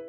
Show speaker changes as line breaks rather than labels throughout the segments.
I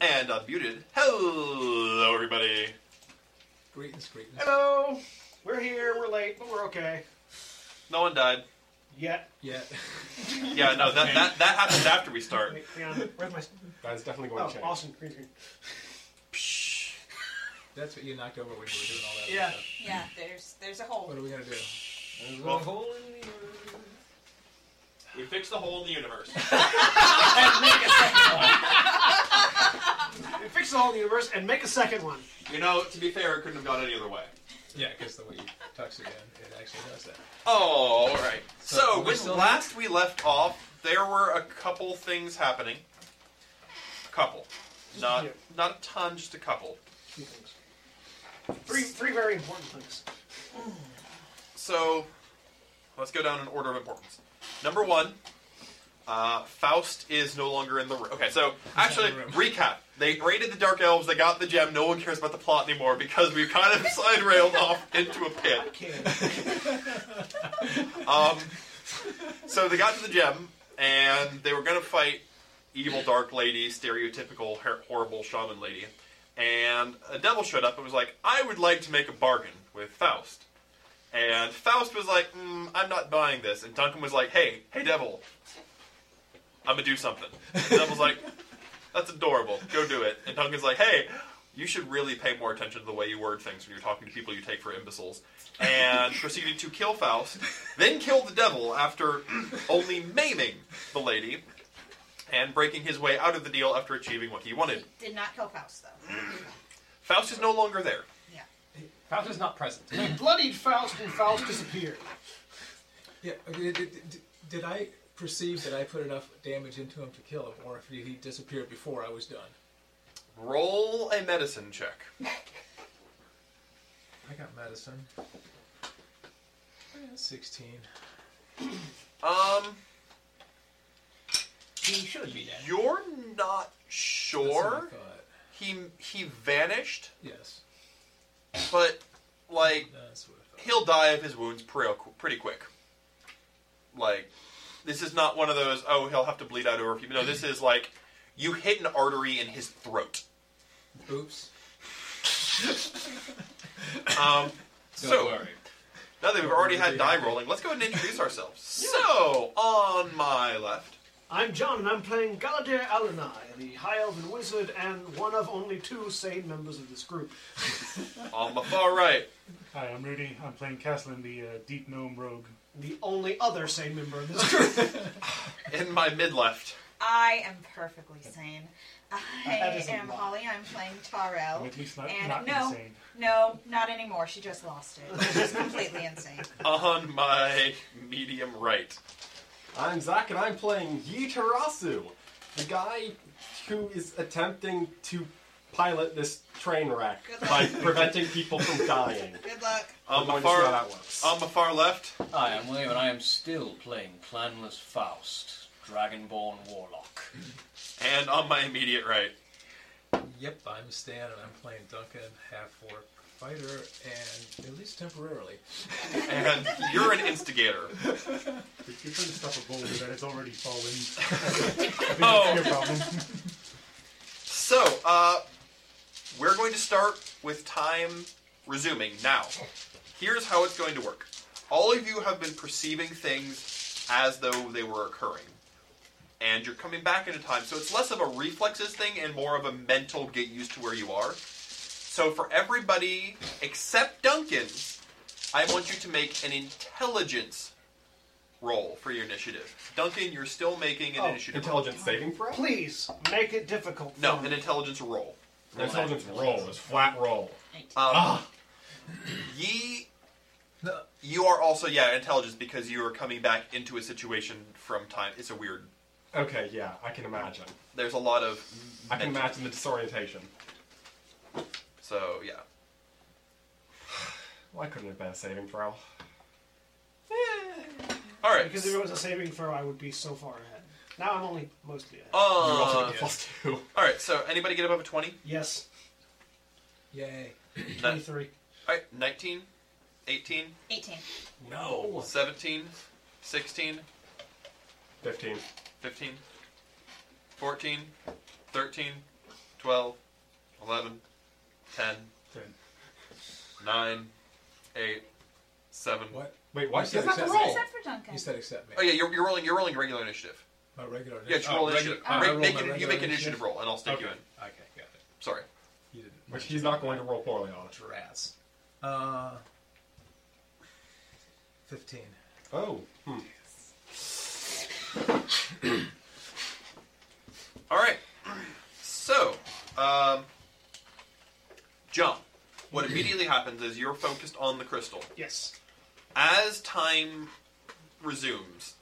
And unmuted. Hello, everybody.
Greetings, greetings.
Hello! We're here, we're late, but we're okay.
No one died.
Yeah,
Yeah,
Yeah, no, that that, that happens after we start.
wait, hang on. Where's my.
That's definitely going
Oh,
to change.
awesome green screen.
that's what you knocked over when we were doing all that.
Yeah.
Stuff.
Yeah, there's there's a hole.
What are we gonna do?
There's
Well-
a hole in the earth.
We fixed the hole in the universe.
and make a second one. You fix the whole universe and make a second one.
You know, to be fair, it couldn't have gone any other way.
Yeah, because the way you touch again, it actually does that.
Oh, all right. So,
So, we're
when
still-
last we left off, there were a couple things happening. A couple, not
Yeah.
not a ton, just a couple.
Two things. Three, three very important things.
So, let's go down in order of importance. Number one, uh, Faust is no longer in the room. Okay, so actually,
in the room.
recap. They raided the Dark Elves, they got the gem, no one cares about the plot anymore because we've kind of side railed off into a pit.
Okay.
Um, so they got to the gem, and they were going to fight evil dark lady, stereotypical her- horrible shaman lady. And a devil showed up and was like, I would like to make a bargain with Faust. And Faust was like, mm, I'm not buying this. And Duncan was like, hey, hey, devil, I'm going to do something. And the devil's like, that's adorable. Go do it. And Duncan's like, hey, you should really pay more attention to the way you word things when you're talking to people you take for imbeciles. And proceeded to kill Faust, then kill the devil after only maiming the lady and breaking his way out of the deal after achieving what he wanted.
Did not kill Faust
Mm-hmm.
though.
Faust is no longer there.
Yeah.
Faust is not present.
They bloodied Faust and Faust disappeared.
Yeah. Okay, did, did, did- did I perceive that I put enough damage into him to kill him, or if he disappeared before I was done?
Roll a medicine check.
I got medicine. Yeah, Sixteen.
Um,
He should be dead.
you're not
That's what I
sure.
thought.
He he vanished,
Yes.
but like
That's what I thought.
he'll die of his wounds pretty pretty quick. Like, this is not one of those. Oh, he'll have to bleed out over a few. No, this is like you hit an artery in his throat.
Oops.
Um, so
worry.
now that we've already had
worry.
die rolling, let's go ahead and introduce ourselves. So on my left.
I'm John, and I'm playing Galadir Alanai, the High Elven Wizard, and one of only two sane members of this group.
On the far right.
Hi, I'm Rudy. I'm playing Caslin, the uh, Deep Gnome Rogue.
The only other sane member of this group.
In my mid left.
I am perfectly sane.
That
I
is a
am
lie.
Holly. I'm playing Tarell.
I'm at least not,
and
not
no,
insane.
no, not anymore. She just lost it. She's completely insane.
On my medium right.
I'm Zach, and I'm playing Yitarasu, the guy who is attempting to pilot this train wreck
Good
by
luck.
preventing people from dying.
Good luck.
On
We're
my
going to see how
far
that works.
on my far left.
Hi, I'm William, and I am still playing Clanless Faust, Dragonborn Warlock.
And on my immediate right.
Yep, I'm Stan, and I'm playing Duncan, half orc fighter, and at least temporarily.
and you're an instigator.
You're trying to stop a boulder that has already fallen.
Oh.
Your problem.
So, uh, we're going to start with time resuming now. Here's how it's going to work. All of you have been perceiving things as though they were occurring. And you're coming back into time, so it's less of a reflexes thing and more of a mental get used to where you are. So for everybody except Duncan, I want you to make an intelligence roll for your initiative. Duncan, you're still making an
Oh,
initiative.
intelligence saving throw?
Please make it difficult.
roll.
for
No,
me.
an intelligence roll.
Intelligence roll is flat roll.
Um, ye,
No.
you are also yeah intelligence because you are coming back into a situation from time. It's a weird.
Okay, yeah, I can imagine.
There's a lot of.
I can imagine the disorientation.
So yeah,
Why couldn't it have been a saving throw?
all right.
Because if it was a saving throw, I would be so far ahead. Now I'm only mostly ahead.
Uh,
You also
all
get the plus two.
right. So anybody get above a twenty?
yes,
Yay.
All
23.
right, 19, 18,
18.
No.
17, 16,
Fifteen.
15, 14, 13, 12, 11, 10,
Ten.
9, 8, 7.
What?
Wait, why
You
is
said
that the
accept-
roll?
Except for Duncan.
You said accept me.
Oh yeah, you're, you're rolling. You're rolling regular initiative.
My regular.
Yeah, just
Oh,
roll
regu-
initiative.
oh, I
Make-
roll
make
my
an- you
regular
make an initiative roll, and I'll stick you
Okay.
in.
Okay, got it.
Sorry.
You didn't.
Which he's not going to roll poorly on.
Rats. Uh, 15.
Oh. Hmm.
All right. So, um, John, what immediately happens is you're focused on the crystal.
Yes.
As time resumes,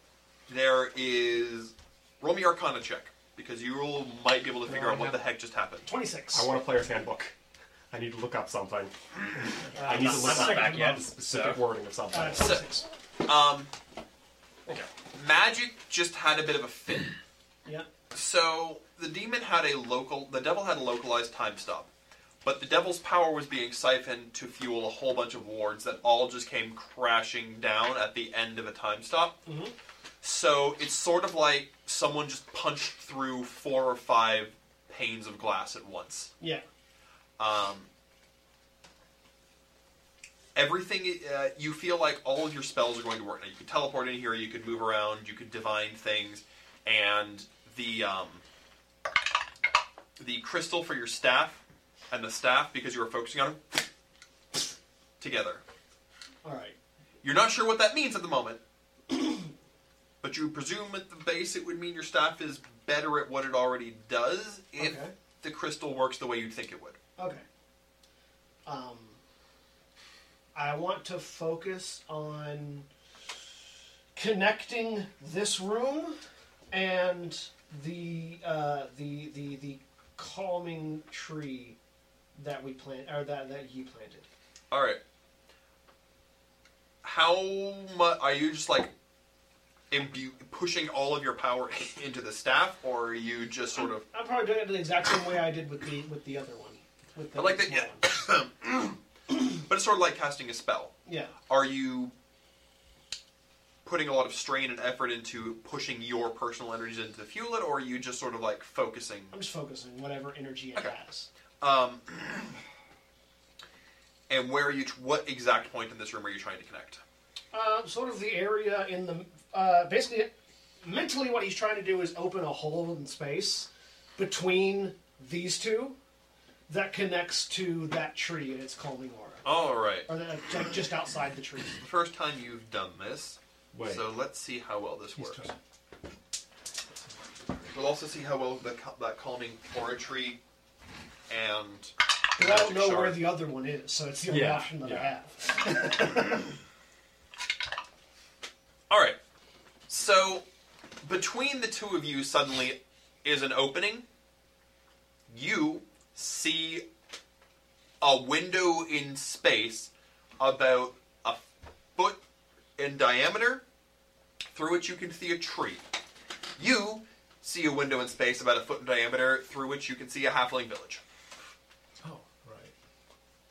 there is roll me Arcana check because you all might be able to figure
No, I
out what the
haven't.
heck just happened.
26.
I want a player's handbook. I need to look up something. I need to
I'm
look
not
up
back yet,
specific wording of something.
Uh, 26.
Um,
Okay.
magic just had a bit of a fit.
Yeah.
So the demon had a local. The devil had a localized time stop, but the devil's power was being siphoned to fuel a whole bunch of wards that all just came crashing down at the end of a time stop. So it's sort of like someone just punched through four or five panes of glass at once.
Yeah.
Um, everything uh, you feel like all of your spells are going to work. Now you can teleport in here, you could move around, you could divine things, and the um, the crystal for your staff and the staff because you were focusing on them together.
All right.
You're not sure what that means at the moment, but you presume at the base it would mean your staff is better at what it already does if
Okay.
the crystal works the way you'd think it would.
Okay. Um, I want to focus on connecting this room and the uh, the the the calming tree that we plant or that that you planted.
All right. How much are you just like imbu- pushing all of your power into the staff, or are you just sort of?
I'm probably doing it the exact same way I did with the with the other one. With the
I like that.
small
Yeah.
one.
but it's sort of like casting a spell.
Yeah.
Are you putting a lot of strain and effort into pushing your personal energies into the fuel it, or are you just sort of like focusing?
I'm just focusing whatever energy it
Okay.
has.
Um, and where are you? What exact point in this room are you trying to connect?
Uh, sort of the area in the uh, basically mentally what he's trying to do is open a hole in space between these two that connects to that tree and its calming aura,
All right.
or that, like just outside the tree.
The first time you've done this.
Wait.
So let's see how well this
He's
works.
trying.
We'll also see how well the, cal- that calming oratory and.
'Cause I don't
magic
know
shard-
where the other one is, so it's the only
Yeah,
option that I
yeah.
have.
All right. So between the two of you, suddenly is an opening. You see a window in space about a foot in diameter, through which you can see a tree. You see a window in space about a foot in diameter, through which you can see a halfling village.
Oh, right.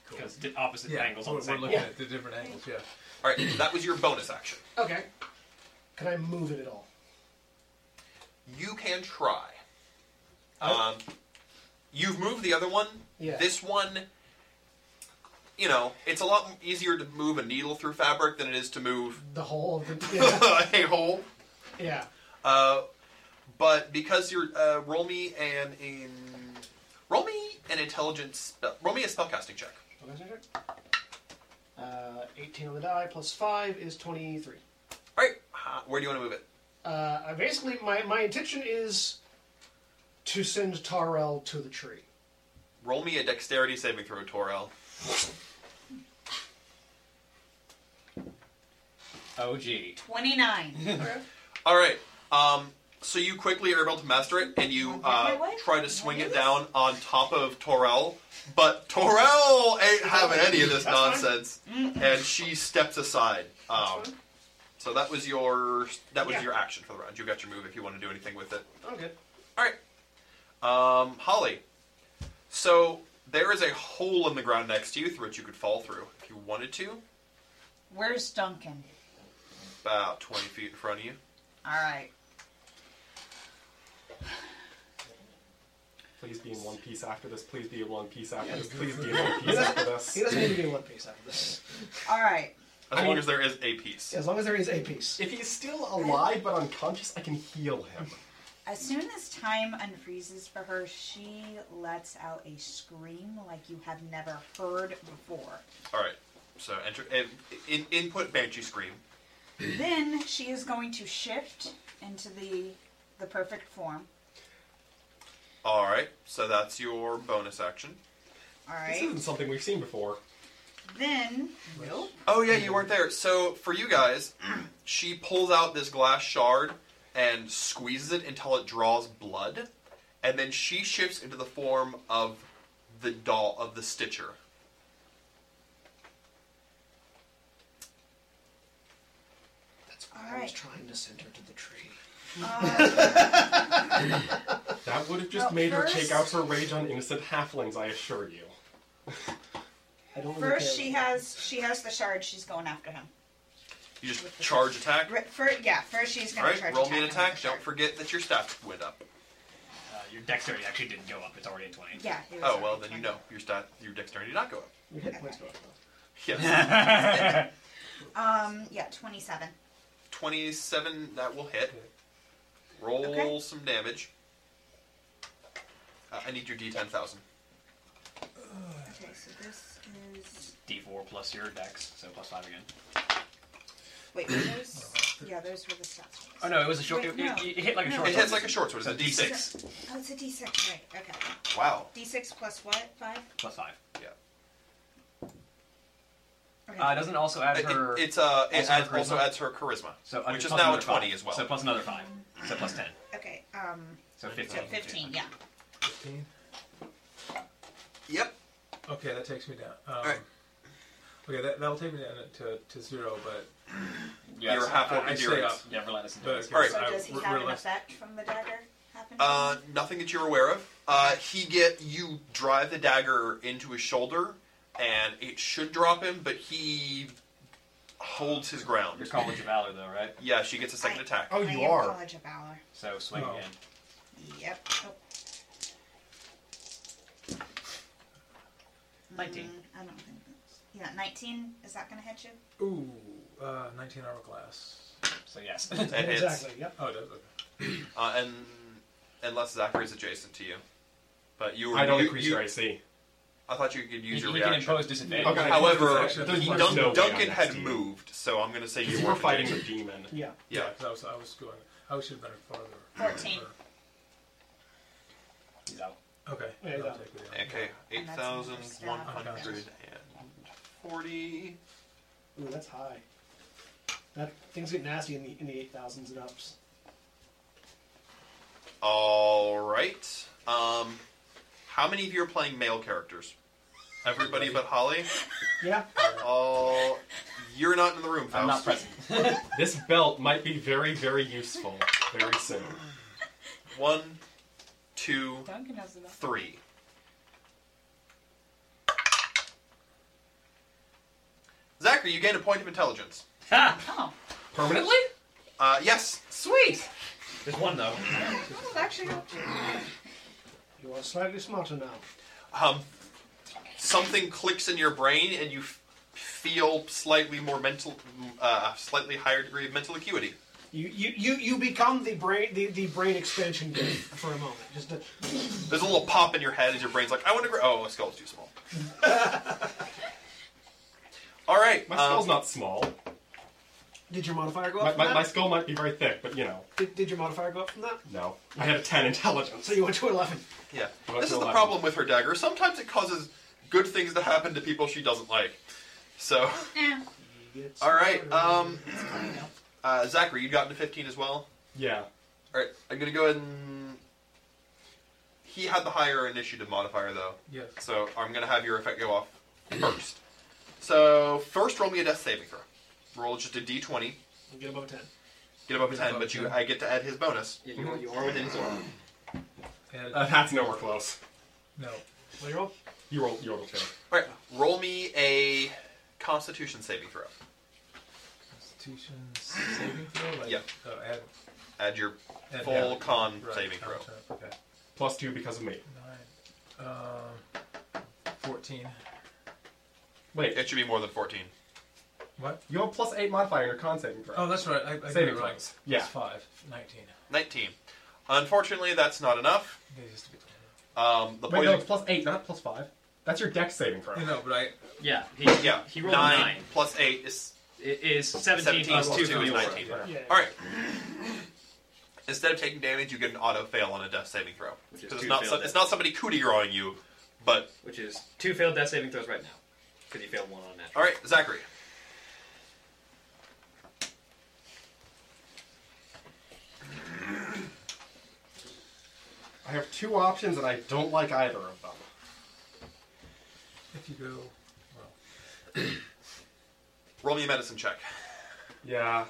Cool.
as di- opposite
Yeah,
angles on
we're,
the
we're
same
looking
wall.
at the different angles. Yeah.
All right, that was your bonus action.
Okay.
Can I move it at all?
You can try. Um, you've moved the other one.
Yeah.
This one, you know, it's a lot easier to move a needle through fabric than it is to move
The whole of the. Yeah.
a hole.
yeah.
Uh, but because you're uh, roll me an in roll me an intelligence spell, roll me a spellcasting check.
Uh, 18 on the die plus 5 is 23.
All right, uh, where do you want to move it?
Uh, I basically, my, my intention is to send Tarel to the tree.
Roll me a dexterity saving throw, Torel.
Oh, gee.
29.
All right. Um, so you quickly are able to master it, and you
Okay,
uh,
wait, wait.
try to swing
Can
it
I do
down on top of Torel, but Torel ain't having any of this nonsense,
Mm.
and she steps aside. Um, so that was your that was
Yeah.
your action for the round. You got your move if you want to do anything with it.
Okay.
All right, um, Holly. So there is a hole in the ground next to you through which you could fall through if you wanted to,
Where's Duncan?
about twenty feet in front of you.
All right.
Please be in one piece after this. Please be in one piece after this. Please be in one piece after this.
He doesn't need to be in one piece after this.
All right.
As
I
long
mean-
as there is a piece.
As long as there is a piece.
If he's still alive but unconscious, I can heal him.
As soon as time unfreezes for her, she lets out a scream like you have never heard before.
All right. So enter in, in, input banshee scream.
Then she is going to shift into the the perfect form.
All right. So that's your bonus action.
All
This
right.
isn't something we've seen before.
Then nope.
Oh yeah, you weren't there. So for you guys, she pulls out this glass shard and squeezes it until it draws blood, and then she shifts into the form of the doll of the Stitcher.
That's why I was
Alright.
trying to send her to the tree.
That would have just
Well,
made
first-
her take out her rage on innocent halflings, I assure you.
I don't really
First,
care.
she has she has the shard. She's going after him.
You just charge attack.
Ri- First, yeah, first she's
All
gonna
right.
charge.
Roll me an
attack him
attack.
with the
Don't
shard.
forget that your stat went up.
Uh, your dexterity actually didn't go up. It's already at 20.
Yeah. it was
Oh well,
already
then you
20.
know your stat, your dexterity did not go up.
Your hit points go up, though.
Yes.
Um. Yeah. Twenty-seven.
Twenty-seven. That will hit. Roll
Okay.
some damage. Uh, I need your d10 thousand.
Okay. So this is.
D4 plus your dex, so plus 5 again.
Wait. Those, yeah. Those were the stats.
Oh no, it was a short.
Wait,
it,
no.
it, it hit like a
No.
short.
It hits like a short sword. It's a
So
d6.
Oh, it's a D6. Right. Okay.
Wow.
D6 plus what? Five.
Plus 5.
Yeah.
Okay.
Uh, doesn't also add
It- it-
her.
it's uh,
also
it adds,
her charisma.
also adds her charisma,
so uh,
which is
plus
now a
another five.
twenty as well.
So plus another 5. So plus 10.
okay. Um.
So
So
15.
15. Yeah.
15.
yep.
Okay, that takes me down. Um,
Alright.
Okay, that, that'll take me down to, to zero, but
Yeah,
You're
so-
half
I-
orc
I stay up.
endurance.
Never let us into
But-
this.
All right.
So
I
does he
re-
have an
realized-
effect from the dagger? Happen. to
Uh,
him?
nothing that you're aware of. Uh, he get you drive the dagger into his shoulder, and it should drop him, but he holds his
Your
ground.
College of Valor, though, right?
Yeah, she gets a second
I-
attack.
Oh,
I
you
am
are.
College of Valor.
So swing
Oh.
again.
Yep. Oh,
19.
Mm, I don't think that's. Yeah, 19. Is that going to hit you?
ooh, uh, 19 armor class.
So yes.
It hits.
exactly, yep.
Oh, it does. Okay.
Uh, and unless Zachary's adjacent to you, but you were.
I don't
you,
increase
you-
your AC.
I thought you could
you,
use your
you can
reaction.
impose disadvantage.
Okay.
However,
There's
he-
no
Dun-
way I'm
Duncan had
next to you.
moved, so I'm going to say you
We're
were
fighting a demon.
Yeah.
Yeah.
'cause I was, I was going, I should have been farther.
14.
He's out.
Okay,
Yeah,
that'll
yeah.
take me down.
Okay, eight
And that's another
thousand
stab.
one hundred and forty.
Ooh, that's high. That things get nasty in the in the eight thousands and ups.
All right. Um, how many of you are playing male characters? Everybody but Holly.
Yeah.
All. You're not in the room, Faust.
I'm not present.
This belt might be very, very useful very soon.
One, two,
Duncan has enough.
three. Exactly. You gain a point of intelligence.
Oh,
Permanently?
Uh, yes.
Sweet! There's one, though.
this is Oh, actually not
You are slightly smarter now.
Um, something clicks in your brain, and you f- feel slightly more mental, uh, slightly higher degree of mental acuity.
You you, you, you become the brain the, the brain expansion game for a moment. Just uh, a,
There's a little pop in your head as your brain's like, I want to grow. Oh, my skull's too small. All right.
My
um,
skull's not small.
did your modifier go
My,
up?
my,
from
my
that?
skull might be very thick, but you know,
Did, did your modifier go up from that?
no. I had a 10 intelligence.
So you went to eleven.
Yeah.
Well,
This
that's
is the
allowed.
problem with her dagger. Sometimes it causes good things to happen to people she doesn't like. So,
Eh.
all right. Um, uh, Zachary, you'd gotten to 15 as well.
Yeah.
All right. I'm gonna go ahead and. He had the higher initiative modifier though,
Yes.
so I'm gonna have your effect go off first. So first, roll me a death saving throw. Roll just a d20.
You get above ten.
Get above a
Get above
10, but you
10.
I get to add his bonus.
Yeah, you, you are within four.
And-
Uh, that's nowhere close.
no.
What do you roll?
You rolled, you rolled a 10.
All right. Roll me a Constitution saving throw.
Constitution saving throw? Like,
Yeah.
Oh, add,
Add your
add
full
half.
con
Right,
saving
half
throw.
time, Okay.
Plus 2 because of me.
Nine. Um, 14.
Wait,
It should be more than 14.
What?
you have a plus 8 modifier in your con saving throw.
Oh, that's right. I, I got
Saving
it right.
throws. Yeah.
It's 5. 19.
19. Unfortunately, that's not enough.
It used to be 20.
Um, the
Wait, no,
poison.
it's plus 8, not plus 5. That's your dex saving throw.
You know, but I.
Yeah, he,
yeah,
he rolled
nine,
a nine.
plus eight is
It is 17,
17
plus
plus
2
two
for
is
the aura.
19.
Yeah.
All right. Instead of taking damage, you get an auto fail on a death saving throw.
is
Because it's
two
not
failed
some-
death.
it's not somebody cootie drawing you, but
Which is two failed death saving throws right now. Because he failed one on that.
all right, Zachary.
I have two options and I don't like either of them.
If you go.
Roll me a medicine check.
Yeah.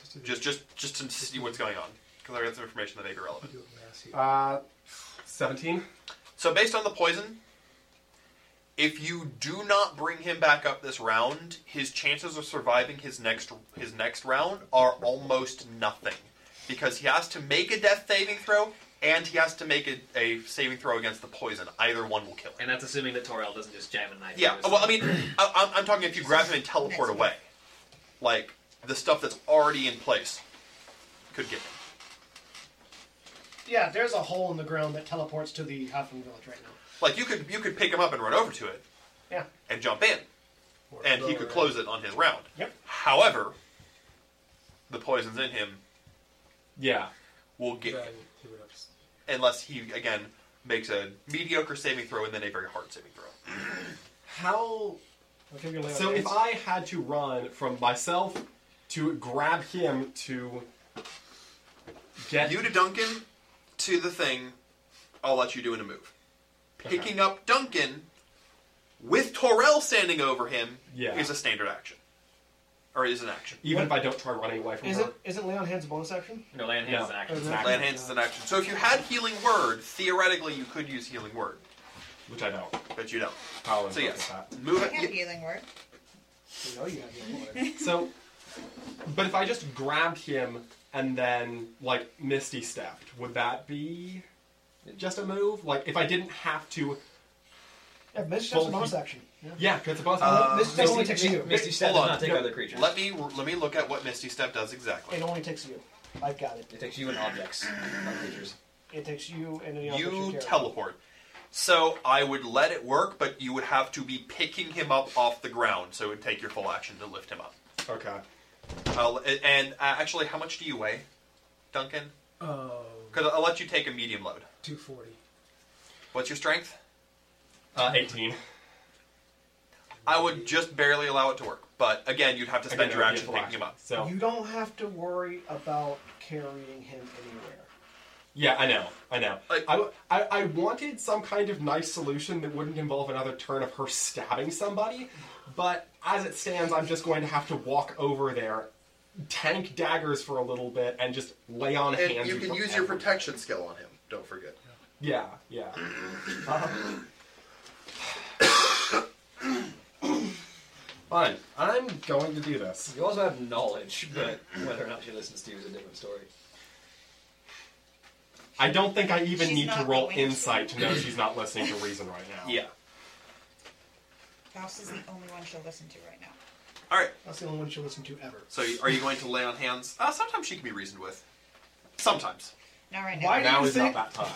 Just do the,
Just just just to see what's going on. Because I got some information that may be relevant.
do it mass here.
Uh, 17?
So based on the poison, if you do not bring him back up this round, his chances of surviving his next his next round are almost nothing, because he has to make a death saving throw and he has to make a, a saving throw against the poison. Either one will kill him.
And that's assuming that Torel doesn't just jam a knife.
Yeah.
into his-
Well, I mean, I, I'm, I'm talking if you grab him and teleport away, like the stuff that's already in place could get him.
Yeah, there's a hole in the ground that teleports to the Hoffman village right now.
Like you could you could pick him up and run over to it
Yeah.
and jump in,
Or
and he
throw
could
it.
close it on his round.
Yep.
However, the poison's in him
Yeah.
will get
Yeah,
him
he would have-
unless he again makes a mediocre saving throw and then a very hard saving throw.
How
I'll give you a
So if I had to run from myself to grab him to get
You to Duncan, to the thing. I'll let you do in a move. Picking up Duncan with Torrell standing over him
Yeah.
is a standard action, or is an action.
even if I don't try running away from
is
her.
it isn't Leon Hand's a bonus action?
No, land hands
No.
is an action.
Is it-
Exactly.
Land hands is an action. So if you had healing word, theoretically you could use healing word,
Which I don't.
but you don't.
How am I
So
supposed
yes,
to do
move
I
it.
have healing word.
You know you have your bonus.
that? So but if I just grabbed him and then like misty stepped, would that be just a move? Like if I didn't have to
yeah, Mitch does
Well,
a bonus
he-
action. Yeah.
Yeah, because it's about
Uh,
Mitch
Misty-
only takes you.
Misty Step does
Hold on.
not take
No.
other creatures.
Let me let me look at what Misty Step does
It
exactly.
only takes you. I've got it.
It takes you and objects, not creatures.
It takes you and any other
You
carry.
teleport. So I would let it work, but you would have to be picking him up off the ground. So it would take your full action to lift him up.
Okay.
I'll, and uh, actually, how much do you weigh, Duncan?
Um,
Oh,
Because I'll let you take a medium load.
240.
What's your strength?
Uh, 18.
I would just barely allow it to work, but again, you'd have to spend
Again,
your
it would be
action
a full
picking
action.
him up.
So
You don't have to worry about carrying him anywhere.
Yeah, I know. I know.
Like-
I, I, I wanted some kind of nice solution that wouldn't involve another turn of her stabbing somebody, but as it stands, I'm just going to have to walk over there, tank daggers for a little bit, and just lay on hands. for everything.
skill on him. Don't forget.
Yeah, yeah. Fine. I'm going to do this.
You also have knowledge, but whether or not she listens to you is a different story.
I don't think I even
She's
need to
not
roll
going to.
insight to know she's not listening to reason right now.
Yeah.
Faust is the only one she'll listen to right now.
All right.
That's the only one she'll listen to ever.
So are you going to lay on hands? Uh, sometimes she can be reasoned with. Sometimes.
Not right now.
Why
Now
do you
is not
think?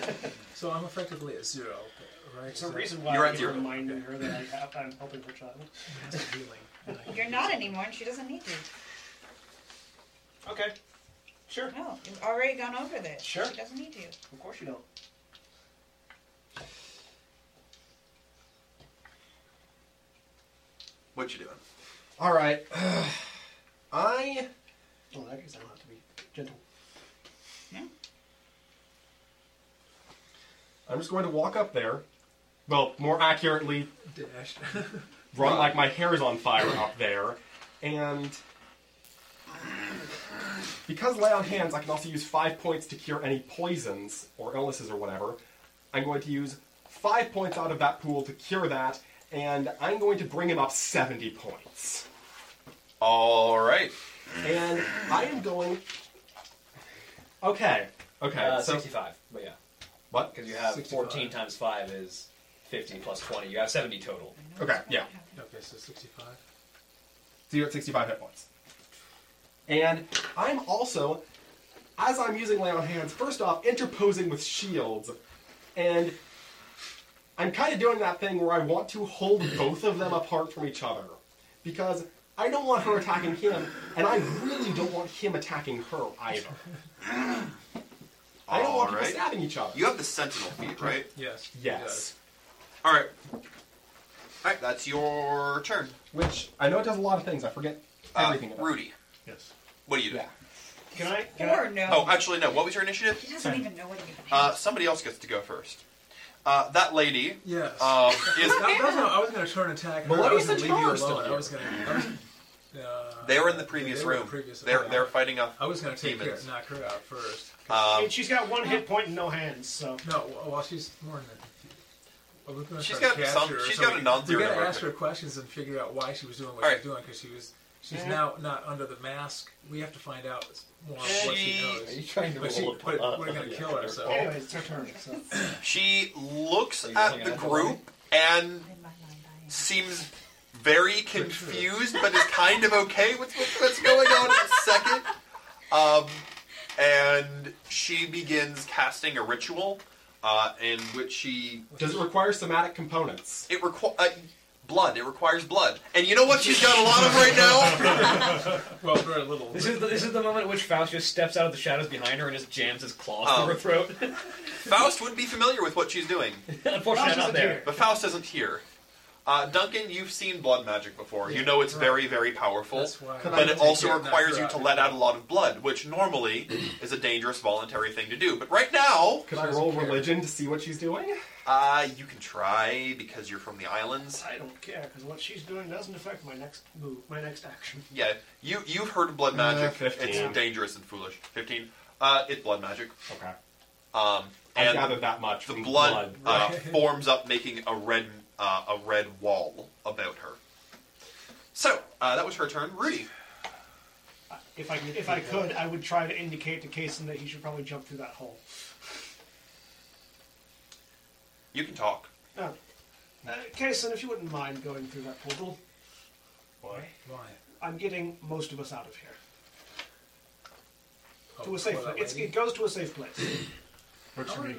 that time.
So I'm effectively at zero, right?
It's
So
a reason why
You're at
I
zero.
reminded her that I have, I'm helping her child.
that's healing. And I-
You're not anymore, and she doesn't need to.
Okay. Sure.
No, you've already gone over this.
Sure.
She doesn't need to.
Of course you don't.
What you doing?
All right. I
Well, in that case, I don't have to be gentle.
I'm just going to walk up there. Well, more accurately,
Dash.
run like my hair is on fire up there, and because lay on hands, I can also use five points to cure any poisons or illnesses or whatever. I'm going to use five points out of that pool to cure that, and I'm going to bring him up 70 points.
All right.
And I am going. Okay. Okay.
Uh,
so
65, but yeah.
what?
Because you have
65.
14 times 5 is 50 plus 20. You have 70 total.
Okay. Yeah.
Okay, so 65.
So you're at 65 hit points. And I'm also, as I'm using Lay on Hands, first off, interposing with shields. And I'm kind of doing that thing where I want to hold both of them apart from each other. Because I don't want her attacking him, and I really don't want him attacking her either. I don't want people
Alright.
stabbing each other.
You have the sentinel feat, right?
Yes. he
yes. Uh,
All right. All right. That's your turn.
Which I know it does a lot of things. I forget
Uh,
everything. about it.
Rudy,
Yes.
what do you do?
Yeah.
Can I? Can
Or
I?
no.
Oh, actually, no. What was your initiative?
He doesn't even know what it even is.
Uh, somebody else gets to go first. Uh, that lady
Yes.
um, is.
That- that was what I was going to turn and attack.
Well,
her. I
what is
was
the
going to leave you
charge still
alone. I
here?
was going to. Uh,
They were in the previous
they were in
room.
the previous-
they're
yeah.
they're fighting off.
I was going to take care,
demons.
knock her out uh, first.
Um,
And she's got one hit point and no hands, so.
No, w- well, she's more than I was gonna
She's
start
got
capture
some-
her or
she's got a
something.
non-zero
We gotta
number.
ask her questions and figure out why she was doing what
All
she
right.
was doing because she was she's
Yeah.
now not under the mask. We have to find out more of what she knows.
Are you trying to
But, she,
roll a
but
uh,
we're gonna
yeah,
kill
they're
her.
Oh.
So
Anyway, it's her turn. So.
she looks
Are you
at
looking
the
at that
group and
In my mind, I am.
seems very confused, but is kind of okay with what- what's going on in a second. Um, and she begins casting a ritual uh, in which she
Does it require somatic components?
it requires uh, blood. It requires blood, and you know what she's got a lot of right now.
well, very little.
This is, the, this is the moment at which Faust just steps out of the shadows behind her and just jams his claws
Um,
through her throat.
Faust would be familiar with what she's doing,
Unfortunately,
Faust
I'm not
isn't
there.
but Faust isn't here. Uh, Duncan, you've seen blood magic before. you know it's very, very powerful.
That's why-
but it
Could I
also
take it
requires you
knock
to
her out?
let out a lot of blood, which normally is a dangerous voluntary thing to do. But right now,
Could I roll religion to see what she's doing?
uh, you can try because you're from the islands.
I don't care because what she's doing doesn't affect my next move, my next action.
Yeah, you you've heard of
Uh,
blood magic.
15.
it's dangerous and foolish. Fifteen. Uh, it's blood magic.
Okay.
Um,
I
and
gathered that much.
the
from
blood, uh,
Right.
forms up, making a red uh, a red wall about her. So uh, that was her turn, Rudy.
If I if I could, I would try to indicate to Kason that he should probably jump through that hole.
You can talk.
No. Uh, Kason, if you wouldn't mind going through that portal,
Why?
Why?
I'm getting most of us out of here
Oh,
to a safe.
well,
Place.
that
It's,
lady?
it goes to a safe place.
Works for me.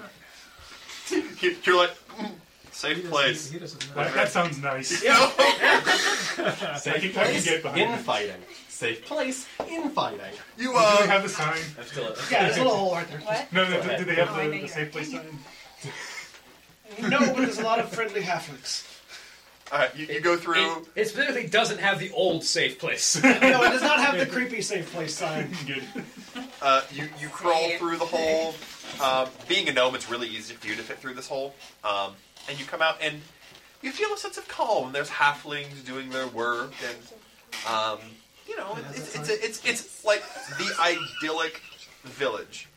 You- You're like "Mm,
He
safe
doesn't-
place.
He doesn't know.
That, that sounds nice. I
Safe
can- I can
place,
get behind this.
infighting. Safe place, infighting.
You
Do they
uh,
have the sign?
I'm still at
Yeah, there's a little hole right there.
What?
No, no. Do, do they have
Oh, I know
the,
you
the safe place
have-
sign?
No, but there's a lot of friendly halflings.
uh, you, you go through.
It, it specifically doesn't have the old safe place.
No, it does not have the creepy safe place sign.
Good.
Uh, you you crawl through the hole. Um, being a gnome, it's really easy for you to fit through this hole. Um, and you come out and you feel a sense of calm. There's halflings doing their work, and um, you know it, it's it's, a, it's it's like the idyllic village.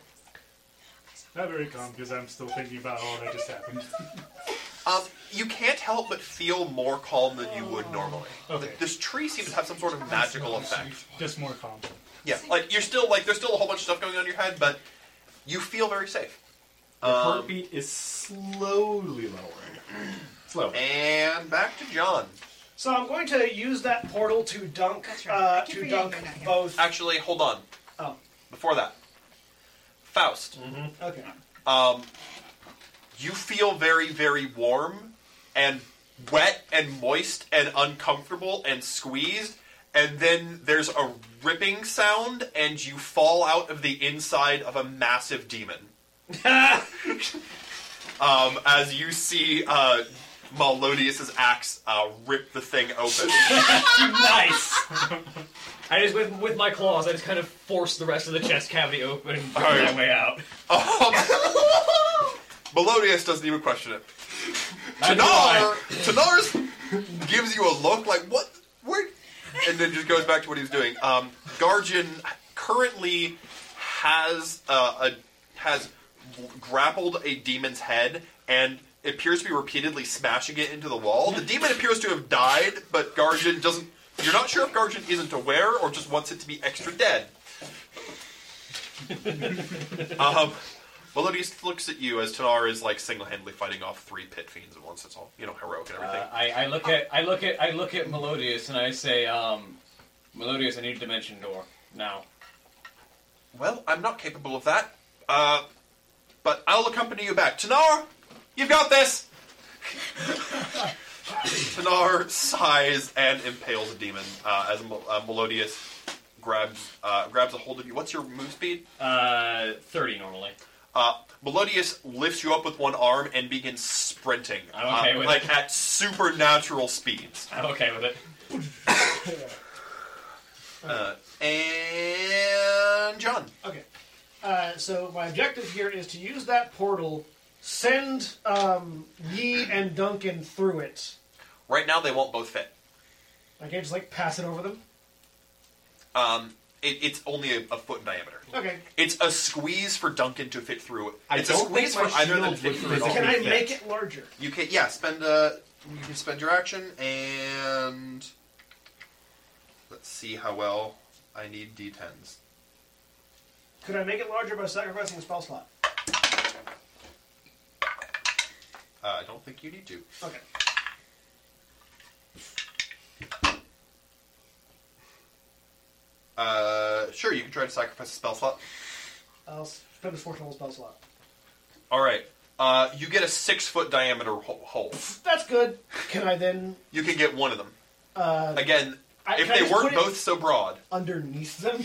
Not very calm because I'm still thinking about all that just happened.
Um, you can't help but feel more calm than you would normally.
Oh.
Th- This tree seems to have some sort of magical effect.
Just more calm.
Yeah, like you're still like there's still a whole bunch of stuff going on in your head, but you feel very safe.
Your
Um,
heartbeat is slowly lowering. Slow.
And back to John.
So I'm going to use that portal to dunk uh, to dunk both.
Actually, hold on.
Oh. Mm-hmm.
Before that, Faust.
Okay.
Um, you feel very, very warm and wet and moist and uncomfortable and squeezed, and then there's a ripping sound, and you fall out of the inside of a massive demon. um, as you see uh, Melodius' axe uh, rip the thing open.
nice. I just with, with my claws, I just kind of force the rest of the chest cavity open, and
All
right.
right.
my way out.
Um, Melodius doesn't even question it. Tanar, Tanar gives you a look like what, where, and then just goes back to what he was doing. Um, Garjin currently has uh, a has grappled a demon's head and appears to be repeatedly smashing it into the wall. The demon appears to have died, but Garjin doesn't. You're not sure if Garjin isn't aware or just wants it to be extra dead. um, Melodius looks at you as Tanar is like single-handedly fighting off three pit fiends at once. That's all, you know, heroic and everything.
Uh, I, I look at I look at I look at Melodius and I say, um, Melodius, I need a dimension door now.
well, I'm not capable of that, uh, but I'll accompany you back. Tanar, you've got this. Tanar sighs and impales a demon uh, as Mel- uh, Melodius grabs uh, grabs a hold of you. What's your move speed?
Uh, thirty normally.
Uh, Melodius lifts you up with one arm and begins sprinting,
I'm okay
uh,
with
like
it.
at supernatural speeds.
I'm okay with it.
Uh, and John.
Okay. Uh, so my objective here is to use that portal, send um, Yee and Duncan through it.
Right now, they won't both fit.
I can't just like pass it over them.
Um, it, it's only a, a foot in diameter.
Okay.
It's a squeeze for Duncan to fit through.
I
It's
don't
a squeeze
think
for
my
either of them to
shield
fit through.
would
at all.
Can I make it larger?
You can yeah. Spend uh, you can spend your action and let's see how well I need d10s.
Could I make it larger by sacrificing a spell slot?
Uh, I don't think you need to.
Okay.
Uh, sure, you can try to sacrifice a spell slot.
I'll spend a fortune on a spell slot.
All right. Uh, you get a six foot diameter ho- hole.
That's good. Can I then
You can get one of them.
uh,
Again,
I-
if
can I
they
just
weren't
put it-
both so broad.
underneath them?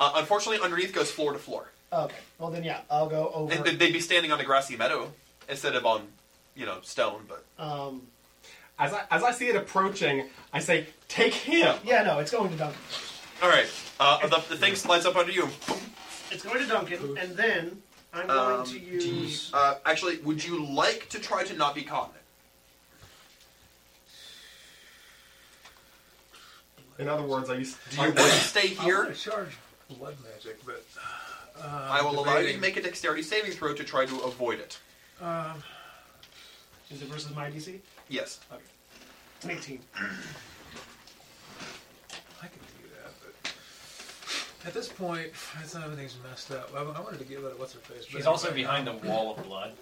Uh, unfortunately, underneath goes floor to floor.
Okay. Well then, yeah, I'll go over.
And they'd be standing on a grassy meadow instead of on, you know, stone. But
Um,
As I, as I see it approaching, I say, take him.
yeah, no, it's going to Duncan.
all right, uh, the, the thing slides up under you. and boom.
It's going to Duncan, and then I'm going
Um,
to
do you-
use.
uh, actually, would you like to try to not be caught in it?
In other words, I used
Do you want to stay here?
charge blood magic, but uh,
I will allow you to
debating.
make a dexterity saving throw to try to avoid it.
Um, is it versus my DC?
Yes.
An 18.
I can do that, but at this point, it's not everything's messed up. I, I wanted to give it what's her face. but
She's also
anyway,
behind a wall of blood.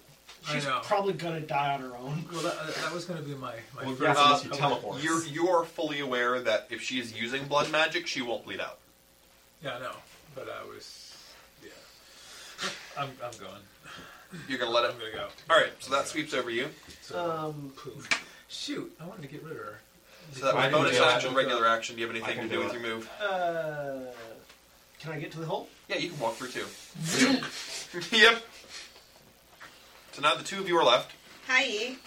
I
She's
know.
probably gonna die on her own.
Well, that, that was going to be my my
Well,
first.
yeah. unless you
okay.
teleport.
Uh, You're, you are fully aware that if she is using blood magic, she won't bleed out.
Yeah, I know, but I was. Yeah, I'm I'm going.
You're gonna let it.
I'm going to go.
All right, so that sweeps over you.
So,
Um,
poof. Shoot, I wanted to get rid of her.
So that
I
was
can
bonus
do it.
action, regular action. Do you have
I
anything to
can
do
do
with
it.
your move?
uh, can I get to the hole?
Yeah, you can walk through too. yep. So now the two of you are left.
Hi. E.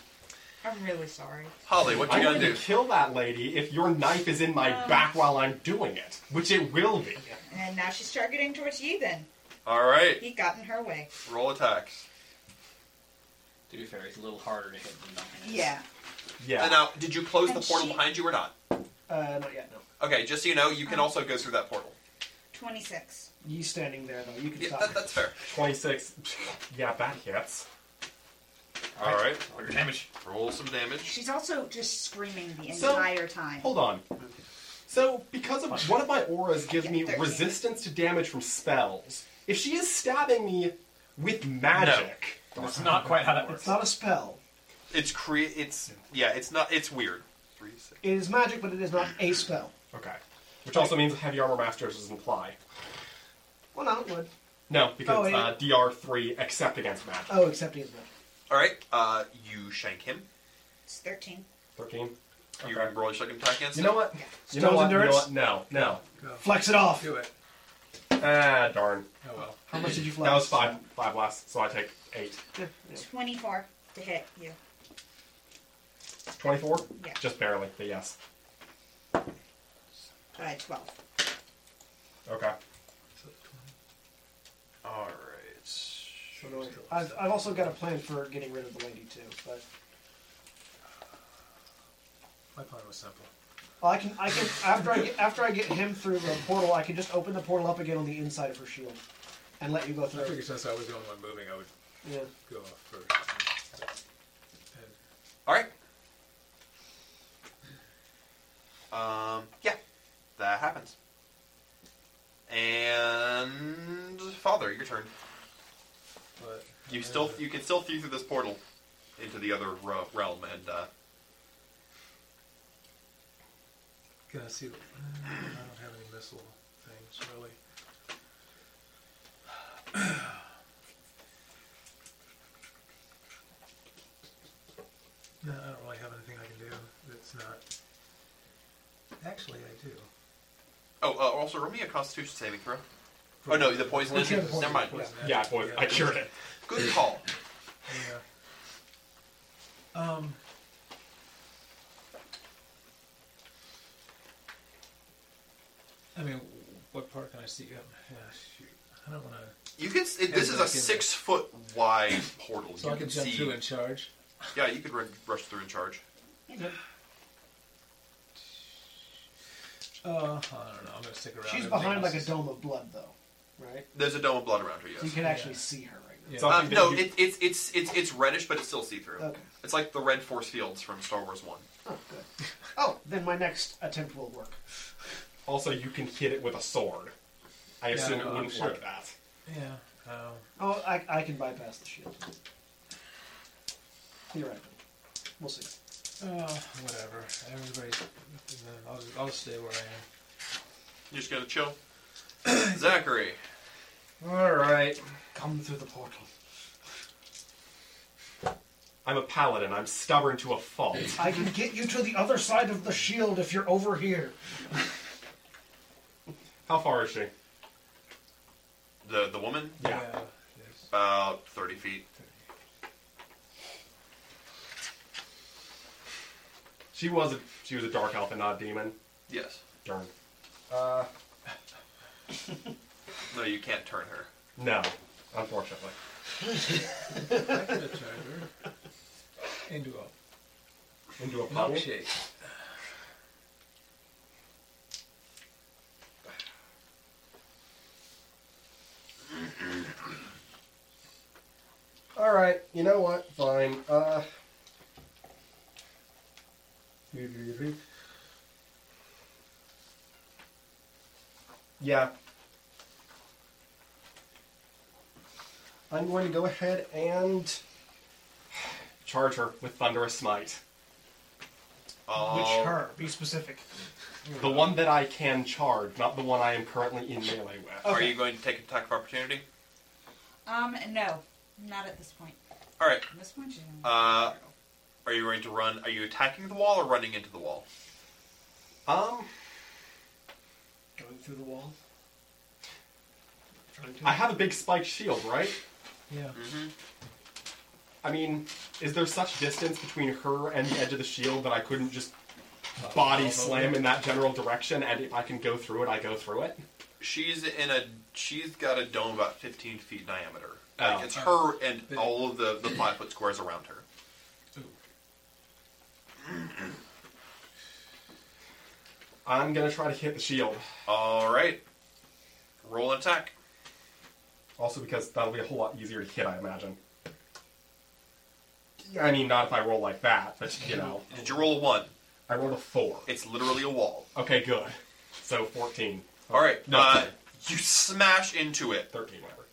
I'm really sorry.
Holly, what you
I'm
gonna
going to
do?
kill that lady if your knife is in my
Um.
back while I'm doing it, which it will be.
And now she's targeting towards you then.
All right,
He got in her way.
roll attacks.
To be fair, he's a little harder to hit than Duncan. is.
Yeah.
And uh,
Yeah.
now, did you close the
And
portal
she-
behind you or not?
Uh, not yet. No.
Okay, just so you know, you
Oh.
can also go through that portal.
26.
You standing there though? You can
Yeah,
stop.
that, that's fair.
26. Yeah, that hits.
All right. Roll your damage. Roll some damage.
She's also just screaming the
So-
entire time.
Hold on. So, because of one of my auras gives me resistance to damage from spells, if she is stabbing me with magic,
That's not quite how that works.
It's not a spell.
It's crea- It's yeah. It's not. It's weird. Three, six.
It is magic, but it is not a spell.
Okay. Which also means heavy armor masters doesn't apply.
Well, no, it would.
No,
Oh,
because
it-
uh, DR three except against magic.
Oh, except he is magic.
All right. Uh, you shank him.
It's 13.
Thirteen.
You can roll your second attack against
You
him.
know what? You know
Stone's
what? You know
endurance?
what? No, no.
Flex it off.
Do it.
Ah, darn.
Oh well.
How much did you flex? That was five, five last, so I take eight.
24 to hit you.
Twenty-four.
Yeah.
Just barely, but yes.
Uh, 12.
Okay.
All right.
I've, I've also got a plan for getting rid of the lady too, but
My plan was simple.
well, I can I can after I get after I get him through the portal, I can just open the portal up again on the inside of her shield, and let you go
I
through.
figured since I was the only one moving, I would
Yeah.
go off first.
All right. Um. Yeah. That happens. And father, your turn.
But
You still. You can still see through this portal into the other ro- realm and. Uh,
can I see? What, I don't have any missile things really. No, I don't really have anything I can do that's not. Actually, I do.
oh, uh, also roll me a Constitution saving throw. Oh no, the poison. is-
Poison.
Never mind.
Poison.
Yeah, boy, I cured it.
Good call.
Yeah. Um. I mean, what part can I see? Um, yeah, shoot. I don't want to.
You can. s- It, this is a six foot wide portal.
So
you
I can jump
see.
through and charge.
yeah, you could run, rush through and charge.
Uh, I don't know. I'm gonna stick around.
She's
and
behind
think
like a
this is-
dome of blood though, right?
There's a dome of blood around
So
her.
you
Yes.
can actually see her right now.
Yeah.
Uh,
Something that
no,
you-
it, it's it's it's it's reddish, but it's still see through.
Okay.
It's like the red force fields from Star Wars One.
Oh, good. Oh, then my next attempt will work.
Also, you can hit it with a sword. I
Yeah,
assume it
I'm
wouldn't
sure.
like that.
Yeah. Um,
Oh, I, I can bypass the shield. Theoretically, we'll see.
uh, whatever. Everybody's. I'll, just- I'll stay where I
You're just gonna chill, Zachary.
All right.
Come through the portal.
I'm a paladin. I'm stubborn to a fault.
I can get you to the other side of the shield if you're over here.
How far is she?
The the woman
am.
Yeah.
yes.
about thirty feet.
She was a she was a dark elf and not a demon.
Yes.
Darn. Uh,
No, you can't turn her.
no, unfortunately.
I could have turned her into a
Into a puddle.
milkshake.
All right. You know what? Fine. Uh. Yeah. I'm going to go ahead and charge her with thunderous smite.
Oh,
Which her? Be specific.
The one that I can charge, not the one I am currently in melee with.
Are you going to take an attack of opportunity?
Um, no. Not at this point.
All right.
At this point, she's in
Uh, Are you going to run? Are you attacking the wall or running into the wall?
Um,
Going through the wall. Trying to.
I have a big spiked shield, right? Mm-hmm.
Yeah.
I mean, is there such distance between her and the edge of the shield that I couldn't just body slam in that general direction? And if I can go through it, I go through it.
She's in a. She's got a dome about fifteen feet diameter.
Oh.
Like it's her and
Big.
all of the the five foot squares around her.
I'm gonna try to hit the shield.
All right. Roll an attack.
Also, because that'll be a whole lot easier to hit, I imagine. I mean, not if I roll like that, but you know.
Did you roll a one?
I rolled a four.
It's literally a wall.
Okay, good. So fourteen.
All right.
No,
uh, you smash into it.
Thirteen, whatever.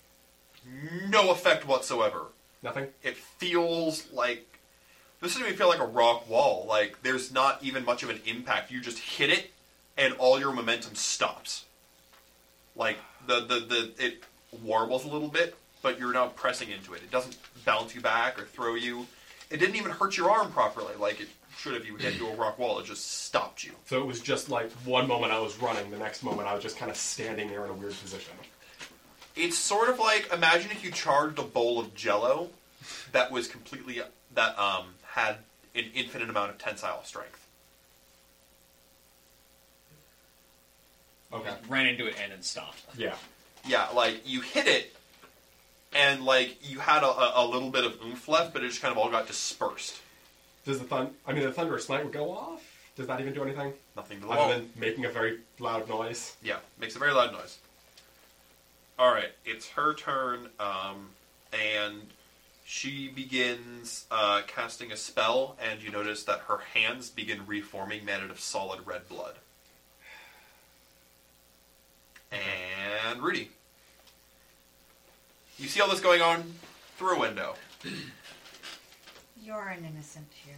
No effect whatsoever.
Nothing.
It feels like this doesn't even feel like a rock wall. Like there's not even much of an impact. You just hit it, and all your momentum stops. Like the the the it warbles a little bit, but you're now pressing into it. It doesn't bounce you back or throw you. It didn't even hurt your arm properly, like it should if you hit into a rock wall. It just stopped you.
So it was just like one moment I was running, the next moment I was just kind of standing there in a weird position.
It's sort of like imagine if you charged a bowl of Jello that was completely that um, had an infinite amount of tensile strength.
Okay.
Ran into it and then stopped.
Yeah.
Yeah, like you hit it, and like you had a, a, a little bit of oomph left, but it just kind of all got dispersed.
Does the thun- I mean, the thunderous light would go off. Does that even do anything?
Nothing to
Other
look.
than making a very loud noise.
Yeah, makes a very loud noise. All right, it's her turn, um, and she begins uh, casting a spell, and you notice that her hands begin reforming, made out of solid red blood. And Rudy, you see all this going on through a window.
You're an innocent here.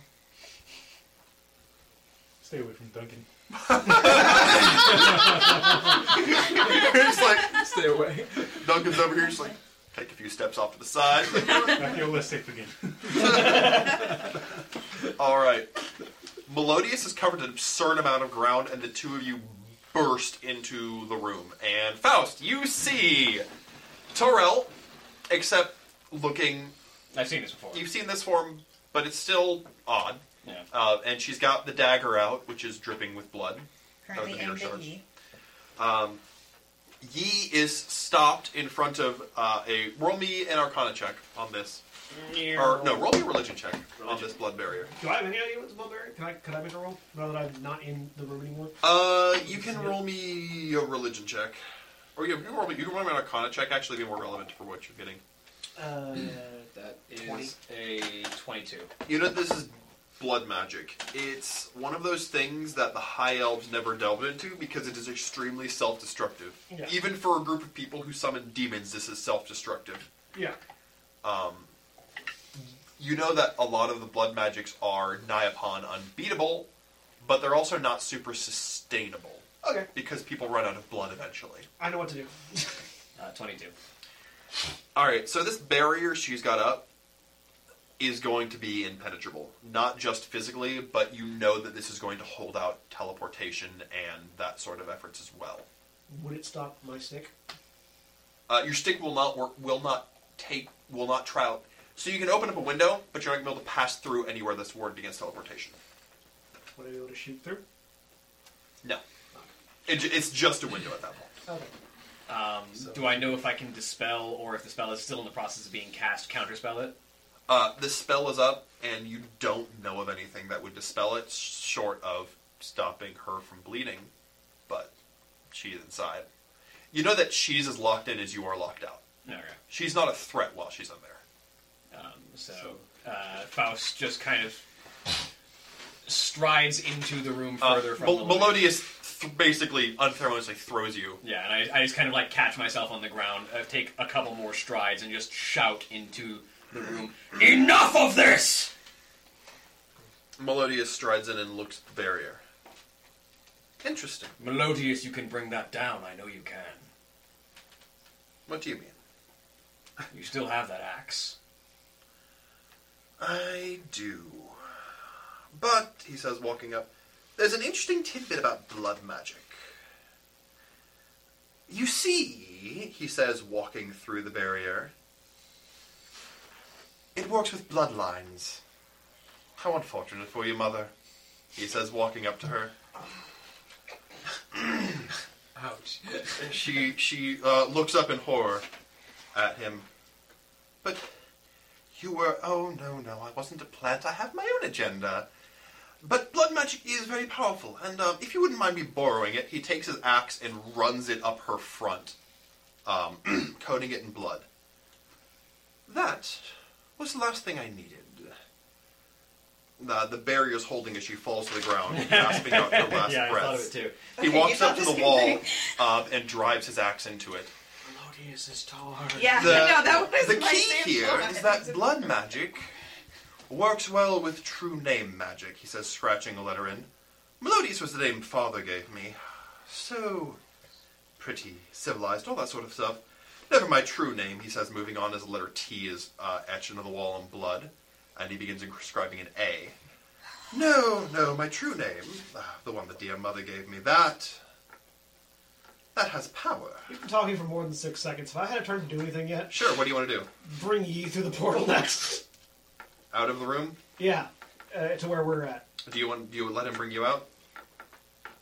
Stay away from Duncan.
He's like,
stay away.
Duncan's over here. She's like, take a few steps off to the side.
I feel less safe again.
All right. Melodius has covered an absurd amount of ground, and the two of you burst into the room. And Faust, you see Torel, except looking.
I've seen this before.
You've seen this form, but it's still odd.
Yeah.
Uh, and she's got the dagger out, which is dripping with blood. That was
Currently
the mirror
aimed at E.
charge.
me.
Um, Yi is stopped in front of uh, a roll me an Arcana check on this, or no, roll me a religion check on this blood barrier.
Do I have any idea what's above there? Can I could I make a roll now that I'm not in the room anymore?
Uh, you can roll me a religion check, or you, you can roll me you can roll me an Arcana check. Actually, be more relevant for what you're getting.
Uh,
That
Twenty.
is a 22.
You know this is blood magic. It's one of those things that the high elves never delved into because it is extremely self-destructive.
Yeah.
Even for a group of people who summon demons, this is self-destructive.
yeah.
Um, you know that a lot of the blood magics are nigh upon unbeatable, but they're also not super sustainable
Okay.
because people run out of blood eventually.
I know what to do.
Uh, 22.
All right, so this barrier she's got up is going to be impenetrable, not just physically, but you know that this is going to hold out teleportation and that sort of efforts as well.
Would it stop my stick?
Uh, your stick will not work. Will not take. Will not try out. So you can open up a window, but you're not going to be able to pass through anywhere that's warded against teleportation.
Would I be able to shoot through?
No, it, ju- it's just a window at that point.
Okay.
Um, Do I know if I can dispel or if the spell is still in the process of being cast, counterspell it?
Uh, the spell is up, and you don't know of anything that would dispel it, short of stopping her from bleeding. But she is inside. You know that she's as locked in as you are locked out.
Okay.
She's not a threat while she's in there.
Um, so uh, Faust just kind of strides into the room
Uh,
further from
Mel-
the
Melodius th- basically unceremoniously throws you.
Yeah, and I, I just kind of like catch myself on the ground, uh, take a couple more strides, and just shout into the room, Enough of this!
Melodius strides in and looks at the barrier. Interesting.
Melodious, you can bring that down. I know you can.
What do you mean?
You still have that axe.
I do. But, he says, walking up, there's an interesting tidbit about blood magic. You see, he says, walking through the barrier, it works with bloodlines. How unfortunate for you, Mother, he says, walking up to her.
Ouch.
She, she uh, looks up in horror at him. But you were. Oh, no, no, I wasn't a plant. I have my own agenda. But blood magic is very powerful, and um, if you wouldn't mind me borrowing it, he takes his axe and runs it up her front, um, coating it in blood. That was the last thing I needed. uh, the barriers holding as she falls to the ground, gasping out her last
Yeah, I
breath.
thought of it too.
He
Okay, you
walks
thought
up to
this
the
could
wall
be-
uh, and drives his axe into it.
Melodious is torn.
Yeah,
the,
I know, that was
the
my
key
same
here
thought.
is that blood magic works well with true name magic. He says, scratching a letter in. Melodius was the name father gave me. So pretty, civilized, all that sort of stuff. Never my true name, he says, moving on as the letter T is uh, etched into the wall in blood, and he begins inscribing an A. No, no, my true name, uh, the one that dear mother gave me, that. that has power.
We've been talking for more than six seconds. Have I had a turn to do anything yet?
Sure, what do you want to do?
Bring ye through the portal next.
Out of the room?
Yeah, uh, to where we're at.
Do you want? Do you let him bring you out?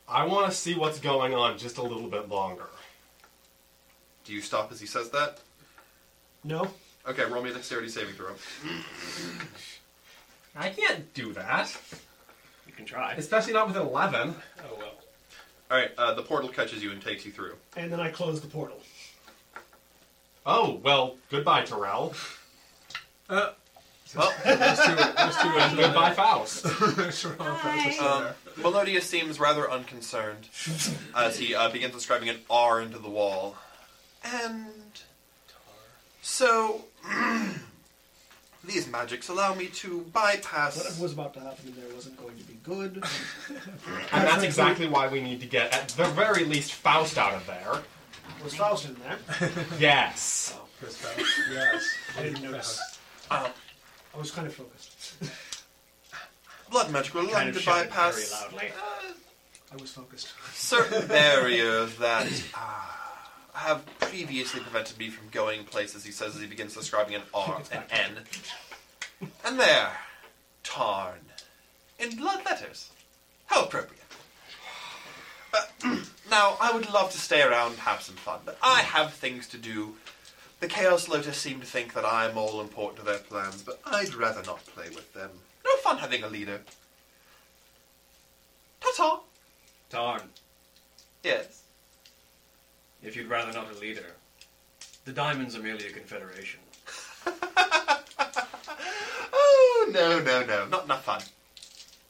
I want to see what's going on just a little bit longer.
Do you stop as he says that?
No.
Okay, roll me a dexterity saving throw.
I can't do that.
You can try.
Especially not with an 11.
Oh well. All right, uh, the portal catches you and takes you through.
And then I close the portal.
Oh, well, goodbye, Terrell.
Uh,
well,
there's two, there's two ways to look
Goodbye,
at it.
Faust.
Sure, I'll practice
Um,
there.
Melodius seems rather unconcerned as he uh, begins inscribing an R into the wall. And so these magics allow me to bypass.
What was about to happen there wasn't going to be good.
And that's exactly why we need to get, at the very least, Faust out of there.
Was Faust in there?
Yes.
Oh,
Yes.
I didn't notice.
Uh,
I was kind of focused.
blood magic will allow
Kind
me
of
to
shouted very
bypass
loudly.
uh,
I was focused.
certain barriers that uh, have previously prevented me from going places, he says as he begins describing an R, an N. And there, Tarn. In blood letters. How appropriate. Uh, now, I would love to stay around and have some fun, but I have things to do. The Chaos Lotus seem to think that I'm all important to their plans, but I'd rather not play with them. No fun having a leader. Ta-ta!
Tarn,
Yes.
if you'd rather not a leader, the diamonds are merely a confederation.
Oh, no, no, no. Not enough fun.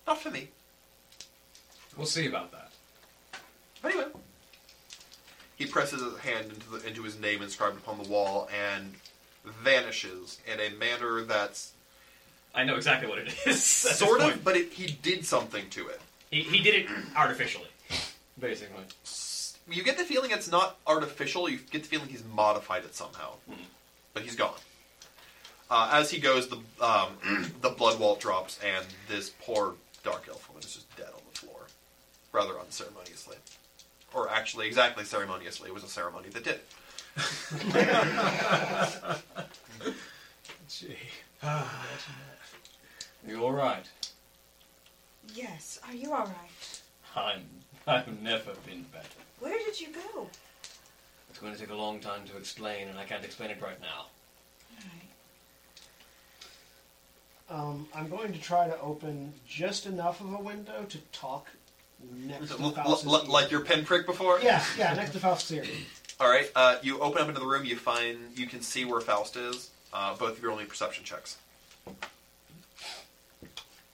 Not for me.
We'll see about that.
Anyway. He presses his hand into, the, into his name inscribed upon the wall and vanishes in a manner that's.
I know exactly what it is. at this
sort of,
point.
but it, he did something to it.
He, he did it artificially, basically.
You get the feeling it's not artificial, you get the feeling he's modified it somehow. But he's gone. Uh, as he goes, the um, the blood wall drops, and this poor dark elf woman is just dead on the floor, rather unceremoniously, or actually exactly ceremoniously. It was a ceremony that did. it.
Gee. Ah, imagine
You're all right.
Yes, are you alright?
I'm, I've never been better.
Where did you go?
It's going to take a long time to explain, and I can't explain it right now.
Um, I'm going to try to open just enough of a window to talk next to
L-
Faust's
l- like your pinprick before.
Yeah, yeah, next to Faust's ear.
All right. Uh, you open up into the room. You find you can see where Faust is. Uh, both of your only perception checks.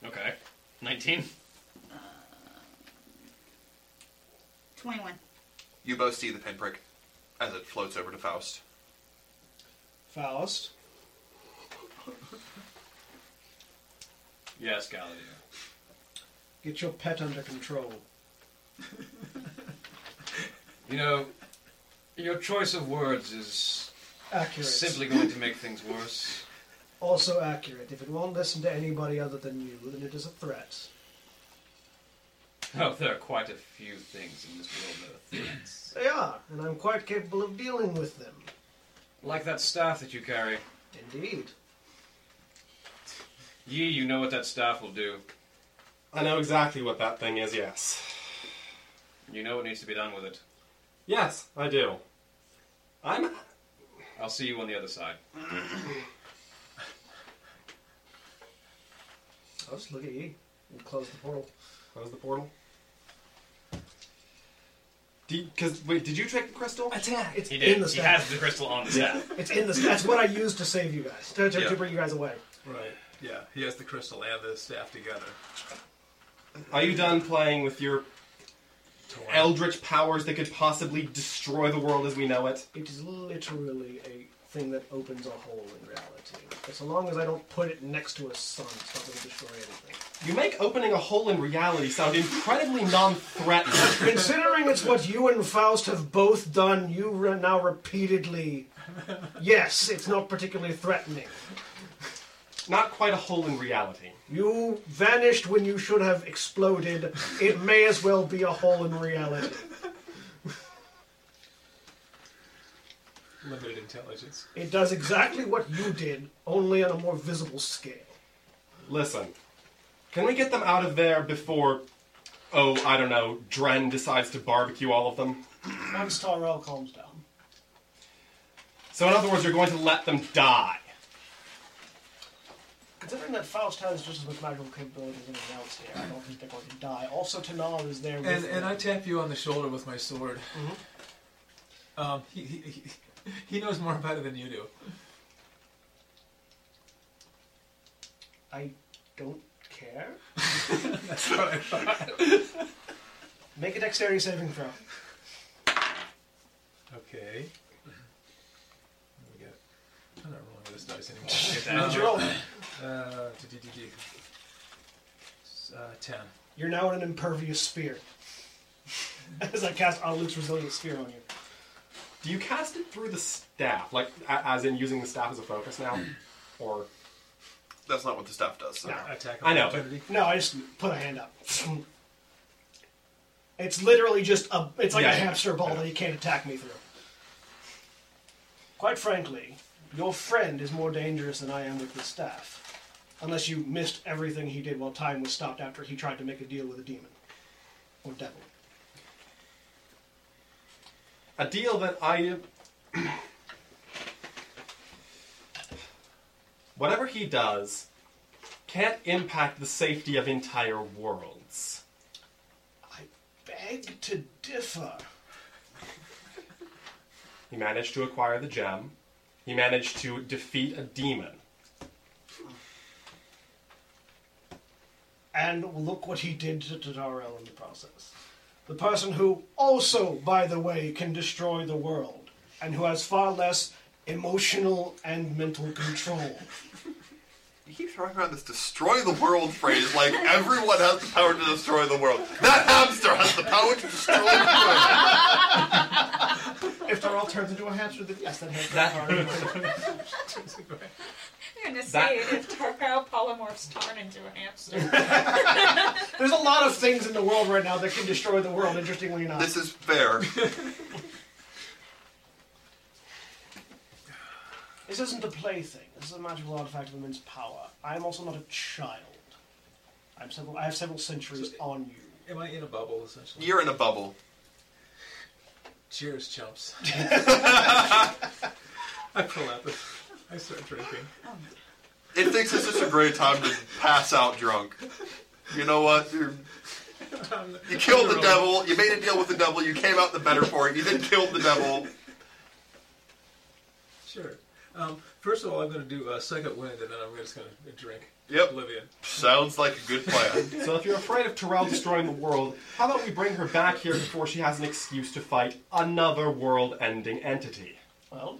Okay. 19.
21.
You both see the pinprick as it floats over to Faust.
Faust.
Yes, Gallagher.
Get your pet under control.
You know, your choice of words is
Accurate.
simply going to make things worse.
Also accurate. If it won't listen to anybody other than you, then it is a threat.
Oh, there are quite a few things in this world that are threats.
They are, and I'm quite capable of dealing with them.
Like that staff that you carry.
Indeed.
Yee, you know what that staff will do.
I know exactly what that thing is, yes.
You know what needs to be done with it.
Yes, I do. I'm.
I'll see you on the other side.
I'll just look at you and close the portal.
Close the portal. Because, wait, did you take the crystal?
Attack! It's
He
in
did.
the
He
staff.
has the crystal on the staff.
It's in the. That's what I used to save you guys. To, to- to
Yeah.
bring you guys away.
Right. Yeah, he has the crystal and the staff together.
Are you done playing with your eldritch powers that could possibly destroy the world as we know it?
It is literally a thing that opens a hole in reality. But so long as I don't put it next to a sun, it's not going to destroy anything.
You make opening a hole in reality sound incredibly non-threatening.
Considering it's what you and Faust have both done, you re- now repeatedly. Yes, it's not particularly threatening.
Not quite a hole in reality.
You vanished when you should have exploded. It may as well be a hole in reality.
Limited intelligence.
It does exactly what you did, only on a more visible scale.
Listen, can we get them out of there before, oh, I don't know, Dren decides to barbecue all of them?
Once Tyrell calms down.
So, in other words, you're going to let them die.
Considering that Faust has just as much magical capability as anyone else here, I don't think they're going to die. Also, Tanal is there with
And,
them.
and I tap you on the shoulder with my sword. Um, he, he, he- he knows more about it than you do.
I don't care.
That's what I thought.
Make a dexterity saving throw.
Okay. What do we got? I'm not rolling with this dice anymore.
Get that. What'd you roll?
Uh, d- d- d- d- S- uh, ten.
You're now in an impervious sphere. As I cast Aluk's resilient sphere on you.
Do you cast it through the staff, like a- as in using the staff as a focus now, or?
That's not what the staff does. So.
Attack
I know.
opportunity.
No, I just put a hand up. It's literally just a. It's like
Yeah.
a hamster ball that he can't attack me through. Quite frankly, your friend is more dangerous than I am with the staff. Unless you missed everything he did while time was stopped after he tried to make a deal with a demon. Or devil.
A deal that I. Whatever he does can't impact the safety of entire worlds.
Beg to differ.
He managed to acquire the gem, he managed to defeat a demon.
And look what he did to Tadarel in the process. The person who also, by the way, can destroy the world, and who has far less emotional and mental control.
You keep throwing around this destroy the world phrase like everyone has the power to destroy the world. That hamster has the power to destroy the world.
if Darrell turns into a hamster, then yes, that hamster
I'm gonna
That-
say it if Tarkow polymorphs Tarn into a hamster.
There's a lot of things in the world right now that can destroy the world, interestingly enough.
This is fair.
This isn't a plaything. This is a magical artifact of immense power. I am also not a child. I'm several, I have several centuries on you.
Am I in a bubble, essentially?
You're in a bubble.
Cheers, chumps. I pull out the. I start drinking.
It thinks it's just a great time to pass out drunk. You know what? You're, you killed the devil. You made a deal with the devil. You came out the better for it. You then killed the devil.
Sure. Um, first of all, I'm going to do a second wind, and then I'm just going to drink.
Yep.
Oblivion.
Sounds like a good plan.
So if you're afraid of Terrell destroying the world, how about we bring her back here before she has an excuse to fight another world-ending entity?
Well,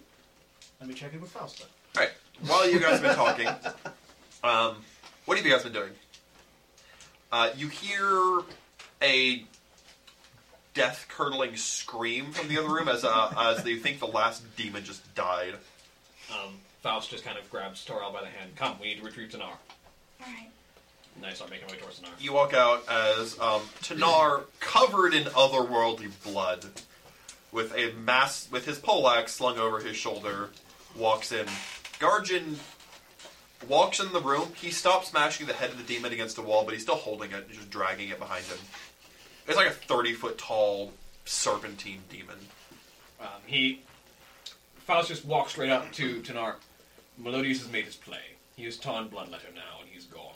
let me check in with Faust.
All right. While you guys have been talking, um, what have you guys been doing? Uh, you hear a death-curdling scream from the other room as uh, as they think the last demon just died.
Um, Faust just kind of grabs Toral by the hand. Come, we need to retrieve Tanar.
Alright.
And I start making my way towards Tanar.
You walk out as um, Tanar, covered in otherworldly blood, with a mass with his poleaxe slung over his shoulder, walks in. Garjin walks in the room. He stops smashing the head of the demon against a wall, but he's still holding it and just dragging it behind him. It's like a thirty foot tall serpentine demon.
Um, he. Faust just walks straight up to Tanar. Melodius has made his play. He is Tarn Bloodletter now, and he's gone.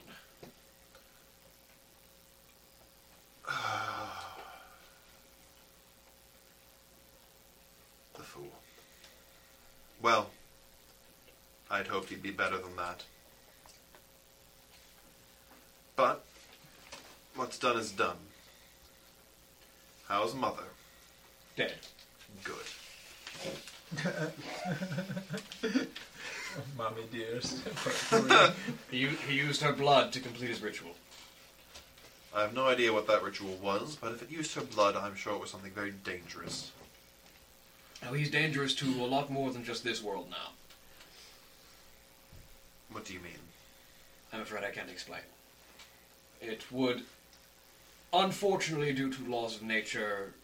The fool. Well, I'd hoped he'd be better than that. But what's done is done. How's mother?
Dead.
Good.
Mommy dearest. he, he used her blood to complete his ritual.
I have no idea what that ritual was, but if it used her blood, I'm sure it was something very dangerous.
Now he's dangerous to a lot more than just this world now.
What do you mean?
I'm afraid I can't explain. It would, unfortunately, due to laws of nature,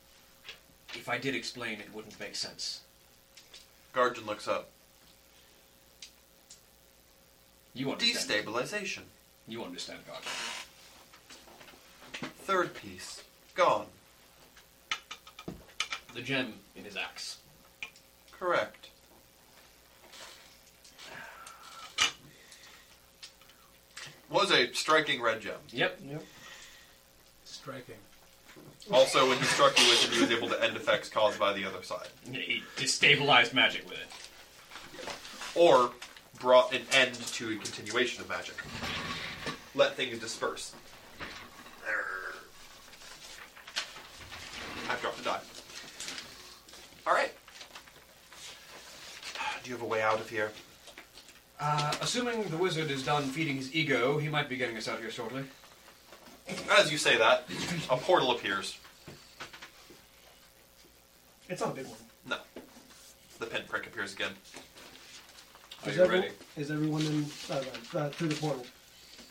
if I did explain, it wouldn't make sense.
Guardian looks up.
You understand?
Destabilization.
You understand, God.
Third piece. Gone.
The gem in his axe.
Correct. Was a striking red gem.
Yep.
Yep.
Striking.
Also, when he struck you with it, he was able to end effects caused by the other side.
He destabilized magic with it.
Or brought an end to a continuation of magic. Let things disperse. I've dropped a die. Alright. Do you have a way out of here?
Uh, assuming the wizard is done feeding his ego, he might be getting us out of here shortly.
As you say that, a portal appears.
It's not a big one.
No. The pinprick appears again.
Is, every- is everyone in uh, uh, through the portal?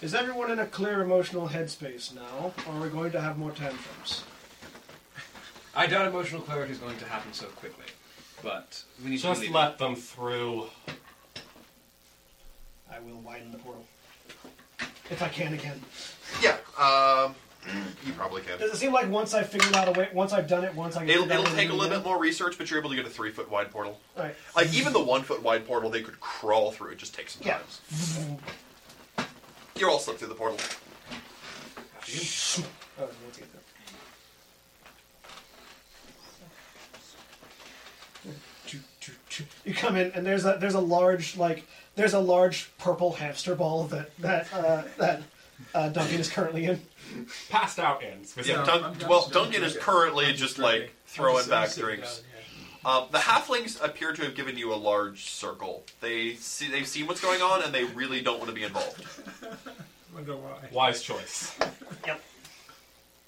Is everyone in a clear emotional headspace now, or are we going to have more tantrums?
I doubt emotional clarity is going to happen so quickly, but we need
Just
to leave.
let them through.
I will widen the portal if I can again.
Yeah, um, you probably can.
Does it seem like once I figured out a way, once I've done it, once I can
It'll,
figure out
it'll
way to
take a
do it
little
again?
bit more research, but you're able to get a three foot wide portal.
Alright.
Like, even the one foot wide portal, they could crawl through. It just takes some
Yeah.
time. You're all slipped through the portal.
Oh, we'll get there. You come in and there's a there's a large like there's a large purple hamster ball that that uh, that uh, Duncan is currently in.
Passed out in.
Yeah, Dun- well, Duncan is currently just like throwing back drinks. Um, the halflings appear to have given you a large circle. They see they've seen what's going on and they really don't want to be involved.
Wonder why.
Wise choice.
Yep.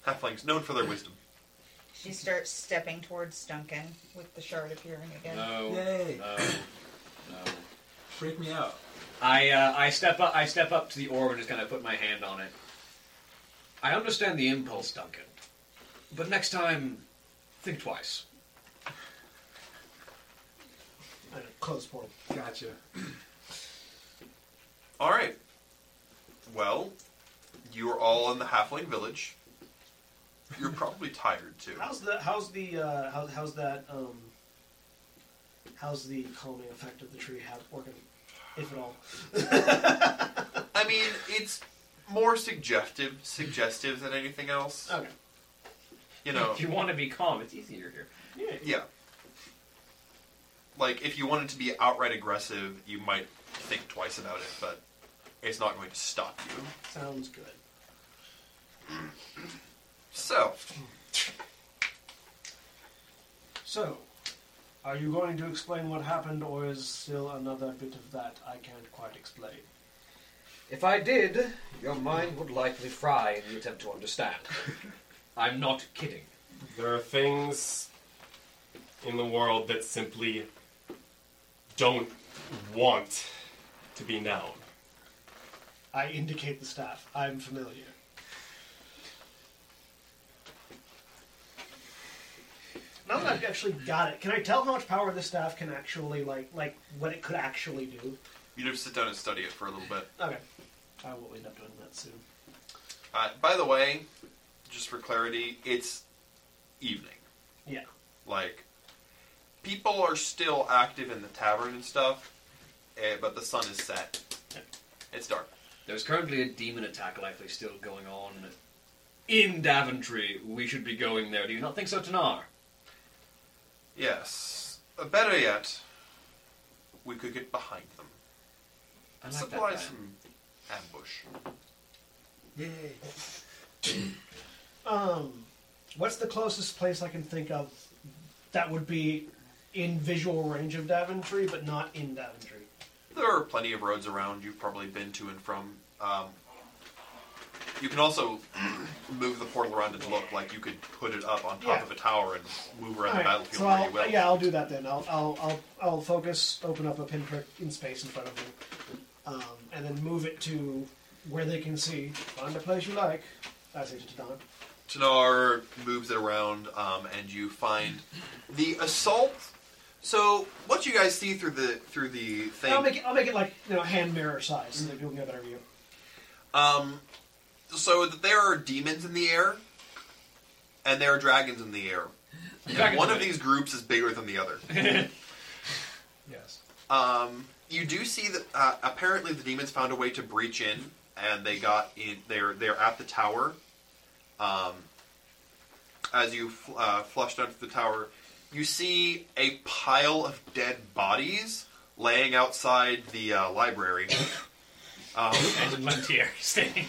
Halflings known for their wisdom.
She starts stepping towards Duncan with the shard appearing again.
Yay.
no.
Freak me out.
I uh, I step up I step up to the orb and just kind of put my hand on it. I understand the impulse, Duncan, but next time, think twice.
Close portal.
Gotcha.
All right. Well, you are all in the halfling village. You're probably tired too.
How's the how's the uh, how, how's that um, how's the calming effect of the tree have working, if at all?
I mean, it's more suggestive, suggestive than anything else.
Okay.
You know,
Oh. If you want to be calm, it's easier here.
Yeah. Like, if you wanted to be outright aggressive, you might think twice about it, but it's not going to stop you.
Sounds good.
So,
So, are you going to explain what happened, or is still another bit of that I can't quite explain?
If I did, your mind would likely fry in the attempt to
Understand? I'm not kidding.
There are things in the world that simply don't want to be known.
I indicate the staff. I'm familiar. Now that I've actually got it, can I tell how much power this staff can actually like, like what it could actually do?
you'd have to sit down and study it for a little bit.
Okay, I will end up doing that soon.
Uh, by the way, just for clarity, it's evening.
Yeah.
Like, people are still active in the tavern and stuff, eh, but the sun is set. It's dark.
There's currently a demon attack likely still going on in Daventry. We should be going there. Do you not think so, Tanar?
Yes. Uh, Better yet, we could get behind them.
I like that
Supply
guy.
some ambush.
Yay. um, what's the closest place I can think of that would be in visual range of Daventry, but not in Daventry?
There are plenty of roads around you've probably been to and from. Um, you can also move the portal around and look. Like you could put it up on top
Yeah.
of a tower and move around the
Alright,
battlefield
so
where
I'll,
you will.
yeah, I'll do that then. I'll, I'll, I'll, I'll focus, open up a pinprick in space in front of me, um, and then move it to where they can see. Find a place you like. I say to Don.
Tanar moves it around, um, and you find the assault. So what you guys see through the through the thing?
I'll make it. I'll make it like you know hand mirror size, so that people can get a better view.
Um, so that there are demons in the air, and there are dragons in the air. And
Dragons
one of
win.
these groups is bigger than the other.
Yes.
Um, you do see that uh, apparently the demons found a way to breach in, and they got in. They're they're at the tower. Um, as you fl- uh, flushed onto the tower, you see a pile of dead bodies laying outside the uh, library. Um, and Lantier standing.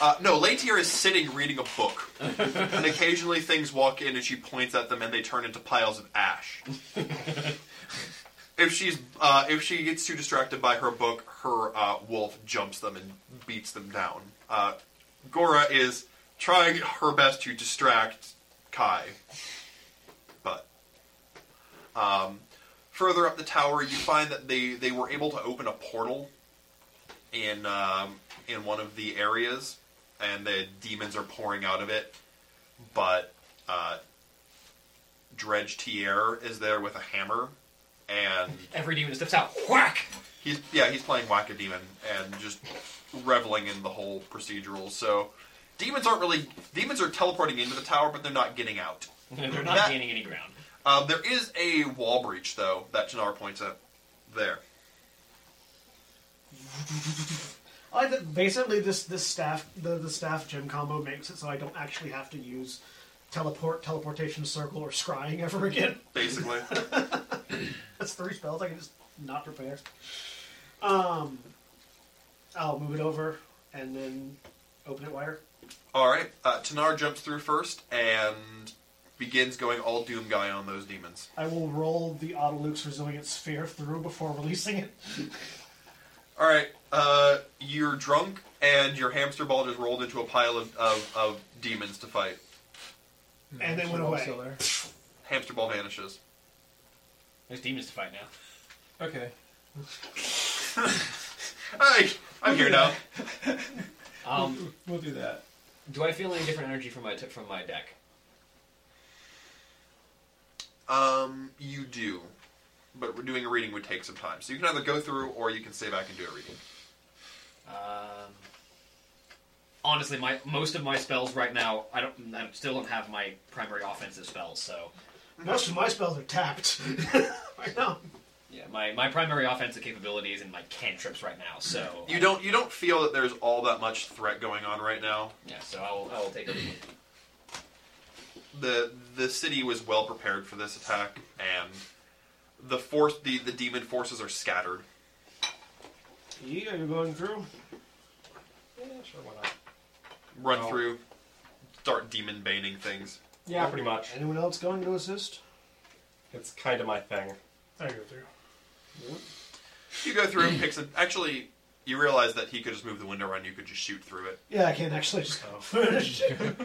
Uh, no, Lantier is sitting reading a book, and occasionally things walk in, and she points at them, and they turn into piles of ash if she's uh, if she gets too distracted by her book, her uh, wolf jumps them and beats them down. Uh, Gora is trying her best to distract Kai, but um, further up the tower, you find that they they were able to open a portal in um, in one of the areas, and the demons are pouring out of it, but. Uh, Dredge Tier is there with a hammer, and
Every demon steps out. Whack!
He's yeah, he's playing Whack a Demon and just reveling in the whole procedural. So demons aren't really demons are teleporting into the tower, but they're not getting out.
They're not
That-
gaining any ground.
Um, there is a wall breach though that Jannar points at. There,
I like that basically this this staff the, the staff gem combo makes it so I don't actually have to use teleport teleportation circle or scrying ever again.
basically.
That's three spells I can just not prepare. Um, I'll move it over and then open it wider.
all right, uh, Tanar jumps through first and begins going all Doom Guy on those demons.
I will roll the Autolux Resilient Sphere through before releasing it.
All right, uh, you're drunk and your hamster ball just rolled into a pile of, of, of demons to fight.
Hmm,
And they went away.
Hamster ball vanishes.
There's demons to fight now.
Okay.
Hey, I'm here now.
Um,
we'll do that.
Do I feel any different energy from my t- from my deck?
Um, you do, but we're doing a reading would take some time, so you can either go through or you can stay back and do a reading.
Um, honestly, my most of my spells right now, I don't, I still don't have my primary offensive spells. So
Most of my spells are tapped. right now.
yeah, my, my primary offensive capability is in my cantrips right now. So
You don't you don't feel that there's all that much threat going on right now.
Yeah, so I'll I'll take a reading.
The the city was well prepared for this attack, and the force the, the demon forces are scattered.
Yeah, you're going through. Yeah, sure, why not?
Run
Oh.
through, start demon baning things.
Yeah, pretty much.
Anyone else going to assist?
It's kind of my thing.
I go through.
You go through, picks it. Actually, you realize that he could just move the window around. You could just shoot through it.
Yeah, I can actually just finish.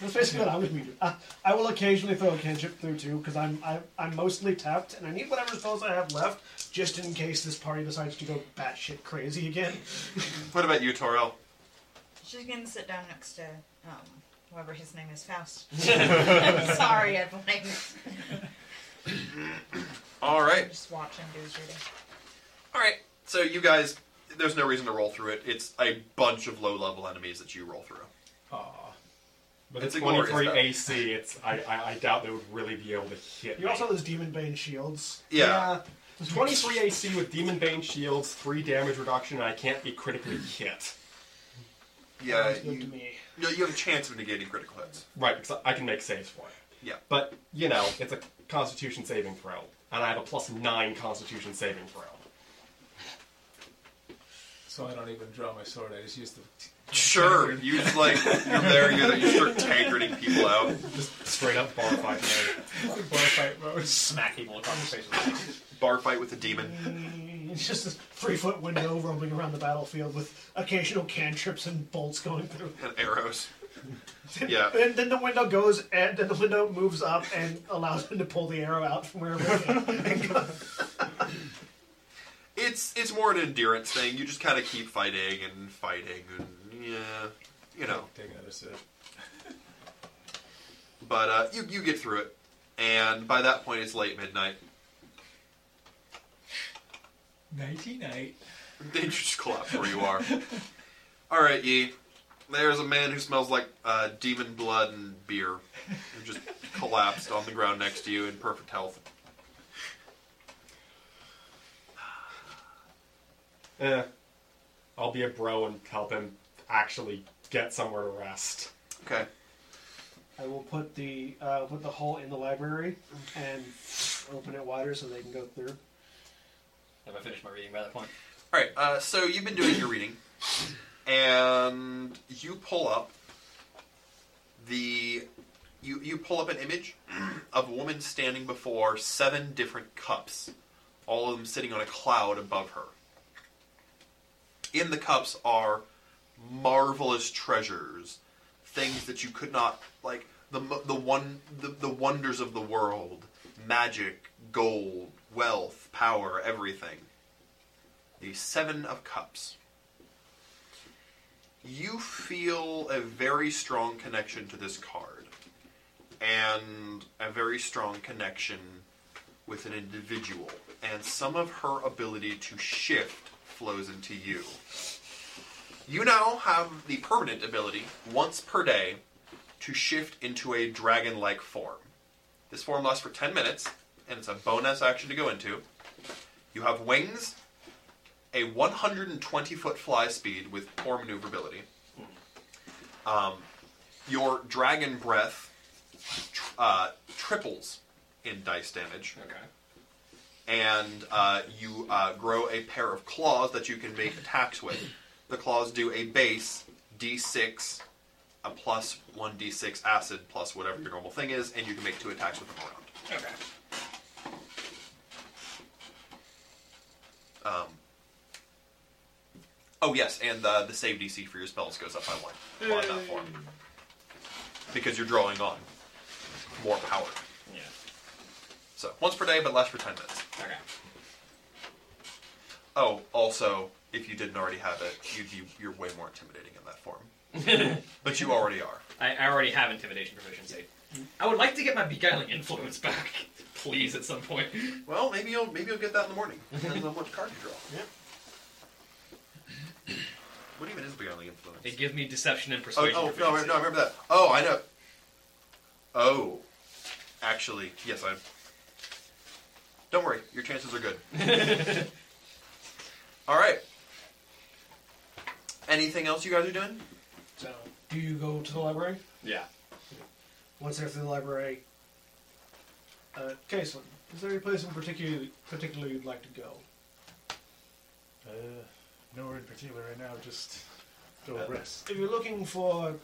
That's basically what I'm gonna be doing. I, I will occasionally throw a cantrip through too, because I'm I, I'm mostly tapped, and I need whatever spells I have left, just in case this party decides to go batshit crazy again.
What about you, Toril?
She's gonna sit down next to um, whoever his name is, Faust. I'm sorry, I blanked.
All right.
Just watch him do his reading.
All right. So you guys, there's no reason to roll through it. It's a bunch of low-level enemies that you roll through.
Aw. But
It's
it's,
a glorious
23
battle.
AC. It's I, I I doubt they would really be able to hit.
You
me.
also have those demon bane shields.
Yeah. 23 AC with Demon Bane shields, 3 damage reduction, and I can't be critically hit.
Yeah,
Sounds good
you, no, you have a chance of negating critical hits.
Right, because I can make saves for it.
Yeah.
But, you know, it's a constitution saving throw, and I have a plus 9 constitution saving throw.
so I don't even draw my sword. I just use the. t-
Sure,
tankard.
you just like you're there, you're, you start tankarding people out.
Just
straight up bar fight
mode. bar fight mode.
Smack people across the face with a
Bar fight with a demon.
It's just a three foot window roaming around the battlefield with occasional cantrips and bolts going through.
and arrows. Yeah.
And then the window goes, and then the window moves up and allows him to pull the arrow out from wherever. it came. And go-
It's it's more an endurance thing. You just kind of keep fighting and fighting and yeah, you know. But uh, you you get through it, and by that point it's late midnight.
Nighty night.
They just collapse where you are. All right, ye. There's a man who smells like uh, demon blood and beer, who just collapsed on the ground next to you in perfect health.
Eh. I'll be a bro and help him actually get somewhere to rest.
Okay.
I will put the uh, put the hole in the library and open it wider so they can go through.
Have I finished my reading by that point?
All right. Uh, so you've been doing your reading, and you pull up the you you pull up an image of a woman standing before seven different cups, all of them sitting on a cloud above her. In the cups are marvelous treasures, things that you could not like the mo- the one the, the wonders of the world, magic, gold, wealth, power, everything the Seven of Cups. You feel a very strong connection to this card, and a very strong connection with an individual, and some of her ability to shift flows into you. You now have the permanent ability, once per day, to shift into a dragon like form. This form lasts for 10 minutes, and it's a bonus action to go into. You have wings, a 120 foot fly speed with poor maneuverability. Um, your dragon breath tr- uh, triples in dice damage.
Okay.
And uh, you uh, grow a pair of claws that you can make attacks with. The claws do a base d6, a plus 1d6 acid, plus whatever your normal thing is, and you can make two attacks with them around.
Okay.
Um, oh yes, and the the save DC for your spells goes up by one on that form because you're drawing on more power.
Yeah.
So once per day, but lasts for ten minutes.
Okay.
Oh, also, if you didn't already have it, you'd be you're way more intimidating in that form. but you already are.
I, I already have intimidation proficiency. I would like to get my beguiling influence back, please, at some point.
Well, maybe you'll maybe you'll get that in the morning. Depends on what card you draw. Yeah. What even is beguiling influence?
It gives me deception and
Oh,
persuasion.
oh no, I-
proficiency.
no, I remember that. Oh, I know. Oh, actually, yes, I. Don't worry, your chances are good. All right. Anything else you guys are doing?
So, do you go to the library?
Yeah.
Once they're through the library, uh, Caitlin, is there any place in particular particular you'd like to go?
Uh, nowhere in particular right now, just go
Uh,
rest.
If you're looking for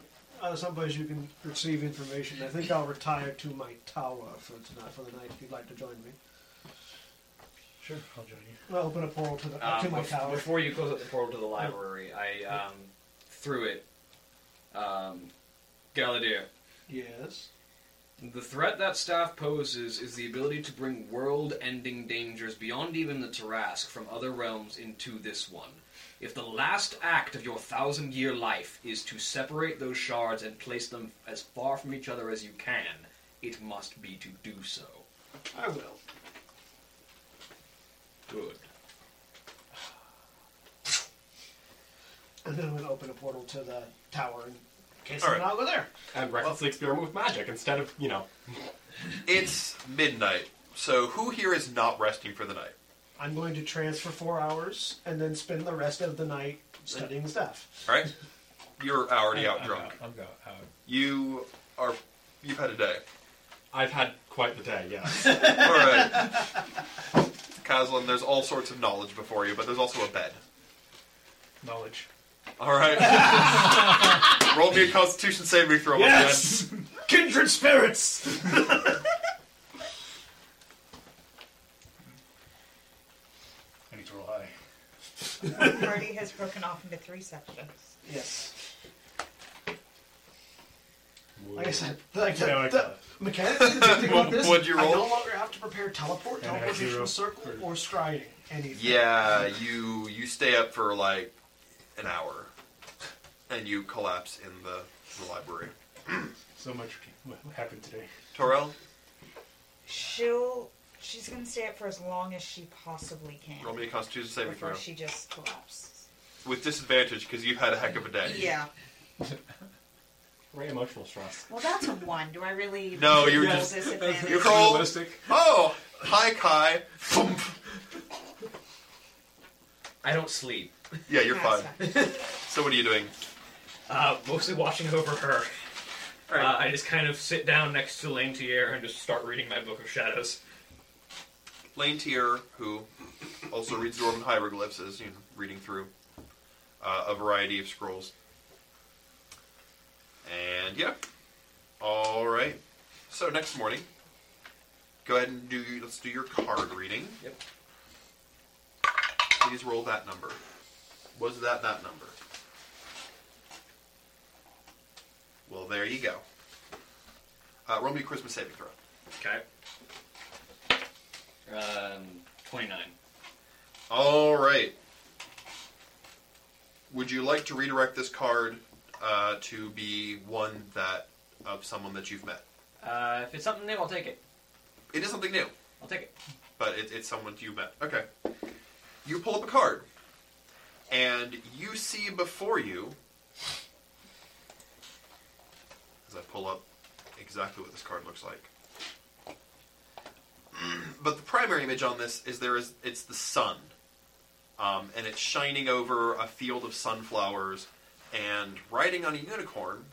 uh, someplace you can receive information, I think I'll retire to my tower for tonight for the night. If you'd like to join me,
Sure, I'll join you.
I'll open a portal to, the,
Um,
to my
bef-
tower.
Before you close up the portal to the library, I um, threw it. Um, Galadir,
Yes.
The threat that staff poses is the ability to bring world ending dangers beyond even the Tarask from other realms into this one. If the last act of your thousand year life is to separate those shards and place them as far from each other as you can, it must be to do so.
I will.
Good.
And then I'm going to open a portal to the tower in case
All
I'm
right.
not over there.
And recklessly experiment with magic instead of, you know.
It's midnight, so who here is not resting for the night?
I'm going to transfer four hours and then spend the rest of the night studying stuff.
All right, you're already out drunk.
I'm going out.
You are. You've had a day.
I've had quite the day, yes.
All right, Caslin. There's all sorts of knowledge before you, but there's also a bed.
Knowledge.
All right. Roll me a Constitution saving throw. my
Yes!
friend.
Kindred spirits!
I need to roll high.
One party has broken off into three sections.
Yes. Like I said, like the,
Yeah, I
the mechanics of the thing
What-
like this,
what'd you
I no
roll?
longer have to prepare teleport,
And I had zero.
teleportation circle, or striding. Anything.
Yeah, you you stay up for like an hour, and you collapse in the, the library.
So much what happened today.
Torel,
She'll. She's gonna stay up for as long as she possibly can.
roll me a Constitution saving
before
throw
she just collapses.
with disadvantage because you've had a heck of a day.
Yeah.
Great emotional stress.
Well, that's a one. Do I really?
No, you were
roll
just
disadvantage?
you roll. Oh, hi Kai. Thump.
I don't sleep.
Yeah, you're
That's
fine. So what are you doing?
Uh, mostly watching over her. Uh, I just kind of sit down next to Lantier and just start reading my book of shadows.
Lane Tier, who also reads Dwarven hieroglyphs, is you know, reading through uh, a variety of scrolls. And yeah, all right. So next morning, go ahead and do let's do your card reading.
Yep.
Please roll that number. Was that that number? Well, there you go. Uh, roll me a Christmas saving throw.
Okay. Um, 29.
All right. Would you like to redirect this card uh, to be one that of someone that you've met?
Uh, if it's something new, I'll take it.
It is something new,
I'll take it.
but it, it's someone you met. Okay. You pull up a card, and you see before you. As I pull up exactly what this card looks like. but the primary image on this is there is it's the sun, um, and it's shining over a field of sunflowers, and riding on a unicorn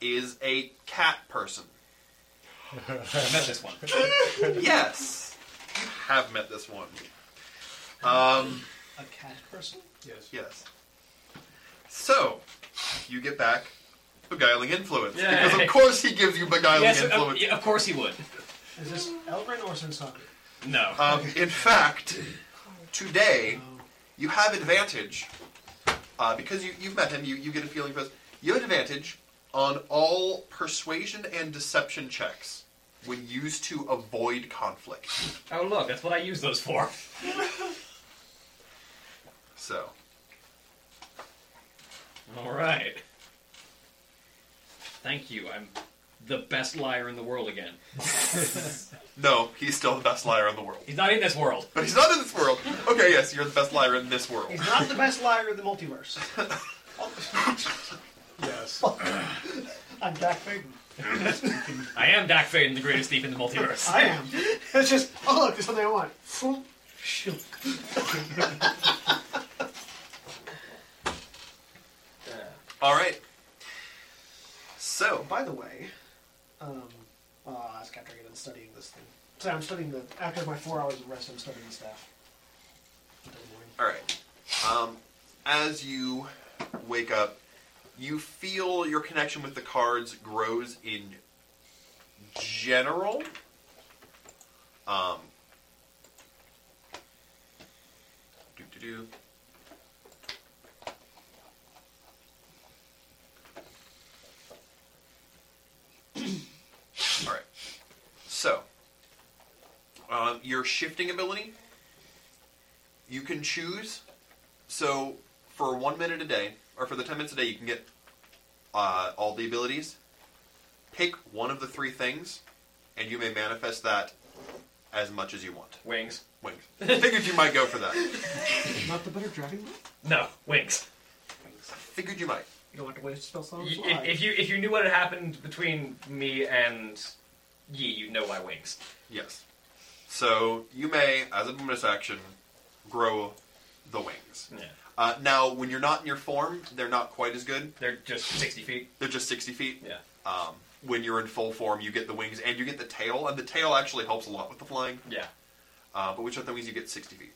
is a cat person.
I met this one.
yes, you have met this one. Um,
A cat person?
Yes.
yes. So you get back beguiling influence because
Yay.
of course he gives you beguiling
yes, of,
influence.
yeah, of course he would.
Is this Elrin or Sensaki?
No.
Um, in fact, today you have advantage uh, because you, you've met him. You, you get a feeling for this. You have advantage on all persuasion and deception checks when used to avoid conflict.
oh, look, that's what I use those for.
So
All right. Thank you. I'm the best liar in the world again.
no, he's still the best liar in the world.
He's not in this world.
But he's not in this world. Okay, yes, you're the best liar in this world.
He's not the best liar in the multiverse.
Yes.
I'm Dak Faden.
I am Dak Faden, the greatest thief in the multiverse.
I am. It's just, oh look, there's something I want. Foom. Shilk.
All right. So
By the way, um, uh, that's after I get done studying this thing. So I'm studying the, after my four hours of rest, I'm studying the staff. Until the morning.
All right. Um, as you wake up, you feel your connection with the cards grows in general. Um, do do do. All right. So, um, your shifting ability you can choose. So for one minute a day, or for the ten minutes a day, you can get uh, all the abilities. Pick one of the three things, and you may manifest that as much as you want.
Wings.
Wink. Figured you might go for that.
Not the better driving one?
No, wings.
Figured you might.
You don't have to waste a spell slot on the
Y-
fly.
If, if you if you knew what had happened between me and Yi, you'd know why wings.
Yes. So you may, as a bonus action, grow the wings.
Yeah.
Uh, now, when you're not in your form, they're not quite as good.
They're just sixty feet.
They're just 60 feet.
Yeah.
Um, when you're in full form, you get the wings and you get the tail, and the tail actually helps a lot with the flying.
Yeah.
Uh, but which of the wings you get 60 feet.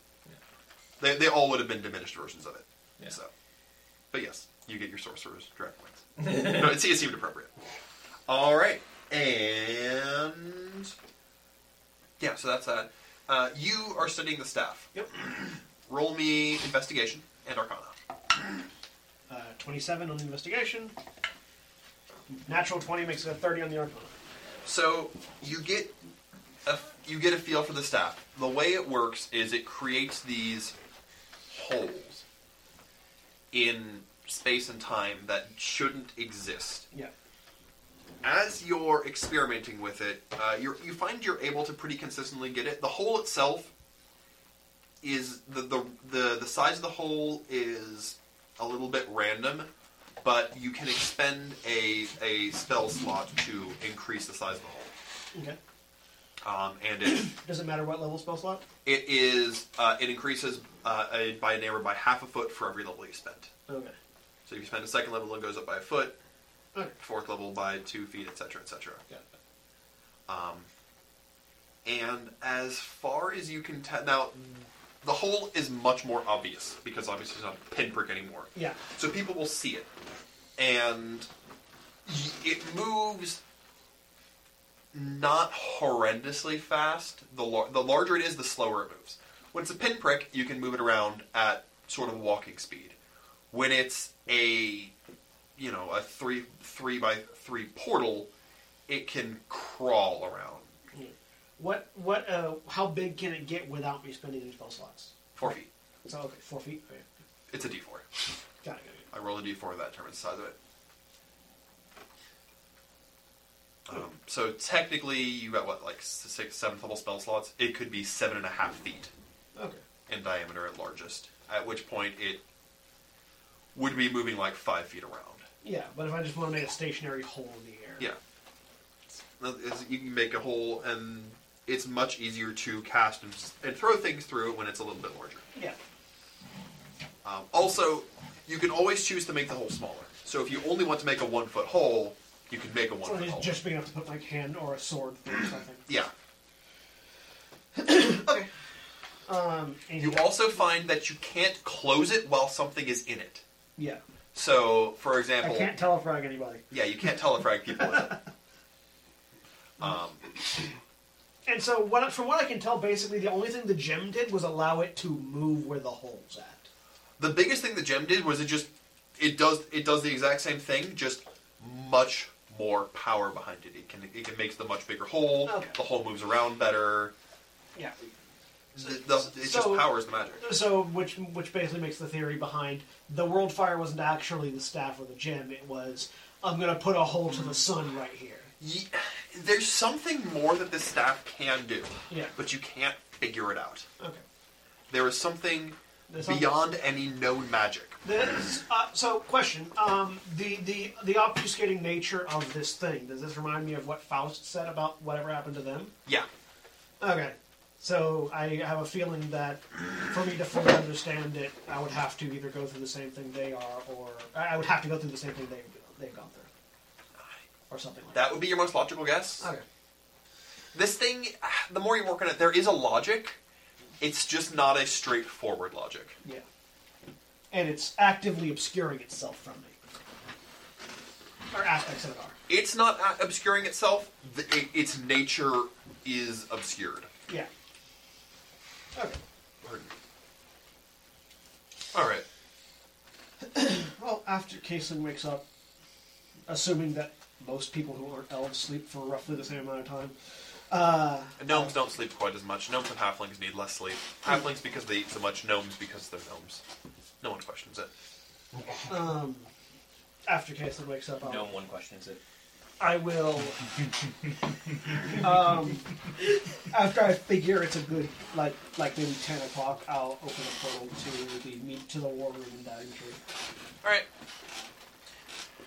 They, they all would have been diminished versions of it.
Yeah.
So, But yes, you get your sorcerer's direct points. no, it's, it's even appropriate. All right, and yeah, so that's that. Uh, you are studying the staff. Yep. Roll me investigation and arcana.
Uh, 27 on the investigation. Natural 20 makes it a 30 on the arcana.
So you get a, you get a feel for the staff. The way it works is it creates these holes in space and time that shouldn't exist.
Yeah.
As you're experimenting with it, uh, you're, you find you're able to pretty consistently get it. The hole itself is the, the the the size of the hole is a little bit random, but you can expend a a spell slot to increase the size of the hole.
Okay.
Um, and it,
Doesn't matter what level spell slot?
it is uh, it increases uh, a, by a neighbor by half a foot for every level you spend.
Okay.
So if you spend a second level, it goes up by a foot.
Okay.
Fourth level by two feet, etc., etc. Um, and as far as you can tell, now the hole is much more obvious because obviously it's not a pinprick anymore.
Yeah.
So people will see it, and y- it moves not horrendously fast. The lar- the larger it is, the slower it moves. When it's a pinprick, you can move it around at sort of walking speed. When it's a you know a three three by three portal, it can crawl around
What, what, uh, how big can it get without me spending any spell slots?
four feet.
So, okay, four feet. Okay.
It's a D four.
Got it, got it.
I roll a d4 that determines the size of it. Um, so technically, you got what, like s- six, seventh level spell slots? It could be seven and a half feet
Okay.
in diameter at largest. At which point, it would be moving like five feet around.
Yeah, but if I just want to make a stationary hole in the air.
Yeah. Now, is- You can make a hole, and it's much easier to cast and, s- and throw things through it when it's a little bit larger.
Yeah.
Um, also, you can always choose to make the hole smaller. So if you only want to make a one foot hole, you can make a one
So
foot
it's
hole.
just being able to put like hand or a sword through something.
Yeah.
Um, and
You also find that you can't close it while something is in it.
yeah.
So, for
I
example,
can't telefrag anybody.
yeah, you can't telefrag people with it. Um,
And so, what, from what I can tell, basically the only thing the gem did was allow it to move where the hole's at.
the biggest thing the gem did was it just it does it does the exact same thing, just much more power behind it. It can it can makes the much bigger hole.
Okay.
The hole moves around better.
Yeah.
The, the, it just
So-
powers the magic.
So, which which basically makes the theory behind the world fire wasn't actually the staff or the gem. It was I'm going to put a hole to the sun right here.
Ye- There's something more that this staff can do,
Yeah.
but you can't figure it out.
Okay.
There is something
There's something-
beyond any known magic.
This, uh, so, question: um, the the the obfuscating nature of this thing. Does this remind me of what Faust said about whatever happened to them?
Yeah.
Okay. So I have a feeling that for me to fully understand it, I would have to either go through the same thing they are, or I I would have to go through the same thing they they've gone through, or something like that.
That would be your most logical guess.
Okay.
This thing, ah, the more you work on it, there is a logic. It's just not a straightforward logic.
Yeah. And it's actively obscuring itself from me, or aspects of it are.
It's not a- obscuring itself. The, i its nature is obscured.
Yeah. Okay.
Pardon me. All right.
Well, after Caslin wakes up, assuming that most people who aren't elves sleep for roughly the same amount of time, uh,
Gnomes don't sleep quite as much. Gnomes and halflings need less sleep. Halflings because they eat so much. Gnomes because they're gnomes. No one questions it.
um, after Caslin wakes up, I'll,
No one questions it.
I will. um, after I figure it's a good like like maybe ten o'clock, I'll open a portal to the meet to the war room in Daventry.
All right.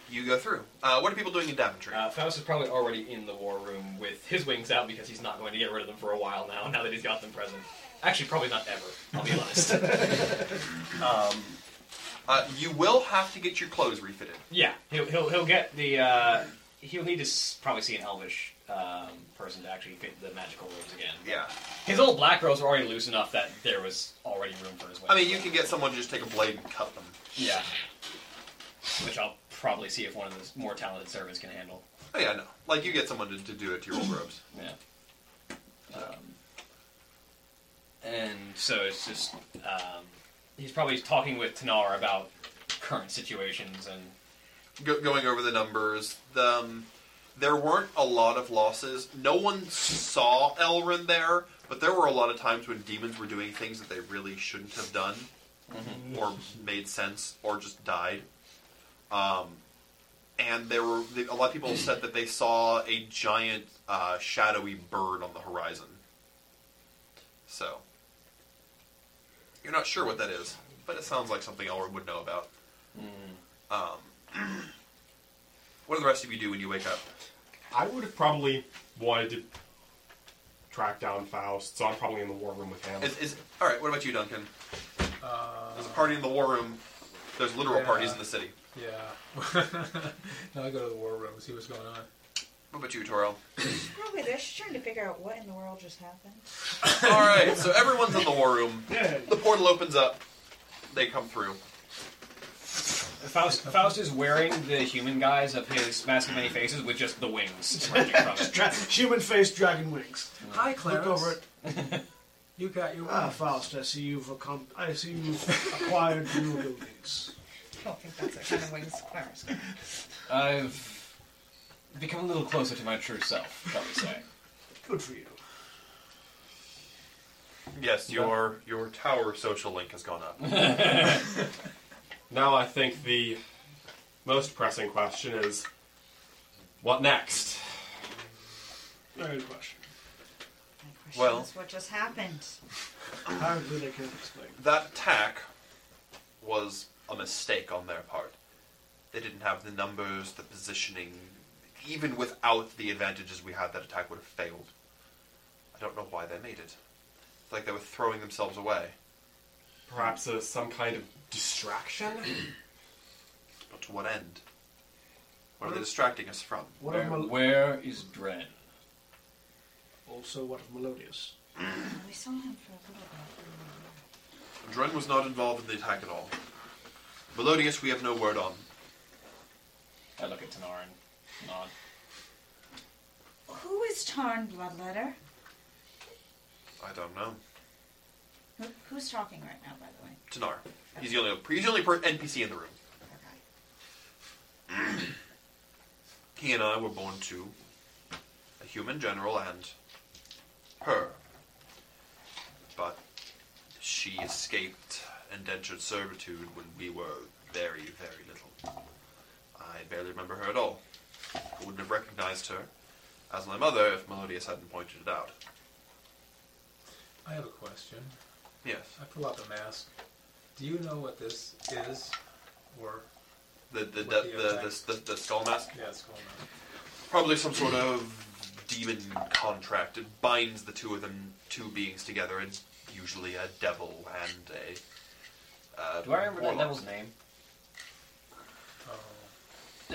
You go through. Uh, what are people doing in Daventry?
Uh, Faust is probably already in the war room with his wings out because he's not going to get rid of them for a while now, now that he's got them present. Actually, probably not ever, I'll be honest.
Um, uh, you will have to get your clothes refitted.
yeah, he'll, he'll, he'll get the. Uh, he'll need to s- probably see an elvish um, person to actually fit the magical robes again.
Yeah.
His little black robes were already loose enough that there was already room for his wings.
I mean, you can get someone to just take a blade and cut them.
Yeah. which I'll probably see if one of the more talented servants can handle.
Oh yeah, no. Like you get someone to, to do it to your old robes.
Yeah. Um, and so it's just um, he's probably talking with Tanar about current situations and
Go, going over the numbers, the, um, there weren't a lot of losses. No one saw Elrin there, but there were a lot of times when demons were doing things that they really shouldn't have done,
Mhm.
or made sense, or just died. Um, and there were the- a lot of people said that they saw a giant uh, shadowy bird on the horizon. So you're not sure what that is, but it sounds like something Elrin would know about. Um, what do the rest of you do when you wake up?
I would have probably wanted to track down Faust, so I'm probably in the war room with him.
Is, is, all right. What about you, Duncan?
Uh,
There's a party in the war room. There's literal
yeah.
parties in the city.
Yeah. now I go to the war room and see what's going on.
What about you, Toril?
Probably they're just trying to figure out what in the world just happened.
all right. So everyone's in the war room.
Yeah.
The portal opens up. They come through.
Faust, Faust is wearing the human guise of his mask of many faces with just the wings. emerging from it.
Dra- human face, dragon wings.
Hi,
Look
Clarence.
over it.
you got your
ah, Faust. I see you've accom- I see you've acquired new abilities.
I don't think that's the kind of wings Clarence got.
I've become a little closer to my true self, shall we say.
Good for you.
Yes, your your tower social link has gone up.
Now I think the most pressing question is, what next?
Very good question.
Well-
That's what just happened.
Apparently they can't explain.
that attack was a mistake on their part. They didn't have the numbers, the positioning. Even without the advantages we had, that attack would have failed. I don't know why they made it. It's like they were throwing themselves away.
Perhaps uh, some kind of distraction?
But to what end? What are they distracting us from?
What are
Where,
Mel-
where is Dren?
also, what of Melodius?
We saw him for a little bit.
Dren was not involved in the attack at all. Melodius, we have no word on.
I look at Tanar and nod.
Who is Tarn Bloodletter?
I don't know.
Who, who's talking right now, by the way?
Tanar. He's the only he's the only per- NPC in the room. he and I were born to a human general and her. But she escaped indentured servitude when we were very, very little. I barely remember her at all. I wouldn't have recognized her as my mother if Melodius hadn't pointed it out.
I have a question.
Yes.
I pull out the mask. Do you know what this is? Or
The the the,
What
the, the, the, the skull mask?
yeah, it's going on.
Probably some sort of demon contract. It binds the two of them, two beings together. It's usually a devil and a. Uh,
Do I remember that
warlock.
devil's name?
Um,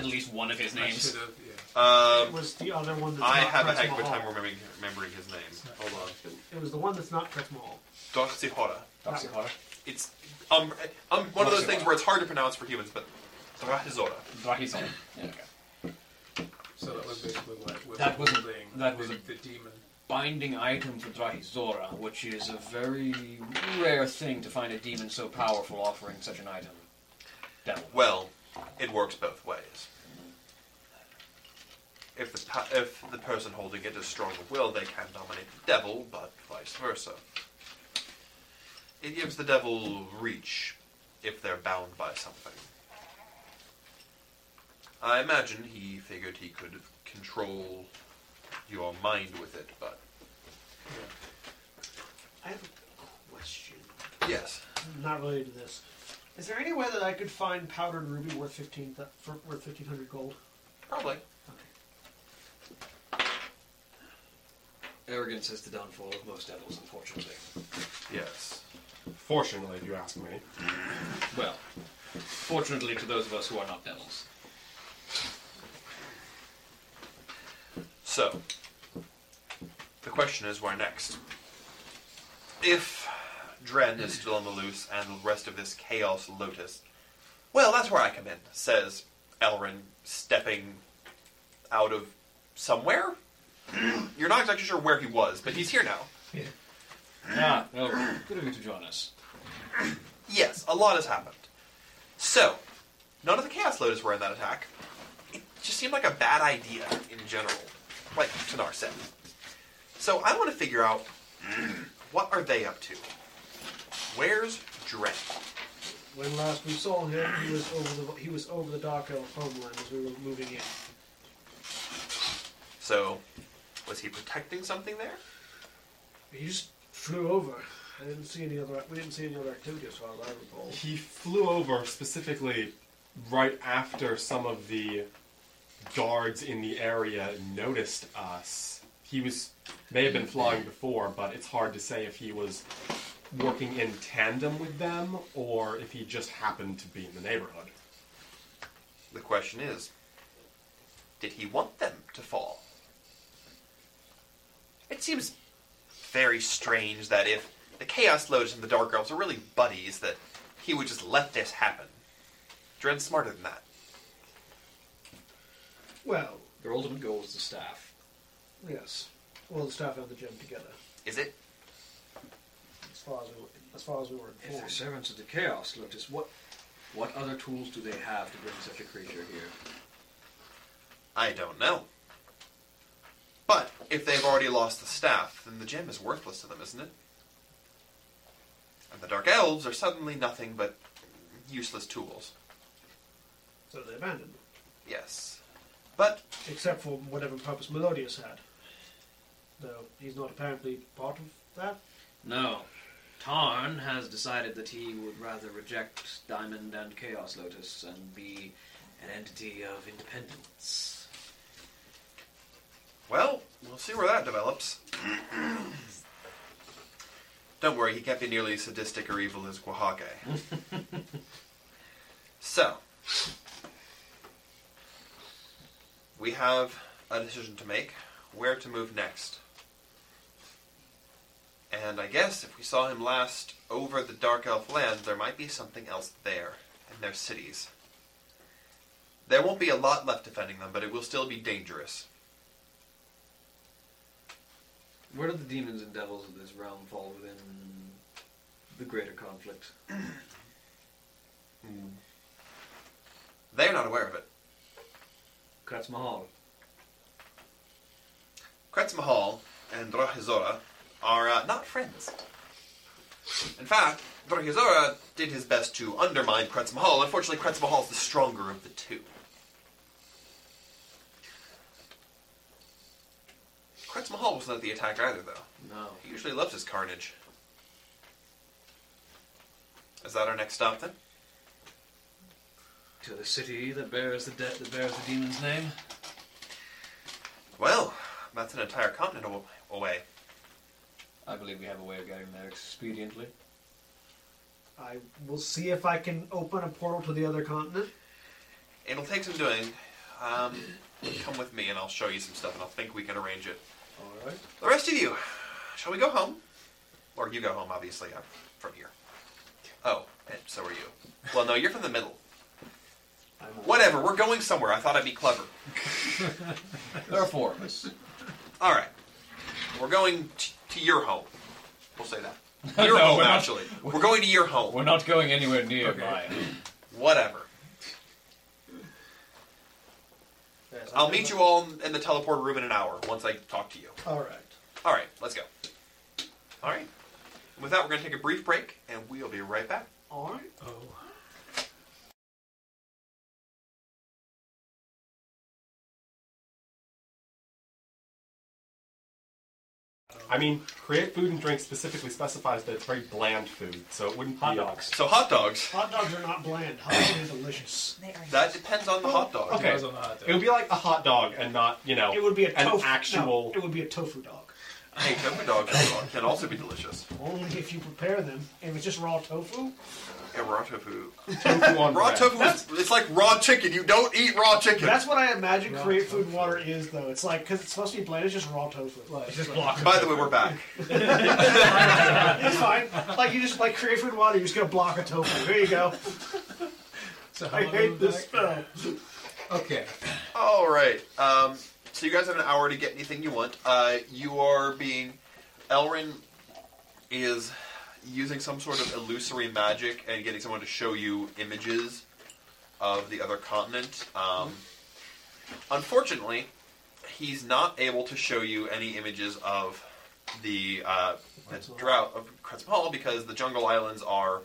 At least one of his
I
names.
should've, yeah.
Um,
It was the other one that's
I
not
have a
Kretz
heck of a
Mahal.
time remembering, remembering his name. Hold on.
It was the one that's not Kretz Mahal.
Doxyhora.
Doxyhora.
It's um, um one of those things where it's hard to pronounce for humans, but Drahizora.
Drahizora. Okay.
So that was basically what it was.
That was a,
holding
that was
the,
a
the demon.
binding item for Drahizora, which is a very rare thing to find a demon so powerful offering such an item. Devil.
Well, it works both ways. If the pa- if the person holding it is strong of will, they can dominate the devil, but vice versa. It gives the devil reach if they're bound by something. I imagine he figured he could control your mind with it, but
I have a question.
yes,
Not related to this. Is there any way that I could find powdered ruby worth fifteen th- for, worth fifteen hundred gold?
probably.
Arrogance is the downfall of most devils, unfortunately.
Yes.
Fortunately, if you ask me.
Well, fortunately to those of us who are not devils.
So, the question is, where next? If Dren is still on the loose and the rest of this chaos lotus, Well, that's where I come in, says Elrin, stepping out of somewhere. You're not exactly sure where he was, but he's here now.
Ah, well, good of you to join us.
Yes, a lot has happened. So, none of the Chaos Lotus were in that attack. It just seemed like a bad idea in general, like Tanar said. So I want to figure out what are they up to. Where's Dren?
When last we saw him, he was over the he was over the Dark Elf homeland as we were moving in.
So, was he protecting something there?
He just flew over. I didn't see any other. We didn't see any other activity as far as I recall.
He flew over specifically right after some of the guards in the area noticed us. He was may have been flying before, but it's hard to say if he was working in tandem with them or if he just happened to be in the neighborhood.
The question is, did he want them to fall? It seems very strange that if the Chaos Lotus and the Dark Elves are really buddies, that he would just let this happen. Dren's smarter than that.
Well,
Their ultimate goal is the staff.
yes. Well, the staff and the gym together,
Is it?
as far as we were, as far as we were
If they're
informed.
servants of the Chaos Lotus, what what other tools do they have to bring such a creature here?
I don't know. But if they've already lost the staff, then the gem is worthless to them, isn't it? And the Dark Elves are suddenly nothing but useless tools.
So they abandoned, them,
Yes. But
except for whatever purpose Melodius had. Though he's not apparently part of that.
No. Tarn has decided that he would rather reject Diamond and Chaos Lotus and be an entity of independence.
Well, we'll see where that develops. Don't worry, he can't be nearly as sadistic or evil as Guahake. so, we have a decision to make where to move next. And I guess if we saw him last over the Dark Elf land, there might be something else there in their cities. There won't be a lot left defending them, but it will still be dangerous.
Where do the demons and devils of this realm fall within the greater conflict?
They're not aware of it.
Kratz Mahal.
Kretz Mahal and Drahizora are uh, not friends. In fact, Drahizora did his best to undermine Kretz Mahal. Unfortunately, Kretz Mahal is the stronger of the two. Kretz Mahal wasn't at the attack either, though.
No.
He usually loves his carnage. Is that our next stop then?
To the city that bears the debt that bears the demon's name.
Well, that's an entire continent aw- away.
I believe we have a way of getting there expediently.
I will see if I can open a portal to the other continent.
It'll take some doing. Um, come with me and I'll show you some stuff and I'll think we can arrange it.
All right.
The rest of you, shall we go home? Or you go home, obviously. I'm from here. Oh, and so are you. Well, no, you're from the middle. Whatever, we're going somewhere. I thought I'd be clever.
There are four of us.
All right. We're going t- to your home. We'll say that.
No,
Your home,
we're not-
actually. We're going to your home.
We're not going anywhere near mine.
Whatever. I'll meet you all in the teleport room in an hour once I talk to you.
All right.
All right, let's go. All right. With that, we're going to take a brief break, and we'll be right back.
All right.
Oh.
I mean, create food and drink specifically specifies that it's very bland food, so it wouldn't be uh,
So hot dogs.
Hot dogs are not bland. Hot dogs are delicious.
They are
That depends on the hot dog.
Okay,
was on the hot dog.
it would be like a hot dog and not you know
It would be a
an
tofu.
actual.
no, it would be a tofu dog.
Hey, tofu dogs can also be delicious.
Only if you prepare them. If it's just raw tofu,
Yeah, raw tofu.
tofu on
Raw
bread.
tofu is it's like raw chicken. You don't eat raw chicken.
that's what I imagine create food and water is, though. It's like because it's supposed to be bland. It's just raw tofu. Like,
Just block.
By the way, we're back.
it's fine. Like you just like create food and water. You're just gonna block a tofu. There you go.
So
I hate this spell.
Okay. All right. Um, so you guys have an hour to get anything you want. Uh, you are being. Elrin is using some sort of illusory magic and getting someone to show you images of the other continent. Um, unfortunately, he's not able to show you any images of the, uh, the drought of Crescent Hall because the jungle islands are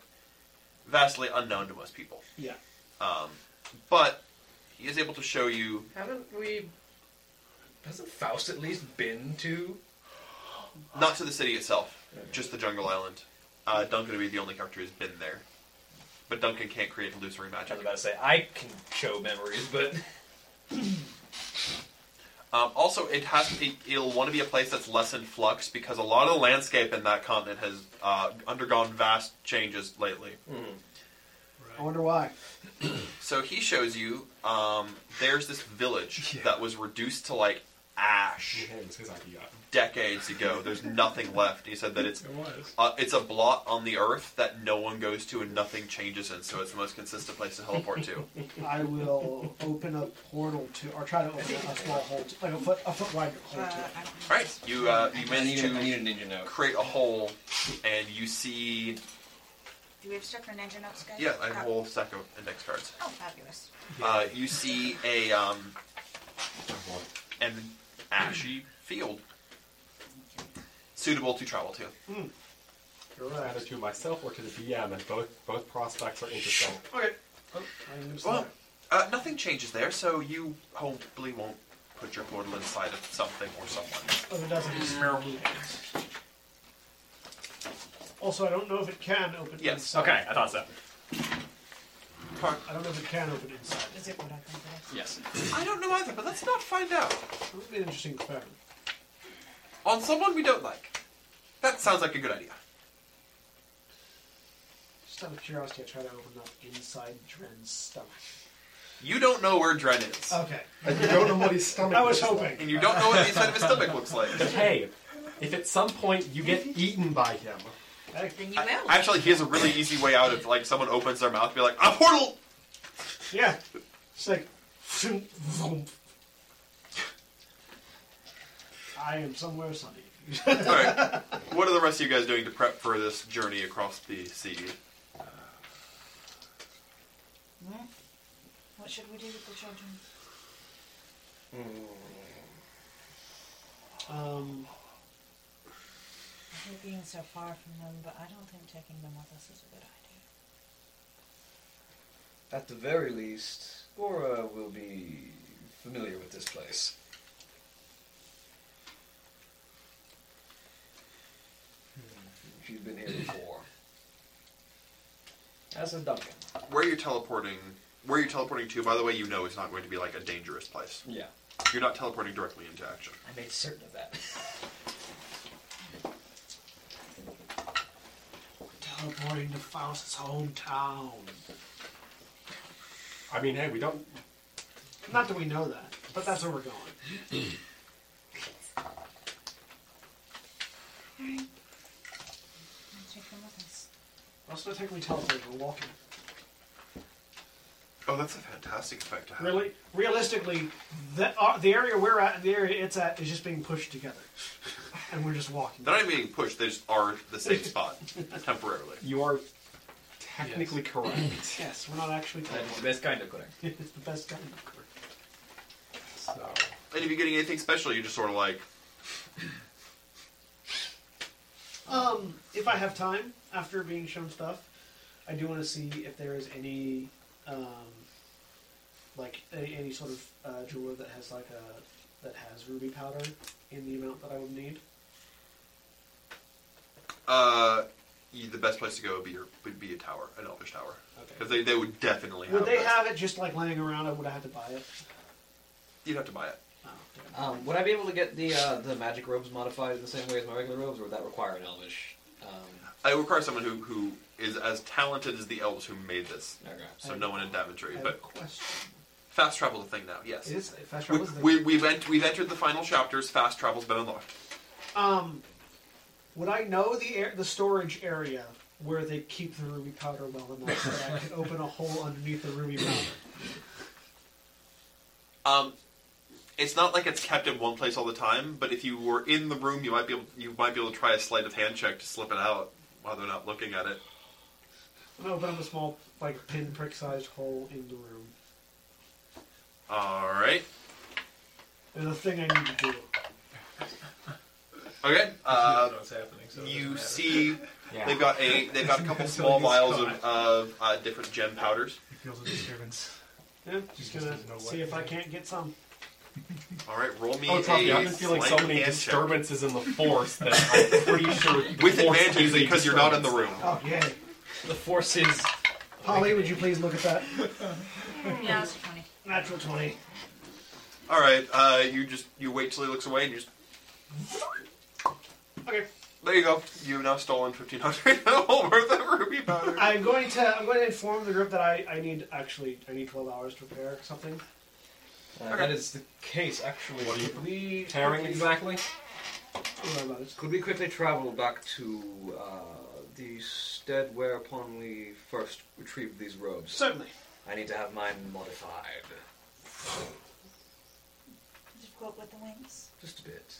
vastly unknown to most people.
Yeah.
Um, but he is able to show you.
Haven't we? Hasn't Faust at least been to?
Not to the city itself, just the jungle island. Uh, Duncan would be the only character who's been there. But Duncan can't create illusory magic. I was about to say, I can show memories, but. um, also, it has to, it, it'll want to be a place that's less in flux because a lot of the landscape in that continent has uh, undergone vast changes lately.
I wonder why.
So he shows you um, there's this village that was reduced to like ash decades ago. There's nothing left. He said that it's uh, it's a blot on the earth that no one goes to and nothing changes in, so it's the most consistent place to teleport to.
I will open a portal to, or try to open a small hole, to, like a foot, a foot wide
Uh,
hole to it.
All right, you uh, you manage
need a-
to
I need
create a hole, and you see
Do we have stuff for ninja notes, guys?
yeah, a
Oh.
whole stack of index cards.
Oh, fabulous.
Uh, you see a um, an ashy field suitable to travel to.
Either to myself or to the DM, and both both prospects are interesting.
Okay. Well,
that.
uh, nothing changes there, so you hopefully won't put your portal inside of something or someone.
If it doesn't,
mm.
it's me. Also, I don't know if it can open
Yes,
inside.
okay, I thought so.
I don't know if it can open inside. Is it what I think
Yes. I don't know either, but let's not find out.
That would be an interesting experiment.
On someone we don't like. That sounds like a good idea.
Just out of curiosity, I try to open up inside Dren's stomach.
You don't know where Dren is.
Oh.
Okay.
And you don't know what his stomach
I was
looks
hoping.
like.
And you don't know what the inside of his stomach looks like.
But hey, if at some point you get eaten by him,
Then you will.
Actually, he has a really easy way out if like someone opens their mouth and be like, a portal!
Yeah. It's like. vroom. I am somewhere sunny.
Alright. What are the rest of you guys doing to prep for this journey across the sea?
What should we do with the children?
Um,
We're being so far from them, but I don't think taking them with us is a good idea.
At the very least, Bora will be familiar with this place. She's Hmm, been here before. As is Duncan.
Where you're teleporting where you're teleporting to, by the way, you know it's not going to be like a dangerous place.
Yeah.
You're not teleporting directly into action.
I made certain of that.
teleporting to Faust's hometown.
I mean, hey, we don't.
Not that we know that, but that's where we're going.
We'll take them with us.
Also, technically teleporting, we're walking.
Oh, that's a fantastic effect to have.
Really, realistically, the, uh, the area we're at and the area it's at is just being pushed together, and we're just walking.
They're not even being pushed, they just are the same spot temporarily.
You are technically correct.
Yes, we're not actually
That is the
teleporting.
best kind of correct.
it's the best kind of correct.
So.
And if you're getting anything special, you're just sort of like,
Um, if I have time after being shown stuff, I do want to see if there is any, um, like any, any sort of uh, jeweler that has like a that has ruby powder in the amount that I would need.
uh, you- the best place to go would be your would be a tower, an elvish tower, because they, they would definitely have.
Would they
that.
have it just like laying around? I would have to buy it. Oh,
You'd have to buy it.
Um, would I be able to get the uh, the magic robes modified in the same way as my regular robes, or would that require an elvish? Um,
I require someone who who is as talented as the elves who made this.
Okay.
So no one in
I
Daventry,
have a
but
question.
fast travel's a thing now. Yes,
It is- fast
We,
travel's a thing.
we, we've ent- we've entered the final chapters. Fast travel's been unlocked.
Um, would I know the air, the storage area where they keep the ruby powder well enough that I can open a hole underneath the ruby powder.
Um, it's not like it's kept in one place all the time, but if you were in the room, you might be able you might be able to try a sleight of hand check to slip it out while they're not looking at it.
And open up a small, like pinprick-sized hole in the room.
All right.
There's a thing I need to do.
Okay. Uh,
what's happening, so it doesn't
you
matter.
see,
Yeah.
they've got a they've got a couple
It's
small
like it's
vials
gone.
of, of uh, different gem powders.
He feels a disturbance.
Yeah, just gonna
doesn't know what
see if
to
I
do.
can't get some.
All right, roll me
Oh,
a
it's obvious. I've been feeling so
sleight of
many
hand check.
disturbances in the force that I'm pretty sure the
with
force
advantage
is a
because you're not in the room.
disturbance.
Oh yay!
The force is.
Holly, would you please look at that?
Yeah, that's funny.
Natural twenty.
All right, uh, you just you wait till he looks away and you just.
Okay.
There you go. You've now stolen fifteen hundred worth of ruby powder.
I'm going to I'm going to inform the group that I, I need actually I need twelve hours to prepare something.
Uh, That is the case, actually. What are you
tearing
exactly?
Don't worry about it.
Could we quickly travel back to uh, the stead whereupon we first retrieved these robes?
Certainly.
I need to have mine modified.
Did you quote with the wings?
Just a bit.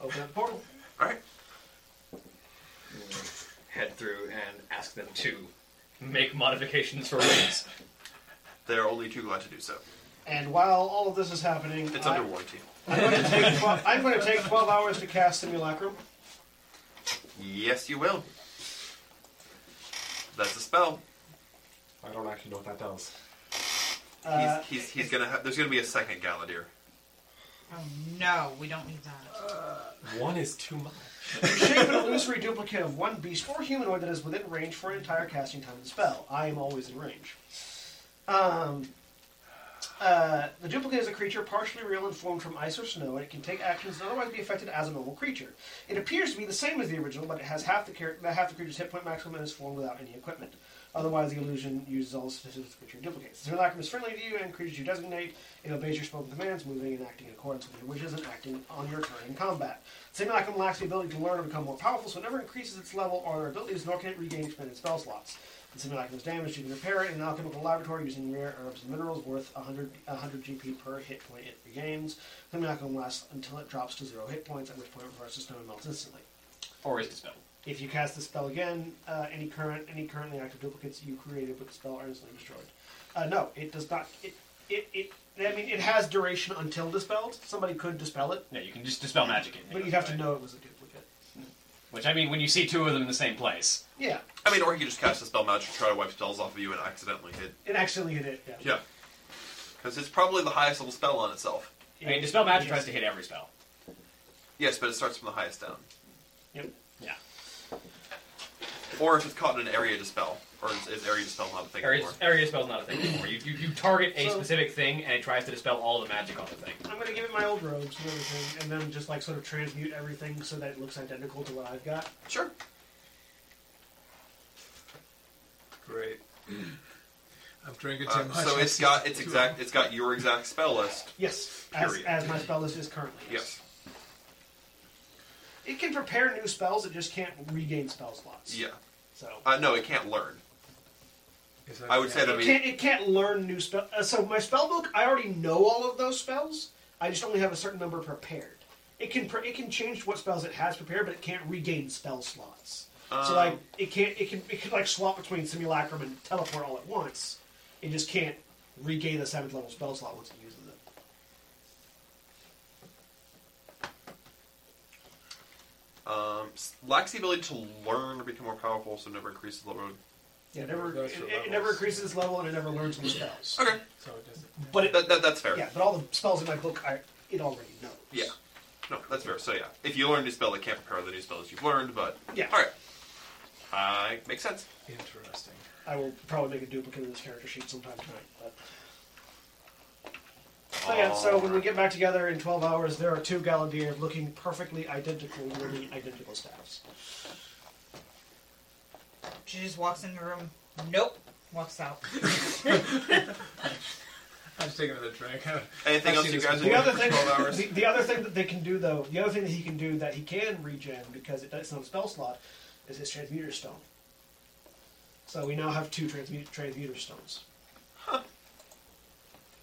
Open up the portal.
Alright.
Head through and ask them to.
Make modifications for wings.
They're only too glad to do so.
And while all of this is happening,
It's
I,
under warranty.
I'm going to take 12, I'm going to take twelve hours to cast simulacrum.
Yes, you will. That's a spell.
I don't actually know what that does.
Uh,
he's he's, he's gonna have. There's gonna be a second Galadir.
Oh no, we don't need that.
One is too much.
Shape an illusory duplicate of one beast or humanoid that is within range for an entire casting time of the spell. I am always in range. Um, uh, the duplicate is a creature partially real and formed from ice or snow, and it can take actions that otherwise be affected as a normal creature. It appears to be the same as the original, but it has half the, char- half the creature's hit point maximum and is formed without any equipment. Otherwise, the illusion uses all the statistics the creature duplicates. Simulacrum is friendly to you and creatures you designate. It obeys your spoken commands, moving and acting in accordance with your wishes and acting on your turn in combat. Simulacrum lacks the ability to learn or become more powerful, so it never increases its level or their abilities, nor can it regain expended spell slots. When Simulacrum is damaged, you can repair it in an alchemical laboratory using rare herbs and minerals worth 100, 100 GP per hit point it regains. Simulacrum lasts until it drops to zero hit points, at which point it reverses snow and melts instantly.
Or is dispelled.
If you cast the spell again, uh, any current any currently active duplicates you created with the spell are instantly destroyed. Uh, no, it does not. It, it it I mean it has duration until dispelled. Somebody could dispel it,
No, you can just dispel magic it.
but you'd have to know it was a duplicate.
Which I mean, when you see two of them in the same place,
Yeah,
I mean, or he could just cast a spell magic, try to wipe spells off of you, and accidentally hit.
it accidentally hit it. Yeah.
Yeah. Because it's probably the highest level spell on itself.
I mean, dispel magic tries to hit every spell.
Yes, but it starts from the highest down.
Yep.
Yeah.
Or if it's caught in an area dispel, or is, is area dispel not a thing
Area,
anymore?
area spell's not a thing anymore. You, you, you target a
So-
specific thing and it tries to dispel all the magic on the thing.
I'm gonna give it my old robes and everything, and then just like sort of transmute everything so that it looks identical to what I've got.
Sure.
Great. I'm drinking too
Uh,
much.
so it's got its exact. It's got your exact spell list.
Yes, as,
Period.
as my spell list is currently.
Yes.
It can prepare new spells. It just can't regain spell slots.
Yeah.
So.
Uh, no, it can't learn.
Is that-
I would say that. I
It
mean,
can't, it can't learn new spell. Uh, so my spell book, I already know all of those spells. I just only have a certain number prepared. It can pre- it can change what spells it has prepared, but it can't regain spell slots. so
Um,
like it can't it can it can like swap between simulacrum and teleport all at once. It just can't regain a seventh level spell slot once it uses it.
um, s- lacks the ability to learn or become more powerful, so never increases the level.
Yeah, it never
Goes
it,
for
it- it
levels.
never increases its level and it never learns new spells.
Okay.
So it doesn't.
But it,
That, that, that's fair.
yeah, but all the spells in my book, I it already knows.
Yeah. No, that's fair. So yeah, if you learn a new spell, it can't prepare the new spells you've learned. But
Yeah.
all right, uh, makes sense.
Interesting.
I will probably make a duplicate of this character sheet sometime tonight. But. So yeah, so when we get back together in 12 hours, there are two Galadir looking perfectly identical, really identical staffs.
She just walks in the room. Nope. Walks out.
I'm just taking another drink.
Anything
I've
else
seen
you
this
guys
The
want
other
to do for
thing,
twelve hours?
the, the other thing that they can do though, the other thing that he can do that he can regen because it, it's not a spell slot, is his Transmuter Stone. So we now have two transmute, transmuter stones.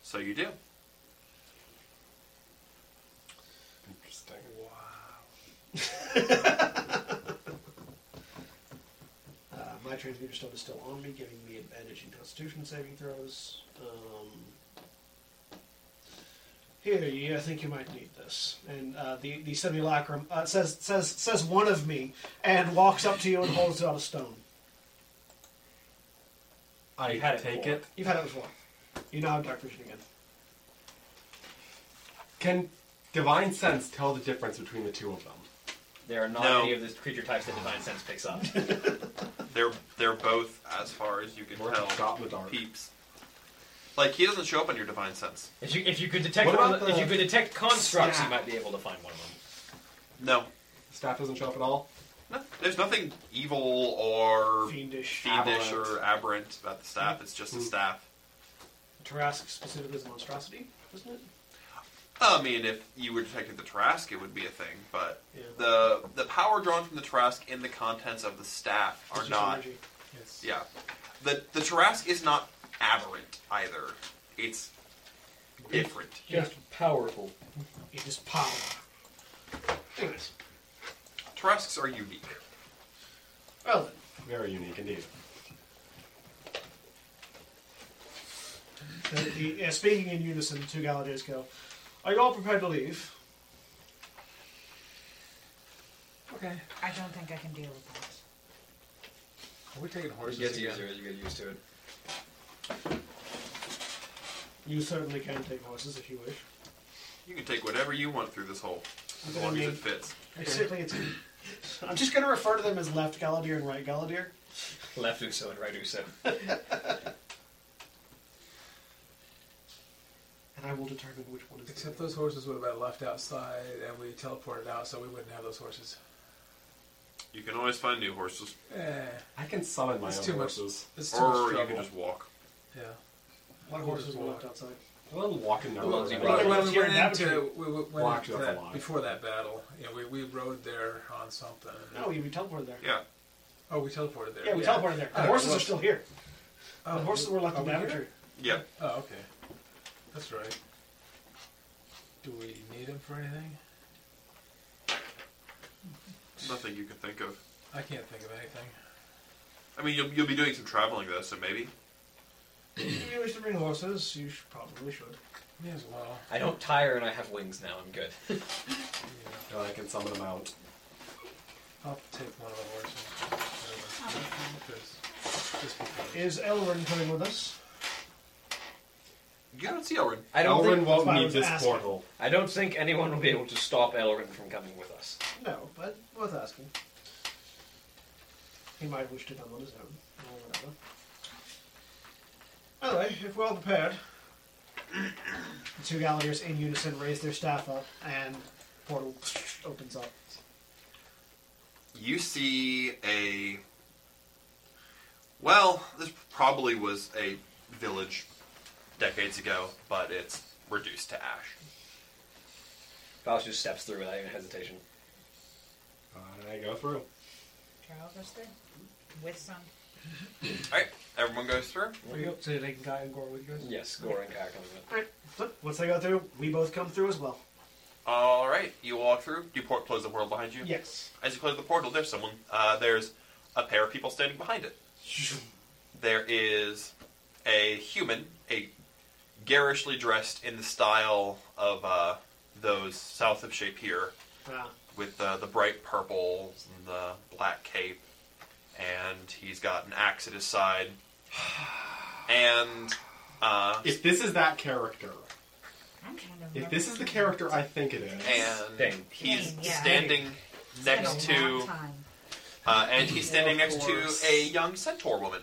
So you do.
Interesting.
Uh, my transmuter stone is still on me, giving me advantage in Constitution saving throws. Um, here, ye, I think you might need this. And uh, the the simulacrum uh, says says says one of me, and walks up to you and holds out a stone.
I
You've had
take
before.
it.
You've had it before. You now have dark vision again.
Can divine sense tell the difference between the two of them?
There are not
No.
any of the creature types that divine sense picks up.
They're they're both, as far as you can tell,
shot in the dark.
peeps. Like he doesn't show up on your divine sense.
If you if you could detect
What
one,
about
if you
the
could detect constructs,
staff?
you might be able to find one of them.
No,
Staff doesn't show up at all.
there's nothing evil or
Fiendish.
fiendish
Aberrant.
or aberrant about the staff. It's just a staff.
Tarask specifically is a monstrosity, isn't it?
I mean, if you were detecting the Trask, it would be a thing, but
Yeah.
the the power drawn from the Trask in the contents of the staff are
It's just
not.
energy.
Yeah, the the Trask is not aberrant either. It's different.
Just
powerful.
It is power. Anyways,
Trasks are unique.
well then.
Very unique indeed.
The, the, Uh, yeah, speaking in unison, the two Galladays go, Are you all prepared to leave?
Okay.
I don't think I can deal with that.
Are we taking
It
horses
gets
again?
easier as you get used to it.
You certainly can take horses if you wish.
You can take whatever you want through this hole, as
Okay,
long as
I
it
mean-
fits.
Basically, it's. I'm just going to refer to them as left Galladier and right Galladier.
Left Uso and right Uso.
And I will determine which one is.
Except those horses would have been left outside and we teleported out so we wouldn't have those horses.
You can always find new horses,
Eh,
I can summon my
It's
own
too much-
horses.
it's too much
or you can
trouble.
just walk.
Yeah.
What horses were left outside?
A little walking there.
Well,
Well,
we,
brought
we-
it
we
here in
went into,
Daventry.
we, we went
Walked
into
up a
that,
lot.
before that battle. Yeah, we, we rode there on something.
No, you we teleported there.
Yeah,
Oh, we teleported there.
Yeah, we teleported there. The
Oh,
horses
well,
are still here.
oh,
Uh, the Uh, horses were left
are
in
we here?
Daventry.
yeah.
Oh, okay. That's right. Do we need him for anything?
Nothing you can think of.
I can't think of anything.
I mean, you'll, you'll be doing some traveling though, so maybe.
If you wish to bring horses, you should, probably should.
Me as well.
I don't tire and I have wings now. I'm good.
I can summon a mount.
I'll take one of the horses.
I'll be fine.
Because- just because.
Is Elrin coming with us?
You don't see Elrin.
I don't
Elrin
think
won't
That's why I
need
was
this
asking.
portal.
I don't think anyone will be able to stop Elrin from coming with us.
No, but worth asking. He might wish to come on his own, or whatever. Anyway, if we're all prepared, the two Gallagher's in unison raise their staff up, and portal opens up.
You see a. Well, this probably was a village decades ago, but it's reduced to ash.
Faust just steps through without even hesitation.
I go through.
Carol goes through with some.
All right, everyone goes through.
So they can guy and gore with you guys?
Yes, Gore and Kai are coming with.
Alright, so once they go through, we both come through as well.
All right, you walk through. Do you port- close the portal behind you?
Yes.
As you close the portal, there's someone. Uh, there's a pair of people standing behind it. There is a human, a garishly dressed in the style of uh, those south of Shapir,
Ah,
with uh, the bright purples and the black cape, and he's got an axe at his side. And uh,
If this is that character,
I'm trying to
if
remember
this is the character I think it is,
and
Dang.
he's
Dang, yeah.
standing
It's been
next
a long
to
time.
uh, and he's standing
Of
next to
course.
a young centaur woman.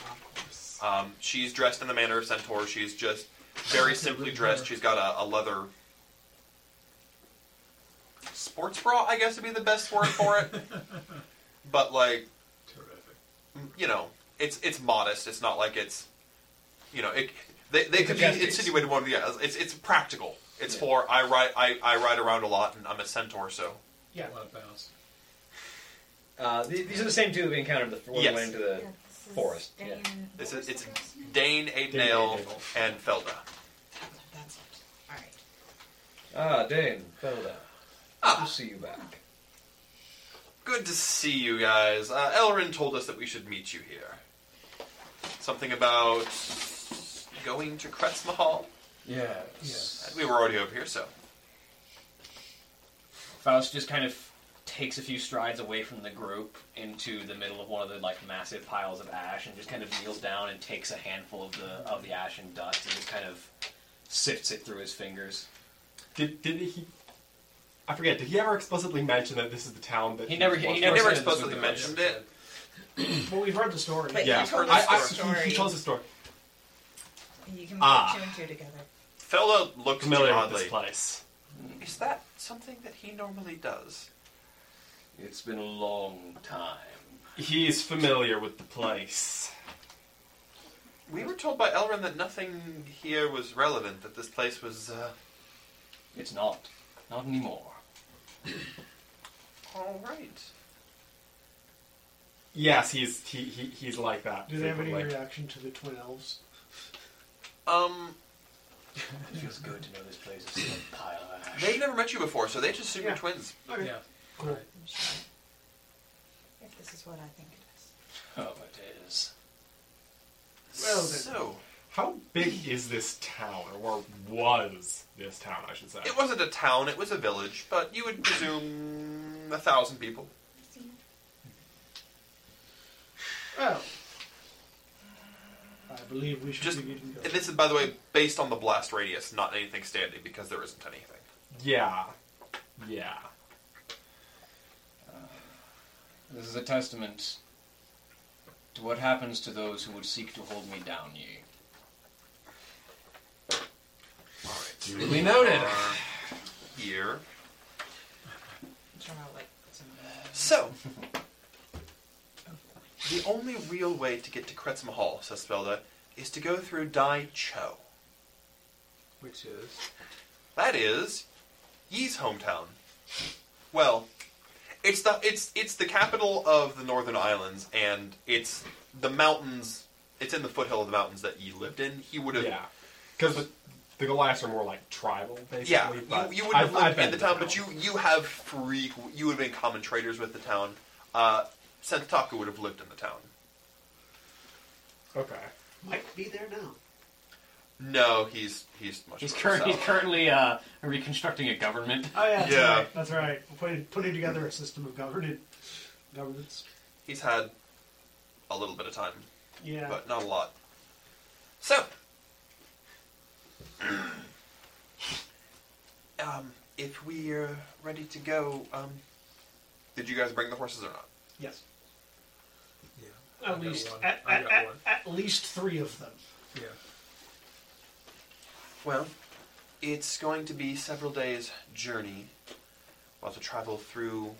of course.
Um, she's dressed in the manner of centaur. She's just very simply dressed. She's got a, a leather sports bra, I guess would be the best word for it. but like,
Terrific.
you know, it's it's modest. It's not like it's, you know, it. They, they
It's
could
a
be
guest piece.
insinuated one of the others. It's it's practical. It's for I ride I, I ride around a lot and I'm a centaur, so
Yeah.
I want to bounce.
Uh, th- these are the same two that we encountered the when
Yes.
we went into the
Yes.
Forest, yeah.
Dane-
It's, a, it's Dane, Aidnail, and Felda.
That's it. All right.
Ah, Dane, Felda.
Ah.
Good to see you back.
Good to see you guys. Uh, Elrin told us that we should meet you here. Something about going to Kretz Mahal?
Yeah.
We were already over here, so.
Faust just kind of takes a few strides away from the group into the middle of one of the like massive piles of ash and just kind of kneels down and takes a handful of the of the ash and dust and just kind of sifts it through his fingers.
Did, did he? I forget. Did he ever explicitly mention that this is the town that
He never-
was
he
once
never
from?
said this was the village.
it.
Well, we've heard the story.
But
yeah,
he told
I,
the
I,
story.
He, he told us the story.
You can put
Ah.
two and two together.
Felda looks
Familiar with
oddly.
this place.
Is that something that he normally does?
It's been a long time.
He's familiar with the place.
We were told by Elrin that nothing here was relevant, that this place was. Uh...
It's not. Not anymore.
Alright.
Yes, he's he, he he's like that.
Do they have any
frequently.
reaction to the twin elves?
Um,
It feels good to know this place is still a pile of ash.
they've never met you before, so they just assume you're
Yeah.
twins.
Okay.
Yeah.
Cool.
If this is what I think it is.
Oh, it is.
Well then.
So,
How big is this town, or was this town? I should say.
it wasn't a town, it was a village, but you would presume a thousand people.
Well, I believe we should
Just-
be getting
And
going.
this is, by the way, based on the blast radius, not anything standing, because there isn't anything.
Yeah, yeah.
This is a testament to what happens to those who would seek to hold me down, ye.
Duly noted.
Here.
Draw like some
So, the only real way to get to Kretz Mahal, says Felda, is to go through Dai Cho.
Which is
That is Yi's hometown. Well, it's the it's it's the capital of the Northern Islands, and it's the mountains. It's in the foothill of the mountains that Yi lived in. He would have.
Yeah, because the, the Goliaths are more like tribal, basically.
Yeah,
but
you, you would
I've-
have lived
I've
in the
been
town, but you you have free you would have been common traders with the town. Uh, Sentaku would have lived in the town.
Okay.
Might be there now.
No, he's he's much.
He's,
further
cur- he's
south.
currently uh, reconstructing a government.
Oh yeah, that's
Yeah.
right. That's right. We're Putting, putting together a system of governance. Governance.
He's had a little bit of time,
Yeah.
but not a lot. So, um, if we're ready to go, um, did you guys bring the horses or not?
yes.
yeah. I
At
got
least
one.
at,
I
at,
got
at,
one.
at least three of them.
Yeah.
Well, it's going to be several days' journey. We'll have to travel through.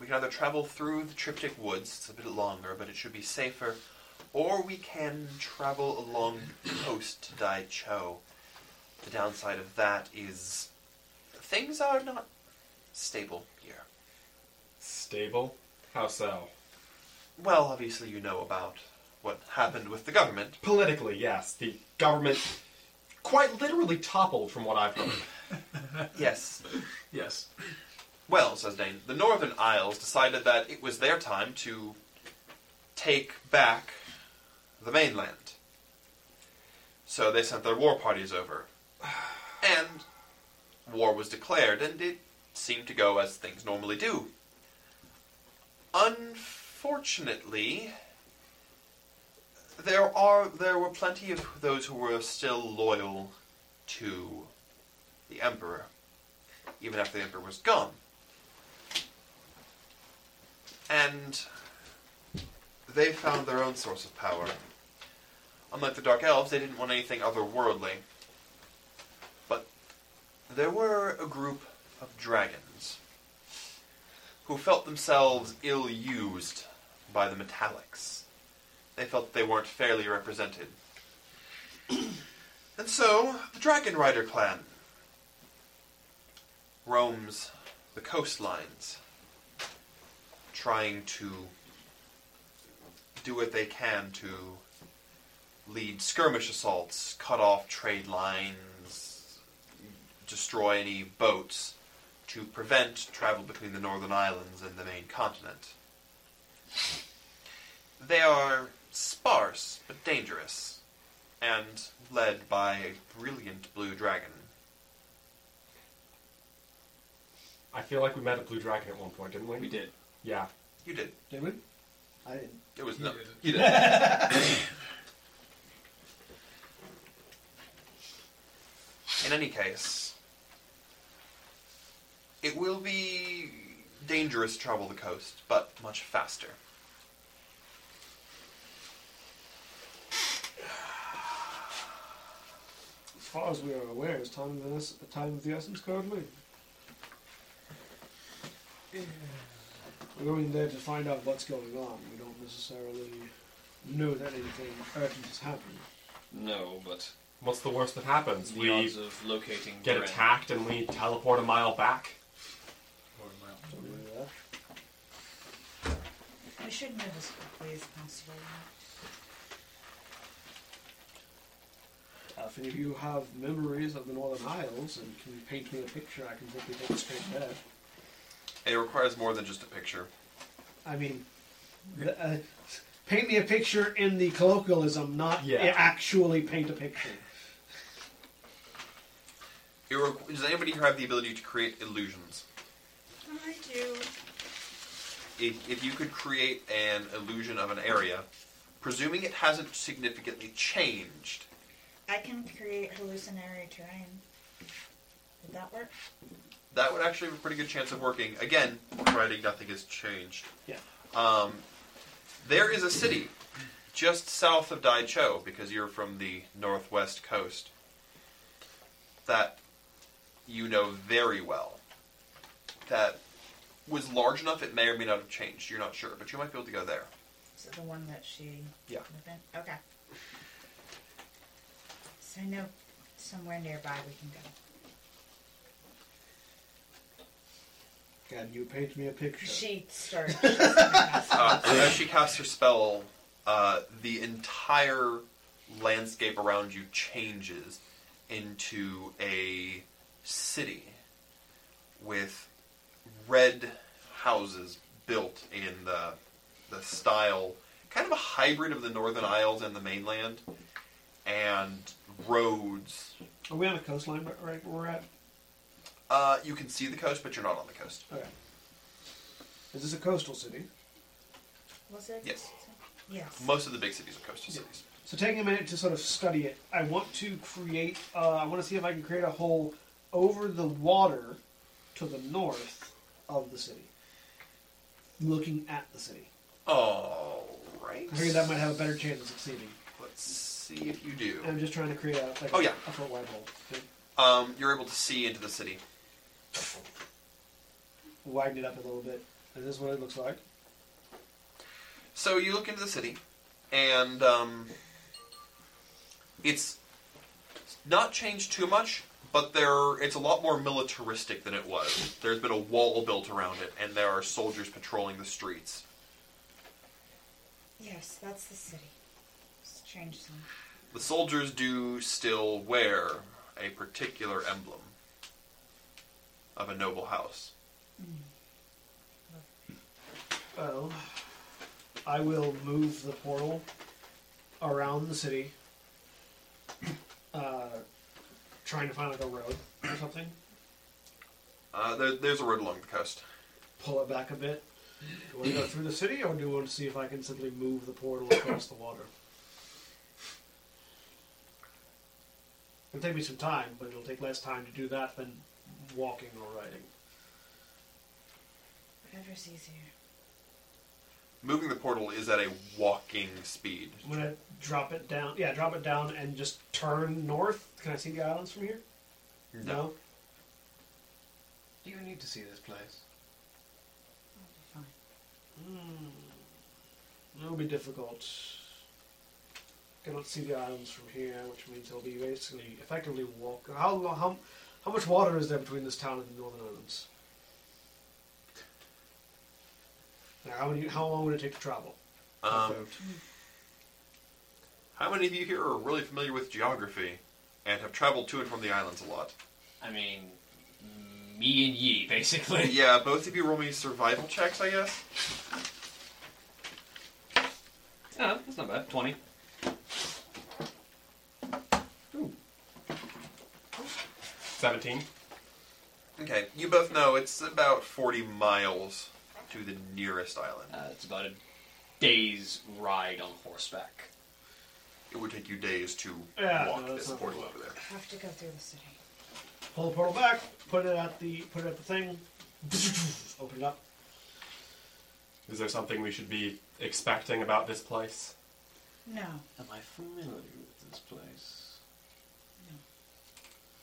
We can either travel through the Triptych Woods, it's a bit longer, but it should be safer, or we can travel along the coast to Dai Cho. The downside of that is things are not stable here.
stable. How so?
Well, obviously, you know about what happened with the government.
Politically, yes, the government quite literally toppled from what I've heard.
Yes,
Yes.
Well, says Dane, the Northern Isles decided that it was their time to take back the mainland. So they sent their war parties over. And war was declared, and it seemed to go as things normally do. Unfortunately, there are there were plenty of those who were still loyal to the emperor even after the Emperor was gone. And they found their own source of power. Unlike the Dark Elves, they didn't want anything otherworldly. But there were a group of dragons who felt themselves ill used by the Metallics. They felt they weren't fairly represented. and so, the Dragon Rider clan roams the coastlines trying to do what they can to lead skirmish assaults, cut off trade lines, destroy any boats to prevent travel between the northern islands and the main continent. They are sparse but dangerous, and led by a brilliant blue dragon.
I feel like we met a blue dragon at one point, didn't we? We
did.
Yeah.
You did.
Did we? I didn't.
It was
He
no.
did it.
You did. In any case, it will be dangerous to travel the coast, but much faster.
As far as we are aware, is time of the, es- time of the essence currently? We're going there to find out what's going on. We don't necessarily know that anything urgent has happened.
No, but
What's the worst that happens?
The
we
odds of locating
get
Bren.
attacked and we teleport a mile back.
We should move as quickly as possible.
Uh, if any of you have memories of the Northern Isles and can paint me a picture, I can simply take it straight there.
It requires more than just a picture.
I mean, the, uh, paint me a picture in the colloquialism, not
Yeah.
actually paint a picture.
It requ- Does anybody here have the ability to create illusions?
I do.
If, if you could create an illusion of an area, presuming it hasn't significantly changed,
I can create hallucinatory terrain. Would that work?
that would actually have a pretty good chance of working. Again, providing nothing has changed.
Yeah.
Um, there is a city just south of Daicho, because you're from the northwest coast, that you know very well. That was large enough, it may or may not have changed. You're not sure, but you might be able to go there.
Is it the one that she?
Yeah.
lived in? Okay. So I know somewhere nearby we can go.
Can you paint me a picture?
She starts.
Uh, so as she casts her spell, uh, the entire landscape around you changes into a city with red houses built in the the style, kind of a hybrid of the Northern Isles and the mainland, and roads.
Are we on a coastline right- right where we're at?
Uh, you can see the coast, but you're not on the coast.
Okay. Is this a coastal city?
Was it?
Yes.
Yes.
Most of the big cities are coastal cities.
So taking a minute to sort of study it, I want to create. Uh, I want to see if I can create a hole over the water to the north of the city, looking at the city.
All right.
I figure that might have a better chance of succeeding.
Let's see if you do.
I'm just trying to create a like
Oh, yeah.
a foot wide hole.
Um, you're able to see into the city.
Widen it up a little bit. Is this what it looks like?
So you look into the city, and um, it's not changed too much, but there it's a lot more militaristic than it was. There's been a wall built around it, and there are soldiers patrolling the streets.
Yes, that's the city. Let's change some.
The soldiers do still wear a particular emblem of a noble house.
Well, I will move the portal around the city, uh, trying to find like a road or something.
Uh, there, there's a road along the coast.
Pull it back a bit. Do I want to go through the city, or do you want to see if I can simply move the portal across the water? It'll take me some time, but it'll take less time to do that than walking or riding.
Whatever's easier.
Moving the portal is at a walking speed.
I'm gonna drop it down. Yeah, drop it down and just turn north. Can I see the islands from here? No.
Do you need to see this place?
Hmm. It'll be difficult. Cannot see the islands from here, which means it'll be basically effectively walk. How lo- how how much water is there between this town and the Northern Islands? Now, how many, how long would it take to travel?
Um, how many of you here are really familiar with geography and have traveled to and from the islands a lot?
I mean, me and ye, basically.
yeah, both of you roll me survival checks, I guess.
Yeah, that's not bad. 20.
Seventeen.
Okay, you both know it's about 40 miles to the nearest island.
Uh, it's about a day's ride on horseback.
It would take you days to
Yeah,
walk
no, that's
this
not
portal over there.
Have to go through the city.
Pull the portal back, put it at the put it at the thing, open it up.
Is there something we should be expecting about this place?
No.
Am I familiar with this place?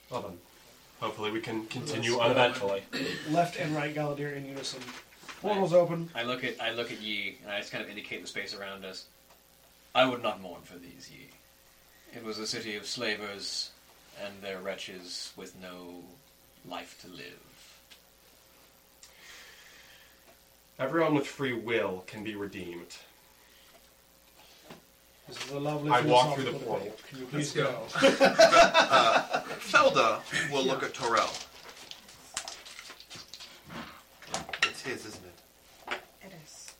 Well then, hopefully we can
Let's
continue
go.
uneventfully.
Left and right Galadir in unison. Portal's open.
I look at I look at ye, and I just kind of indicate the space around us. I would not mourn for these ye. It was a city of slavers and their wretches with no life to live.
Everyone with free will can be redeemed.
This is a lovely.
I walk through the
philosophical
portal.
debate. Can you please go?
uh, Felda will look at Torel. It's his, isn't it?
It is.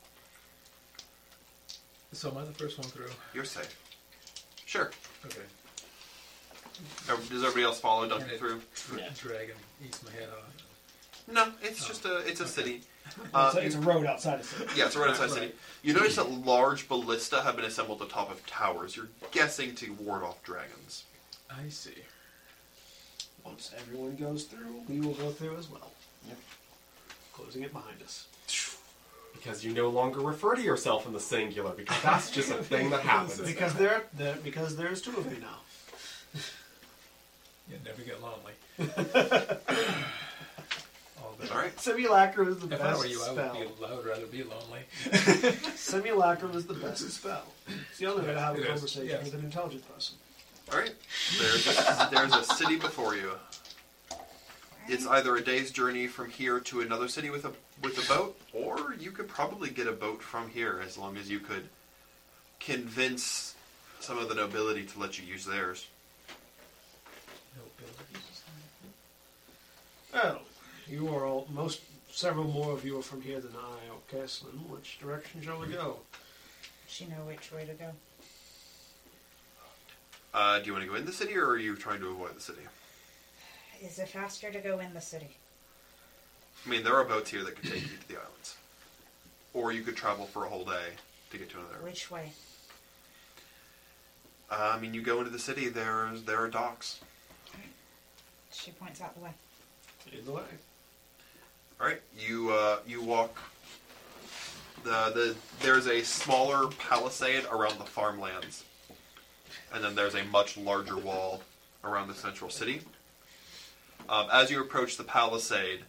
So am I the first one through?
You're safe. Sure.
Okay.
Does everybody else follow Duncan through?
Yeah. Dragon eats my head off.
No, it's just a it's a city. Uh,
it's, a, it's a road outside of city.
Yeah, it's a right outside city. You notice that large ballista have been assembled at the top of towers. You're guessing to ward off dragons.
I see.
Once everyone goes through, we will go through as well.
Yep.
Closing it behind us.
Because you no longer refer to yourself in the singular, because that's just a thing that happens.
Because there, there, because there's two of you now.
You never get lonely. All day.
All right.
Simulacrum is the
If I
best
were you, I
spell.
would be. I would rather be lonely.
Simulacrum is the best spell. It's the only way to have a
It is,
conversation
yes.
with an intelligent person.
All right. There's a, there's a city before you. It's either a day's journey from here to another city with a with a boat, or you could probably get a boat from here as long as you could convince some of the nobility to let you use theirs.
No buildings.
Oh, you are all most several more of you are from here than I. Okay, so in which direction shall we go?
She know which way to go.
Uh, do you want to go in the city, or are you trying to avoid the city?
Is it faster to go in the city?
I mean, there are boats here that could take you to the islands, or you could travel for a whole day to get to another. island.
Which way?
Uh, I mean, you go into the city. There's there are docks.
She points out the way.
Either way.
All right, you uh, you walk. The the there's a smaller palisade around the farmlands, and then there's a much larger wall around the central city. Um, as you approach the palisade,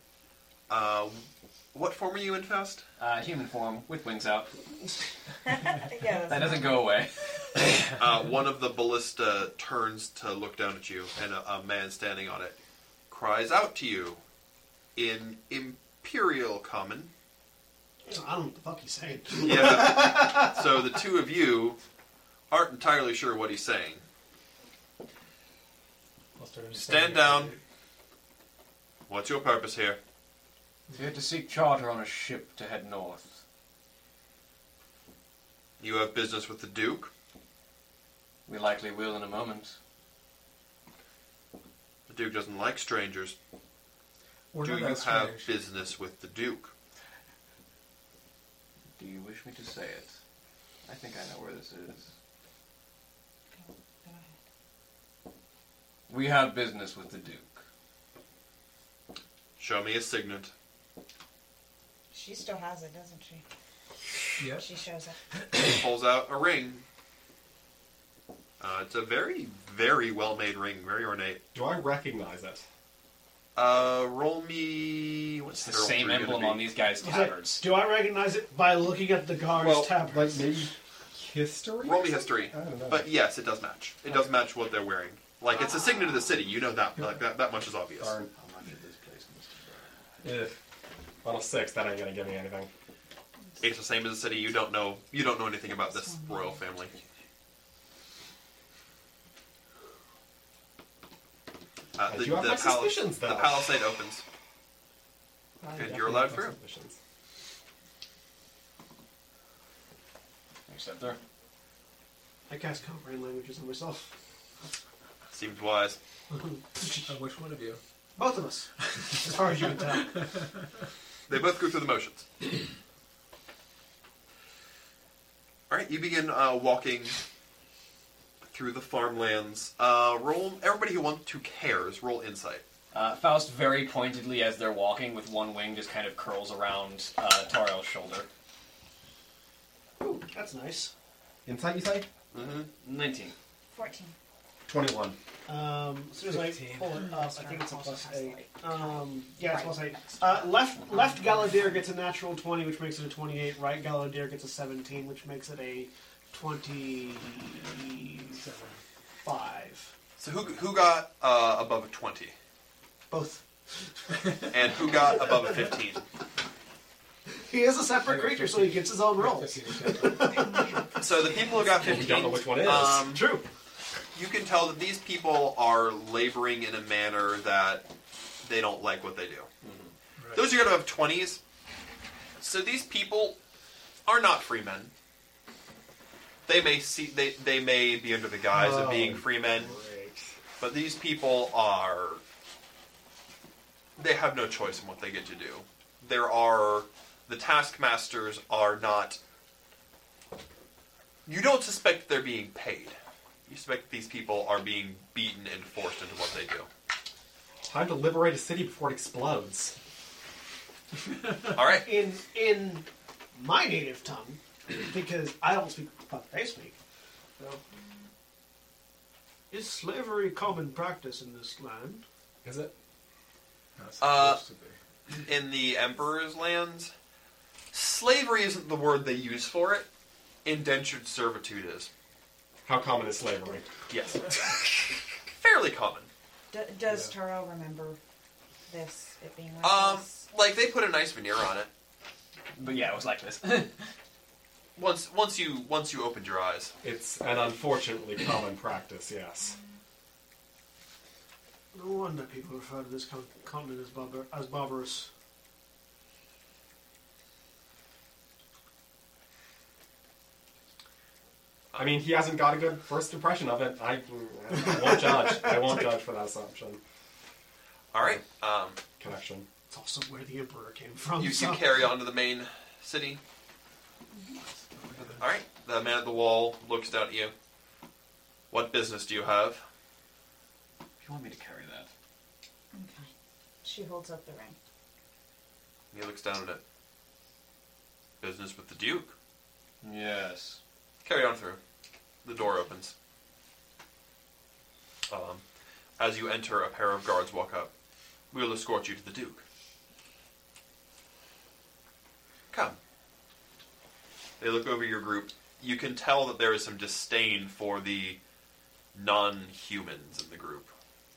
uh, what form are you in, Faust?
Uh, human form with wings out.
yeah,
That doesn't go away.
Uh, one of the ballista turns to look down at you, and a, a man standing on it cries out to you in Imperial Common.
I don't know what the fuck he's saying.
Yeah. so the two of you aren't entirely sure what he's saying.
I'll start
Stand down. What's your purpose here?
We had to seek charter on a ship to head north.
You have business with the Duke.
We likely will in a moment.
The Duke doesn't like strangers.
We're
Do
not
you
that
have
strange.
business with the Duke?
Do you wish me to say it? I think I know where this is.
Go ahead.
We have business with the Duke.
Show me a signet.
She still has it, doesn't she?
Yes.
She shows it.
Pulls out a ring. Uh, it's a very, very well-made ring, very ornate.
Do I recognize it?
Uh, roll me. What's
It's the
heraldry
same
gonna
emblem
be?
on these guys'
He's like,
tabards.
Do I recognize it by looking at the guard's
Well,
tabards?
Like maybe history?
Roll me history.
I don't know.
But yes, it does match. It does match what they're wearing. Like it's a signet of the city. You know that. Like that. That much is obvious.
Darn.
How much of this place, Mr.
Ugh. On a six, that ain't gonna give me anything.
It's the same as the city. You don't know. You don't know anything about this royal family. Uh,
I
the,
do have
the
my
pal-
suspicions,
the
though.
palisade opens.
I
And
definitely
you're allowed
have my
through.
suspicions.
Except there.
I cast comprehend languages on myself.
Seems wise.
Uh, which one of you?
Both of us. As far as you can tell.
They both go through the motions. All right, you begin uh, walking through the farmlands. Uh, roll everybody who wants to cares. Roll insight.
Uh, Faust very pointedly, as they're walking, with one wing just kind of curls around uh, Tariel's shoulder.
Ooh, that's nice.
Insight, you say?
Mm-hmm. 19.
14.
21.
Um, as soon as I
15.
pull it up, I think it's a
Also
plus
has the
eight. Um, yeah, it's plus eight. Uh, left left Galadir gets a natural twenty, which makes it a twenty-eight. Right Galadir gets a seventeen, which makes it a twenty-five.
So who who got uh, above a twenty?
Both.
And who got above a fifteen?
He is a separate creature, so he gets his own rolls.
So the people who got
We
15.
don't know which one it is.
Um,
True.
You can tell that these people are laboring in a manner that they don't like what they do. Those who got above 20s. So these people are not free men. They may see they, they may be under the guise of being
Oh,
free men, but these people are they have no choice in what they get to do. There are the taskmasters are not you don't suspect they're being paid. You suspect these people are being beaten and forced into what they do.
Time to liberate a city before it explodes.
All right.
In in my native tongue, because I don't speak what they speak. So, is slavery common practice in this land?
Is it?
Uh, in the Emperor's lands, slavery isn't the word they use for it. Indentured servitude is.
How common is slavery?
Yes. Fairly common.
D- does Taro remember this? It being like
Um,
this?
like they put a nice veneer on it.
But yeah, it was like this.
Once, once you, once you opened your eyes.
It's an unfortunately common practice, yes.
No wonder people refer to this con- continent as, barbar- as barbarous.
I mean, he hasn't got a good first impression of it. I, I won't judge. I won't judge for that assumption.
All right. Um,
Connection.
It's also where the emperor came from.
you, you
so-
carry on to the main city. All right. The man at the wall looks down at you. What business do you have?
If you want me to carry that.
Okay. She holds up the ring.
He looks down at it. Business with the Duke.
Yes.
Carry on through. The door opens. Um, as you enter, a pair of guards walk up. We'll escort you to the Duke. Come. They look over your group. You can tell that there is some disdain for the non humans in the group,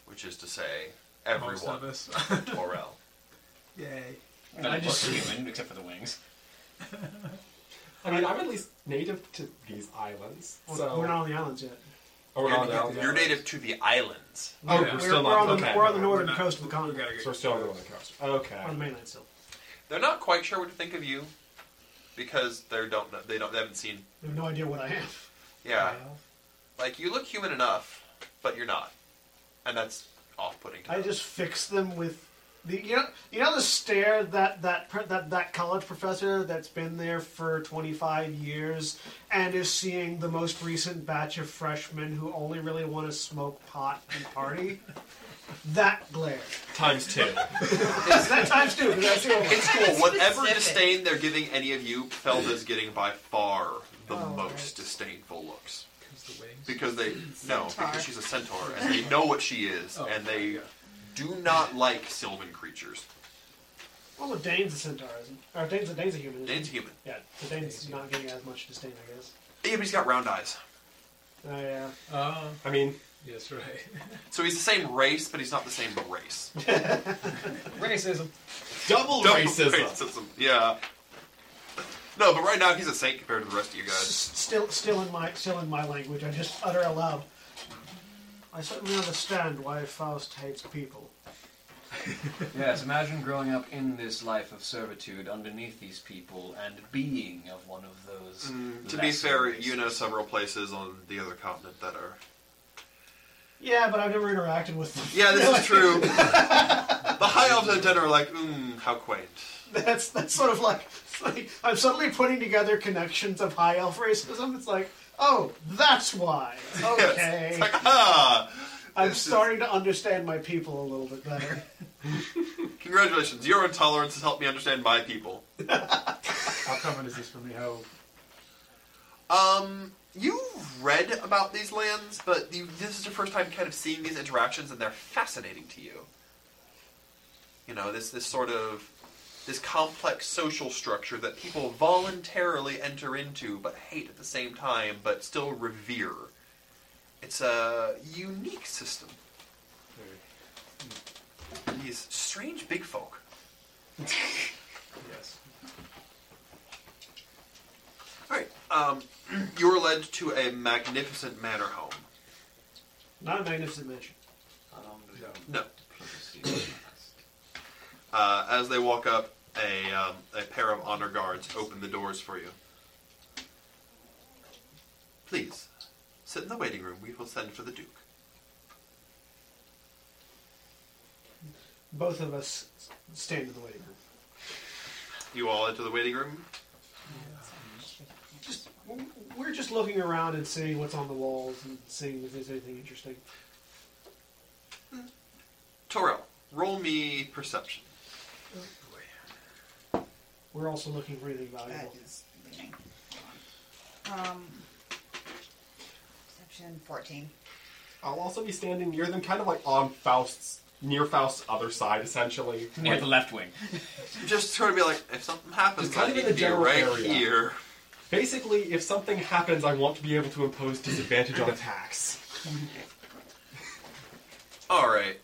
which is to say, everyone.
Most of us.
Torel.
Yay.
That I just human, except for the wings.
I mean, I'm at least native to these islands.
Well,
So
we're not on the islands yet.
Oh, we're not on the
You're-
islands.
you're native to the islands.
Oh,
we're,
we're still
we're
not.
on the,
okay.
we're on the northern
not-
coast of the
We
continent.
gotta get
So we're still on the northern coast. Okay.
We're on the mainland still.
They're not quite sure what to think of you because they don't know, they don't they haven't seen
We have no idea what I am.
yeah like you look human enough but you're not and that's off putting.
I just fix them with the you know you know the stare that that per- that that college professor that's been there for 25 years and is seeing the most recent batch of freshmen who only really want to smoke pot and party. that glare.
Times two.
that times two. 'cause That's the only one.
It's cool. Whatever
Specific.
disdain they're giving any of you, Felda's getting by far the most disdainful looks
Because the wings.
because they no because she's a centaur and they know what she is
Oh,
and they do not like sylvan creatures.
Also, Dane's a centaur, isn't? Or Dane's a Dane's a human. isn't
Dane's
he?
human.
Yeah, so Dane's not getting as much disdain, I guess.
Yeah, but he's got round eyes,
Oh yeah.
Oh,
I mean,
yes, right.
so he's the same race, but he's not the same race.
Racism.
double,
Double
racism.
racism. Yeah. No, but right now he's a saint compared to the rest of you guys.
Still, still in my, still in my language. I just utter aloud. I certainly understand why Faust hates people.
yes, imagine growing up in this life of servitude underneath these people and being of one of those.
Mm, to be
lesser
fair,
races.
you know several places on the other continent that are.
Yeah, but I've never interacted with them.
Yeah, this is true. the high elves at dinner are like, mmm, how quaint.
That's that's sort of like, it's like I'm suddenly putting together connections of high elf racism. It's like, oh, that's why. Okay,
Ah,
I'm starting to understand my people a little bit better.
congratulations, your intolerance has helped me understand my people.
How common is this for me? How
Um, you read about these lands, but you, this is your first time kind of seeing these interactions, and they're fascinating to you. You know, this this sort of this complex social structure that people voluntarily enter into, but hate at the same time, but still revere. It's a unique system. These strange big folk.
yes.
All right. Um, you are led to a magnificent manor home.
Not a magnificent mansion.
um,
No. Uh, as they walk up, a, um, a pair of honor guards open the doors for you. Please, sit in the waiting room. We will send for the Duke.
Both of us stand in the waiting room.
You all enter the waiting room.
Just w- we're just looking around and seeing what's on the walls and seeing if there's anything interesting.
Torel, roll me perception.
We're also looking for anything valuable.
is leaning. Um, perception 14.
I'll also be standing near them, kind of like on Faust's, near Faust's other side, essentially.
Near
Like,
the left wing.
Just sort of be like, if something happens,
Just kind
I
of
need
in
to
the
be
general
right
area.
here.
Basically, if something happens, I want to be able to impose disadvantage on attacks.
All right.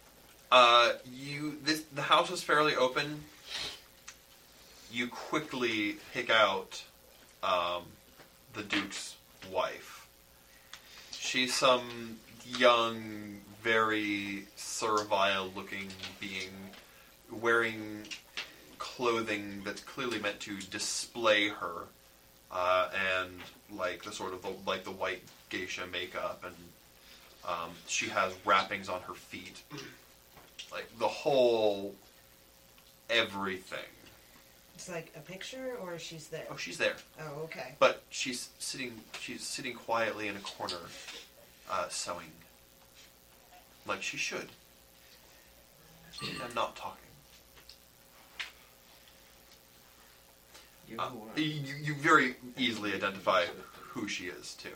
Uh, you this the house is fairly open. You quickly pick out um, the duke's wife. She's some young, very servile-looking being, wearing clothing that's clearly meant to display her, uh, and like the sort of the, like the white geisha makeup and um, she has wrappings on her feet. Like the whole everything.
It's like a picture, or she's there?
Oh, she's there.
Oh, okay.
But she's sitting she's sitting quietly in a corner uh, sewing. Like she should. I'm not talking.
You
Uh,
are-
you, you very easily identify who she is too.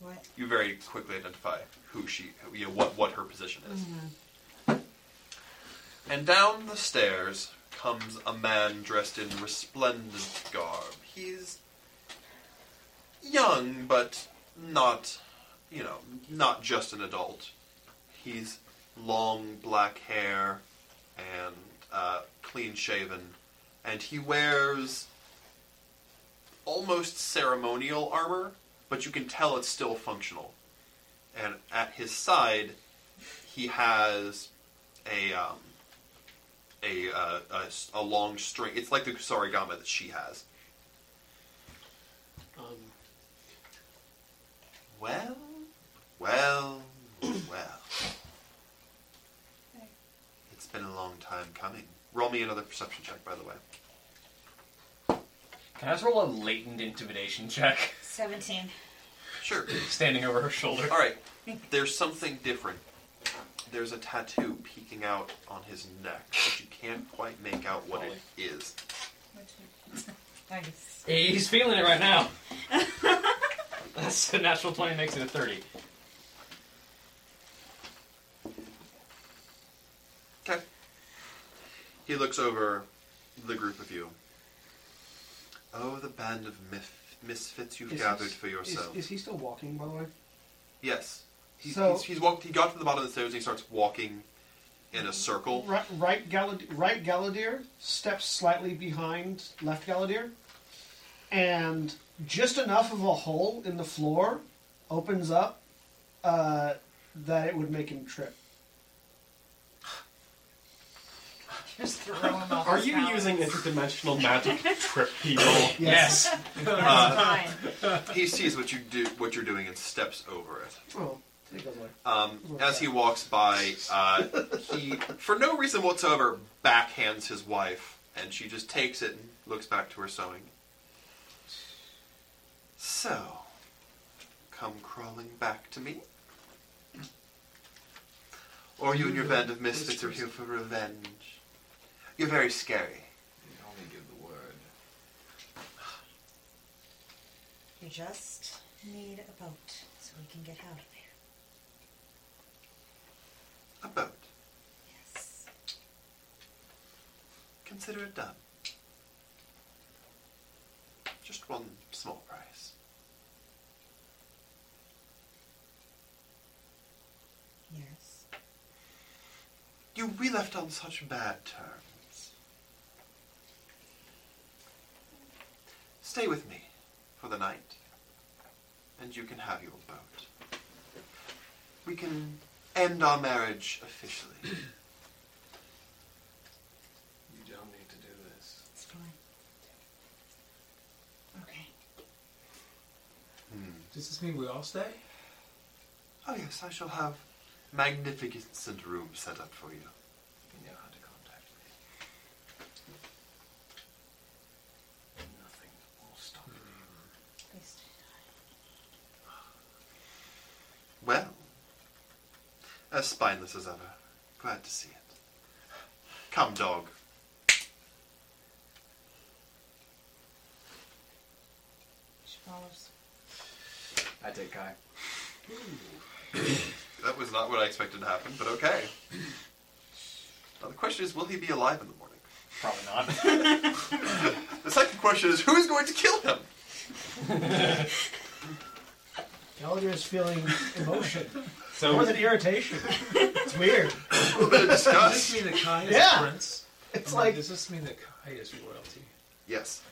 What?
You very quickly identify who she you know, what what her position is. And down the stairs comes a man dressed in resplendent garb. He's young, but not, you know, not just an adult. He's long black hair and uh, clean shaven, and he wears almost ceremonial armor, but you can tell it's still functional. And at his side, he has a um, a, uh, a s- a long string. It's like the kusarigama that she has.
Um,
Well, well, well. It's been a long time coming. Roll me another perception check, by the way.
Can I just roll a latent intimidation check?
17.
Sure.
Standing over her shoulder.
All right. There's something different. There's a tattoo peeking out on his neck, but you can't quite make out what it is.
Nice.
Hey, He's feeling it right now. That's a natural 20 makes it a 30.
Okay. He looks over the group of you. Oh, the band of mif- misfits you've
is-
gathered for
is-
yourselves.
Is, he still walking, by the way?
yes. He's,
So-
he's, he's walked. He got to the bottom of the stairs and he starts walking in a circle.
Right, right, Gallad- right Galadir steps slightly behind left Galadir. and just enough of a hole in the floor opens up uh, that it would make him trip.
Just throw him off
Are
his
you
balance.
using interdimensional magic to trip people?
Yes.
Uh, he sees what you do, what you're doing, and steps over it.
Oh, there you go.
Um, as he walks by, uh, he, for no reason whatsoever, backhands his wife, and she just takes it and looks back to her sewing. So, come crawling back to me? Or you and your band of misfits are here for revenge? You're very scary.
You only give the word.
You just need a boat so we can get out of there.
A boat.
Yes.
Consider it done. Just one small price.
Yes.
You we left on such bad terms. Stay with me for the night, and you can have your boat. We can end our marriage officially.
You don't need to do this.
It's fine. Okay.
Does this mean we all stay?
Oh yes, I shall have magnificent room set up for you.
You know how to contact me. Nothing will stop you.
They stay.
Well, as spineless as ever. Glad to see it. Come, dog.
She follows.
I take Kai.
That was not what I expected to happen, but okay. Now the question is, will he be alive in the morning?
Probably not.
The second question is, who is going to kill him?
Gallagher is feeling emotion.
So-
More than irritation. It's weird.
A little bit of
Does this
disgust.
mean that Kai is
Yeah.
prince?
It's
I mean,
like
Does this mean that Kai is royalty?
Yes.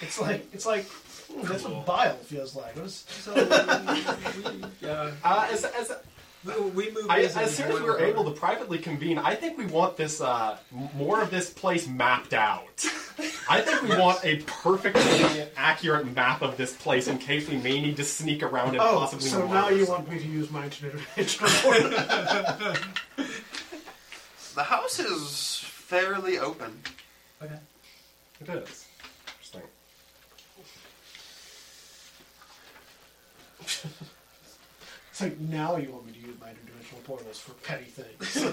it's like it's like ooh, that's what bile feels like. What is-
So we, yeah,
Uh, as, as,
we, we move.
I,
as a
as soon as
boy
we were
with
able
her.
to privately convene, I think we want this uh, m- more of this place mapped out. I think we want a perfectly accurate map of this place in case we may need to sneak around and
Oh,
possibly.
so
murder
now you
someone.
want me to use my interdimensional portal?
The house is fairly open.
Okay.
It is. Interesting.
It's like now you want me to use my interdimensional portals for petty things.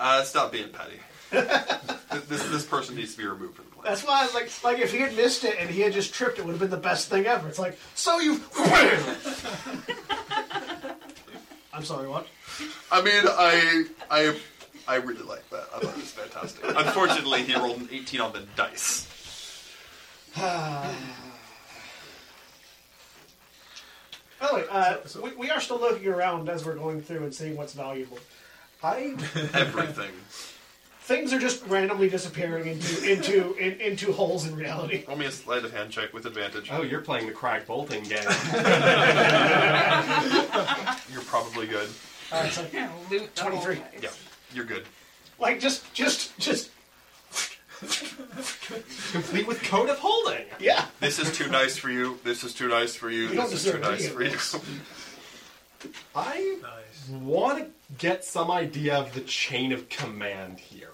Uh, stop being petty. Th- this, this person needs to be removed from the place.
That's why I was like, like if he had missed it and he had just tripped, it would have been the best thing ever. It's like, so you. I'm sorry, what?
I mean, I, I, I really like that. I thought it was fantastic. Unfortunately, he rolled an 18 on the dice.
By the way, uh, we, we are still looking around as we're going through and seeing what's valuable. I
Everything.
things are just randomly disappearing into into in, into holes in reality.
Roll me a sleight of hand check with advantage.
Oh, you're playing the crack bolting game.
You're probably good.
Uh, it's like,
Loot. the whole
23.
place.
Yeah, you're good.
like just just just
Complete with code of holding.
yeah.
This is too nice for you. This is too nice for you.
You don't
this is too
deserve any
nice
of
for you.
I
Nice.
want to get some idea of the chain of command here.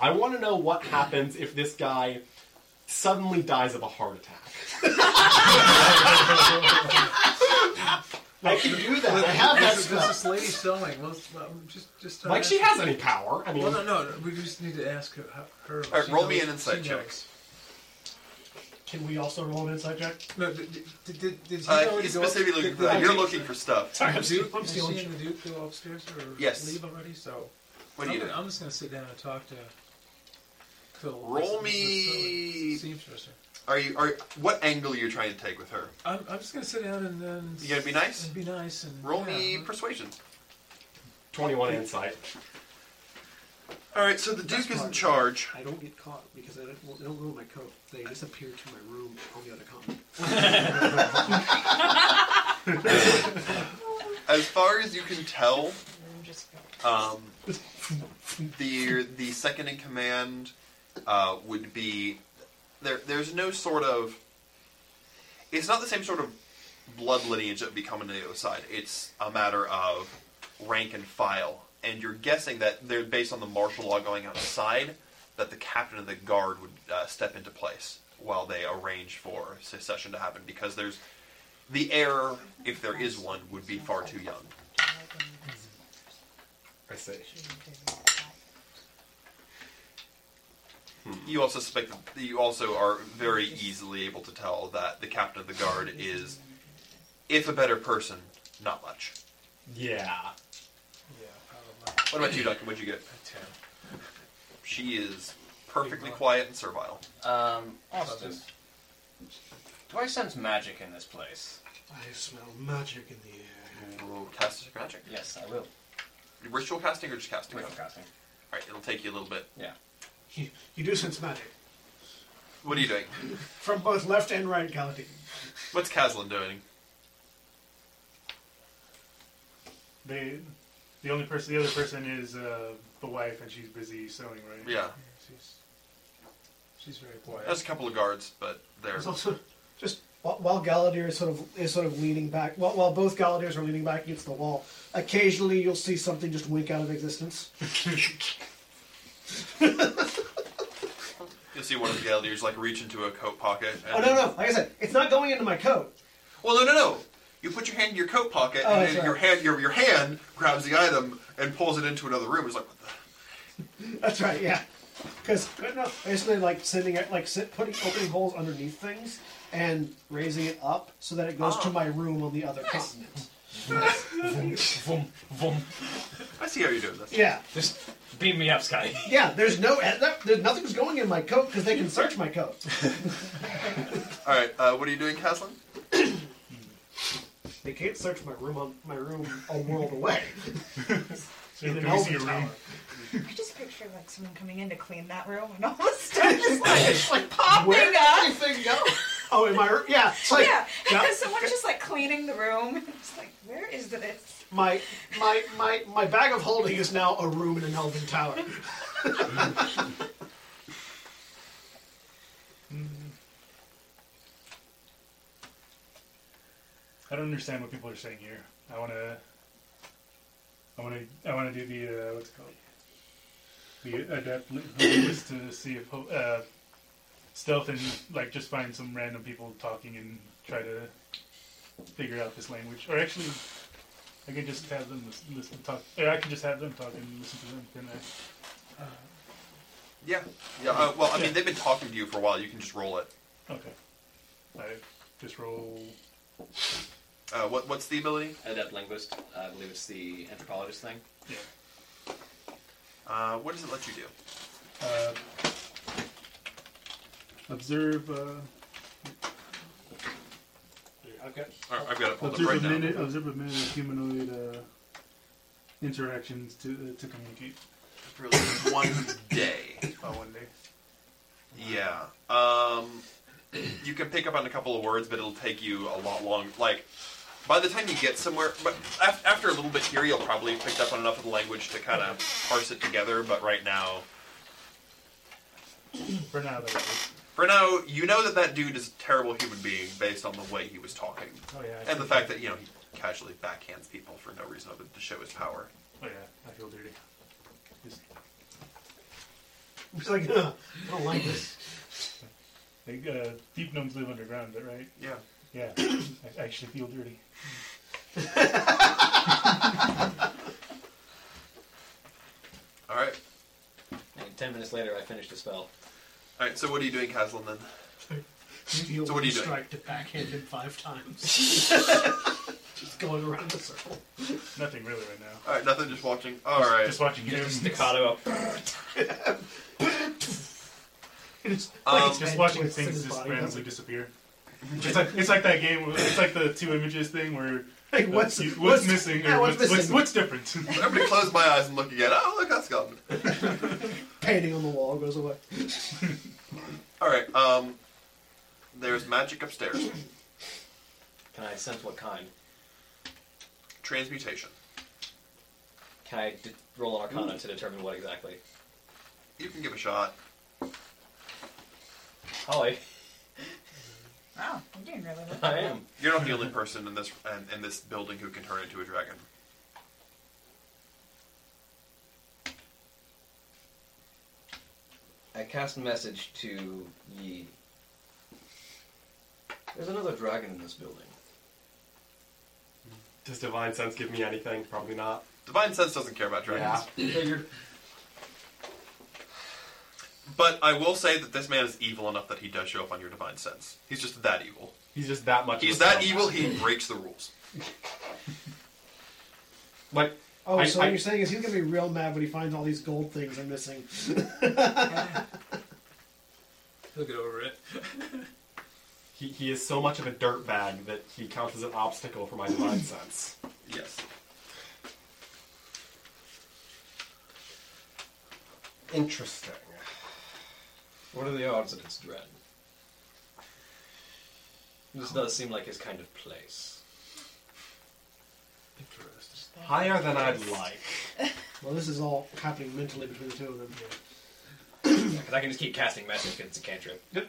I want to know what happens if this guy suddenly dies of a heart attack.
I can do that. I have that
This, this
spell.
is lady sewing. Well, it's- well, just, just uh,
Like she has any power. I mean,
Well, no, no, no, we just need to ask her. her
All right,
She
roll me
knows-
an insight
she
check.
knows.
Can we also roll an inside check?
No, did, did, did, did he
Uh,
already
he's
go up-
specifically looking for
did
that. You're
the
looking for stuff.
Sorry, I'm,
Duke,
I'm
is
stealing.
she and the Duke go upstairs or
Yes.
leave already? So
What do
I'm,
you
gonna,
do?
I'm just going to sit down and talk to Phil.
Roll
This- this- this
me-
seamstress.
Are you? Are what angle are you trying to take with her?
I'm, I'm just going to sit down and then.
You gonna be nice?
And be nice and
Roll
yeah,
me
I'm-
persuasion.
21 insight.
All right, so the Duke is in charge.
I don't get caught because I don't, well, they don't ruin my coat. They disappear to my room on the other continent.
As far as you can tell, um, the the second in command uh, would be there. There's no sort of. It's not the same sort of blood lineage that would be common to the other side. It's a matter of rank and file, and you're guessing that they're based on the martial law going outside that the captain of the guard would uh, step into place while they arrange for secession to happen because there's the heir, if there is one, would be far too young.
I see.
You also suspect that you also are very easily able to tell that the captain of the guard is, if a better person, not much.
Yeah.
Yeah,
What about you, Duncan? What'd you get?
ten.
She is perfectly quiet and servile.
Oh,
Um, Austin, do I sense magic in this place?
I smell magic in the air.
We'll cast magic.
Yes, I will.
Ritual casting or just casting?
Ritual casting.
All right, it'll take you a little bit.
Yeah.
You, you do sense magic.
What are you doing?
From both left and right, Galadine.
What's Caslin doing?
They, the only person, the other person is uh, the wife, and she's busy sewing, right?
Yeah.
She's, she's very quiet.
There's a couple of guards, but they're
There's also just while, while Galadir is sort of is sort of leaning back, while, while both Galadirs are leaning back against the wall, occasionally you'll see something just wink out of existence.
you'll see one of the Galadeers like reach into a coat pocket.
Oh no, no! Like I said, it's not going into my coat.
Well, no, no, no. You put your hand in your coat pocket,
Oh,
and
that's
then your
right.
hand your your hand grabs the item and pulls it into another room. It's like what the
That's right, yeah. Because no, basically, like sending it, like sit, putting opening holes underneath things and raising it up so that it goes to my room on the other continent.
Vroom, vroom.
I see how you're doing this.
Yeah.
Just beam me up, Scotty.
Yeah, there's no, eh, no- there's nothing's going in my coat because they can search my coat.
All right, uh, what are you doing, Caslin?
They can't search my room on my room a world away.
So
In an
can we see
elven
a room?
tower.
I just picture like someone coming in to clean that room and all this stuff just like, just, like popping
Where did
up.
everything go? Oh, in my room? Yeah. it's Like,
yeah,
yeah.
someone's just like cleaning the room. It's like, where is this?
My my my my bag of holding is now a room in an elven tower.
I don't understand what people are saying here. I want to. I want to. I want to do the uh, what's it called the adept li- linguist to see if ho- uh, stealth and like just find some random people talking and try to figure out this language. Or actually, I can just have them listen, listen talk. Or I can just have them talk and listen to them. Can I?
Yeah, yeah. Uh, well, I mean, they've been talking to you for a while. You can just roll it.
Okay. I just roll.
Uh, what what's the ability?
Adept linguist. I believe it's the anthropologist thing.
Yeah.
Uh, what does it let you do?
Uh, observe. Uh,
I've got.
All right, I've got it pulled up
observe
right
a
now.
minute. Observe a minute of humanoid uh, interactions to uh, to communicate.
For like one day.
Oh, one day.
Yeah. Um, you can pick up on a couple of words, but it'll take you a lot long. Like, by the time you get somewhere, but af- after a little bit here, you'll probably have picked up on enough of the language to kind of parse it together. But right now,
For now, that is.
for now, you know that that dude is a terrible human being based on the way he was talking,
Oh yeah. I
and the
feel-
fact that you know he casually backhands people for no reason other than to show his power.
Oh yeah, I feel dirty. Just,
It's like, "Ugh, I don't like this.
they, uh, deep gnomes live underground, but right?
Yeah.
Yeah. I actually feel dirty.
All right.
And ten minutes later, I finished the spell.
All right. So what are you doing, Caslin? Then
Steal
So what are you
one
doing?
Strike to backhand him five times. just going around the circle.
Nothing really right now.
all right, nothing. Just watching. All right.
Just watching him.
Staccato up.
It's
Um,
it's
Just
bent
watching
twists in
things
his
just
body,
randomly
doesn't it?
disappear. It's like it's like that game. It's like the two images thing where uh,
Hey, what's-
you- what's,
what's-
missing? or
yeah, what's
what's,
missing?
What's, different?
I'm gonna close my eyes and look again. Oh, look, that's gone.
Painting on the wall goes away.
All right. Um, there's magic upstairs.
Can I sense what kind?
Transmutation.
Can I d- roll an arcana to determine what exactly?
You can give a shot.
Holly.
Wow, I'm doing really well.
You're not the only person in this in, in this building who can turn into a dragon.
I cast a message to Yi. There's another dragon in this building.
Does divine sense give me anything? Probably not.
Divine sense doesn't care about dragons.
Yeah, figured.
But I will say that this man is evil enough that he does show up on your divine sense. He's just that evil.
He's just that much. of
He's
a
that
scumbag.
evil. He breaks the rules.
Like,
Oh,
I-
so
I-
what you're saying is he's gonna be real mad when he finds all these gold things I'm missing.
He'll get over it.
he, he is so much of a dirtbag that he counts as an obstacle for my divine sense.
Yes.
Interesting.
What are the odds that it's Dren? This does seem like his kind of place.
Interesting.
Higher than I'd like.
well, this is all happening mentally between the two of them.
Because I can just keep casting message because it's a cantrip.
Yep.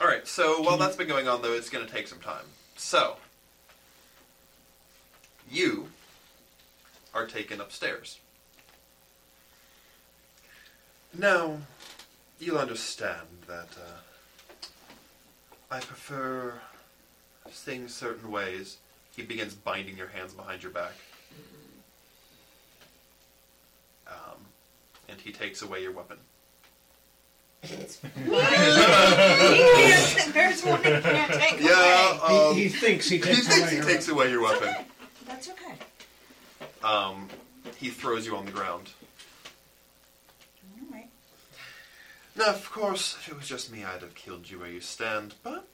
All right. So while that's been going on, though, it's going to take some time. So you are taken upstairs. Now, you'll understand that uh, I prefer things certain ways. He begins binding your hands behind your back. Um, and he takes away your weapon.
There's one I can't take
Yeah,
away.
um,
He- he thinks he
he
takes
thinks
away
he
your
takes away your weapon.
That's okay.
Um, he throws you on the ground.
All right.
Now, of course, if it was just me, I'd have killed you where you stand, but.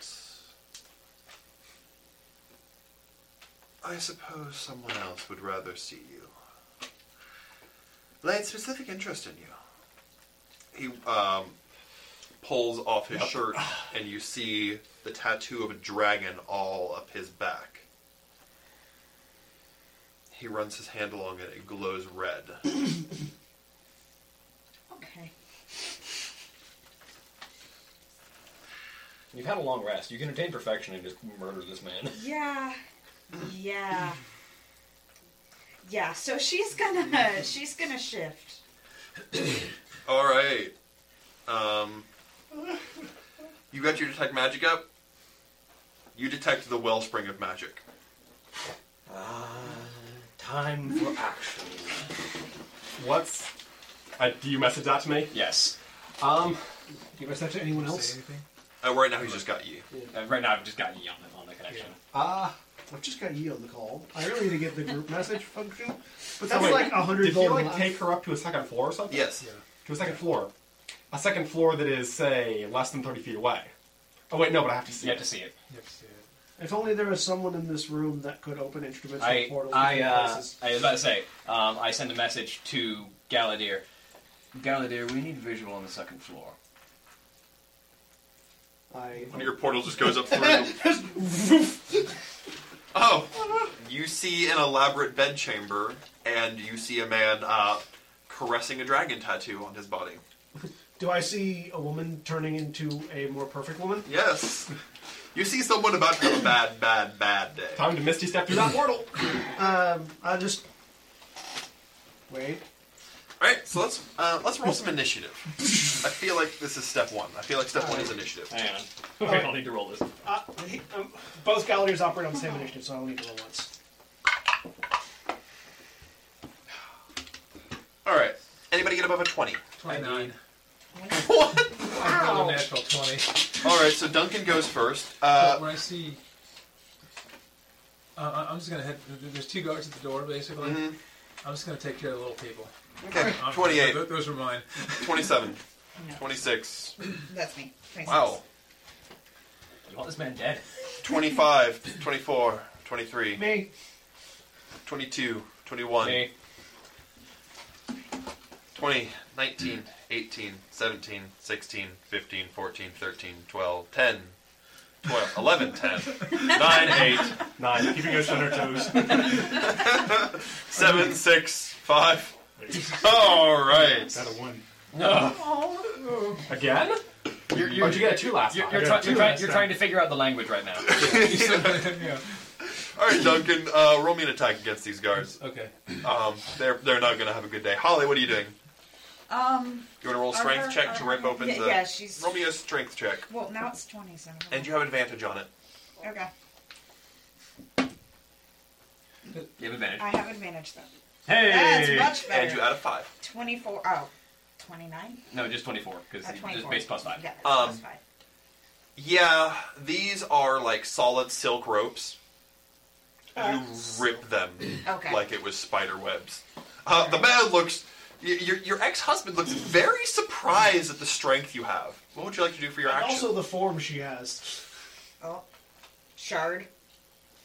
I suppose someone else would rather see you. Laid specific interest in you. He um, pulls off his shirt, and you see the tattoo of a dragon all up his back. He runs his hand along it, it glows red.
Okay.
You've had a long rest. You can attain perfection and just murder this man.
Yeah. Yeah. Yeah, so she's gonna she's gonna shift.
All right. Um, you got your detect magic up. You detect the wellspring of magic.
Time for action.
What's? I, do you message that to me?
Yes.
Um,
Do you message that to anyone else?
Uh, right now, he's just got you.
Uh, right now, I've just got Yi on the, on the connection.
Ah, I've just got you on the call. I really need to get the group message function, but
So
that's
wait,
like a hundred
Did you
gold.
like
left.
take her up to a second floor or something?
Yes.
To a second floor. A second floor that is, say, less than thirty feet away. Oh wait, no, but I have to see.
You
it.
have to see it.
If only there was someone in this room that could open instruments
I,
portals.
I,
between
uh,
places.
I was about to say, um, I send a message to Galadir.
Galadir, we need visual on the second floor.
I
One of your portals just goes up through. oh, you see an elaborate bedchamber, and you see a man uh, caressing a dragon tattoo on his body.
do. I see a woman turning into a more perfect woman.
Yes. You see someone about to have a bad, bad, bad day.
Time to misty step through that portal.
Um, I just wait.
All right, so let's uh, let's roll some initiative. I feel like this is step one. I feel like step one is initiative.
Hang on. We all need to roll this.
Uh, he- um, both galleries operate on the same initiative, so I only need to roll once.
All right. Anybody get above a twenty?
29.
What?
I
Oh.
rolled a natural 20.
All right. So Duncan goes first. Uh,
But when I see. Uh, I- I'm just gonna head. there- There's two guards at the door, basically. I'm just gonna take care of the little people.
okay.
I'm-
Mm-hmm. Twenty-eight.
th- Those were mine.
27. 26.
That's me.
Wow.
You want this man dead?
25. 24. 23.
Me.
22. 21. 20, 19, 18, 17, 16, 15, 14, 13, 12, 10, 12, 11, 10, 9, 8, 9.
Keeping us on our toes.
7, 6, 5. All right. Got a 1.
No.
Again?
You're,
Oh, did you get a two last
you're,
time?
You're,
I
try-
got a
you're,
two
try-
last
you're
time.
trying to figure out the language right now.
All right, Duncan, uh, roll me an attack against these guards.
Okay.
Um, they're, they're not going to have a good day. Holly, what are you doing?
Um.
You want to roll a
are
strength
her-
check to
are
rip
her-
open
um, yeah,
the.
Yeah, she's.
Roll me a strength check.
Well, now it's 20, so.
And you have advantage on it.
Okay.
You have advantage.
I have advantage, though.
Hey!
That's much better.
And you add a five.
24. Oh. 29?
No, just 24, because
Uh,
just
24.
base plus 5.
Yeah,
Um, yeah, these are like solid silk ropes. You rip them
Uh, Okay.
like it was spider webs. Uh, the man looks. y- Your, your ex husband looks very surprised at the strength you have. What would you like to do for your
And
action?
also the form she has.
Oh. Shard.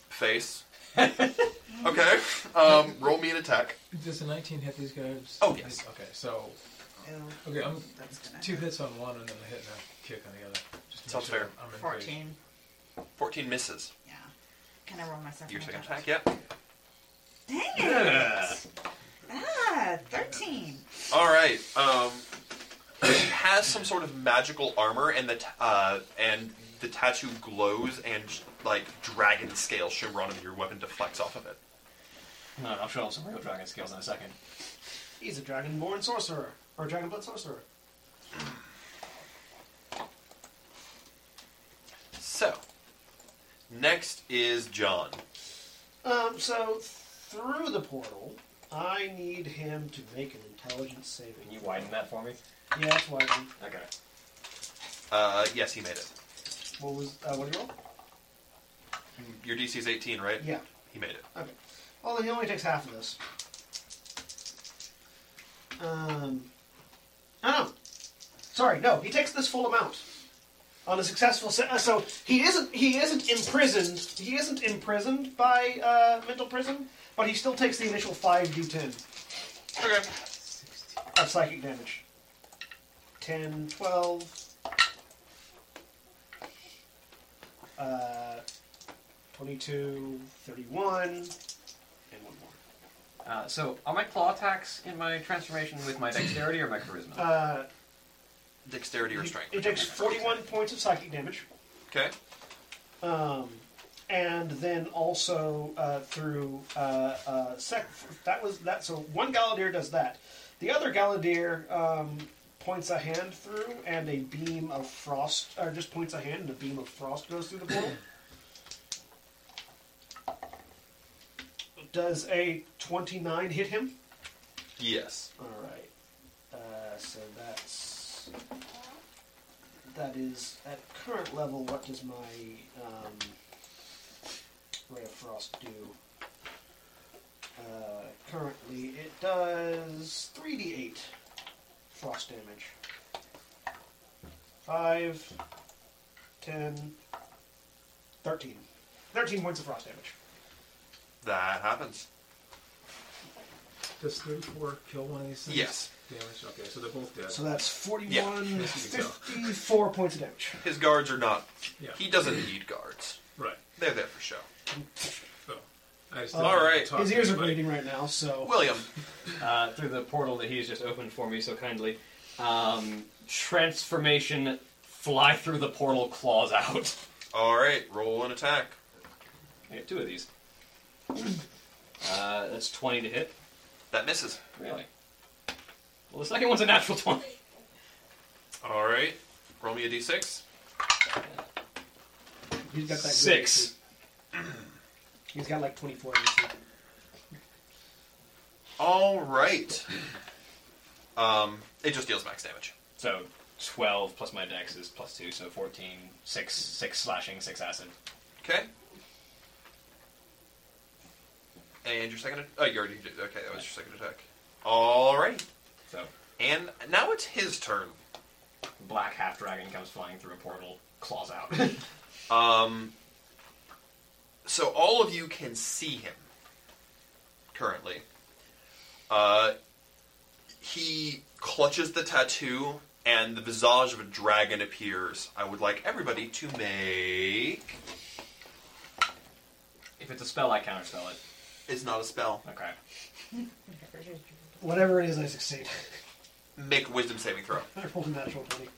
Face. okay. Um, roll me an attack.
Does the 19 hit these guys?
Oh, yes.
Okay, so. Okay, I'm two hits on one and then a hit and a kick on the other. Just to
Sounds
make sure
fair.
I'm in
14.
14 misses.
Can I roll Oh my second
Your second
attack?
attack, yeah.
Dang it!
Yeah.
Ah, 13.
All right. Um, it has some sort of magical armor, and the t- uh, and the tattoo glows, and like dragon scale shimmer on it. and Your weapon deflects off of it.
No, I'll show him some real dragon skills in a second.
He's a dragonborn sorcerer. Or a dragonborn sorcerer.
So, next is John.
Um, so through the portal, I need him to make an intelligence saving.
Can you widen that for me?
Yeah, that's why.
Okay.
Uh, yes, he made it.
What was uh, what did you roll?
Your DC is 18, right?
Yeah.
He made it.
Okay. Although he only takes half of this. Um. Oh. Sorry. No, he takes this full amount. On a successful, se- uh, so he isn't he isn't imprisoned. He isn't imprisoned by uh, mental prison, but he still takes the initial five d10
Okay.
of psychic damage. 10, 12, uh, 22, 31, and one more.
Uh, so, are my claw attacks in my transformation with my dexterity or my charisma?
Uh,
Dexterity or strength.
it takes 41 points of psychic damage,
Okay.
um, and then also uh, through uh, uh, sec- that was that. So one Galadir does that. The other Galadir um, points a hand through, and a beam of frost, or just points a hand, and a beam of frost goes through the portal. Does a 29 hit him?
Yes.
All right. Uh, so that's that is at current level. What does my um, ray of frost do? Uh, currently, it does three d eight frost damage. Five, ten, thirteen. Thirteen points of frost damage.
That happens.
Does 34 kill one of these things?
Yes.
Damage? Okay, so they're both dead.
So that's
Yeah.
41,
Yes, you can tell.
54 points of damage.
His guards are not.
Yeah.
He doesn't need guards.
Right.
They're there for show.
I just
Uh,
All right.
His ears are bleeding right now, so.
William.
Uh, through the portal that he's just opened for me so kindly. Um, transformation, fly through the portal, claws out.
All right. Roll an attack.
I get two of these. Uh, that's 20 to hit.
That misses.
Really? Well, the second one's a natural 20.
All right. Roll me a d6.
He's got that good
Six.
AC. He's got like 24 AC.
All right. Um, it just deals max damage.
So 12 plus my dex is plus 2, so 14, 6, 6 slashing, 6 acid.
Okay. And your second. Oh, you already did. Okay, that was your second attack. All right.
So
And now it's his turn.
black half dragon comes flying through a portal, claws out.
Um, so all of you can see him currently. Uh, he clutches the tattoo, and the visage of a dragon appears. I would like everybody to make.
If it's a spell, I counterspell it.
It's not a spell.
Okay.
Whatever it is, I succeed.
Make a wisdom saving throw.
I rolled a natural 20.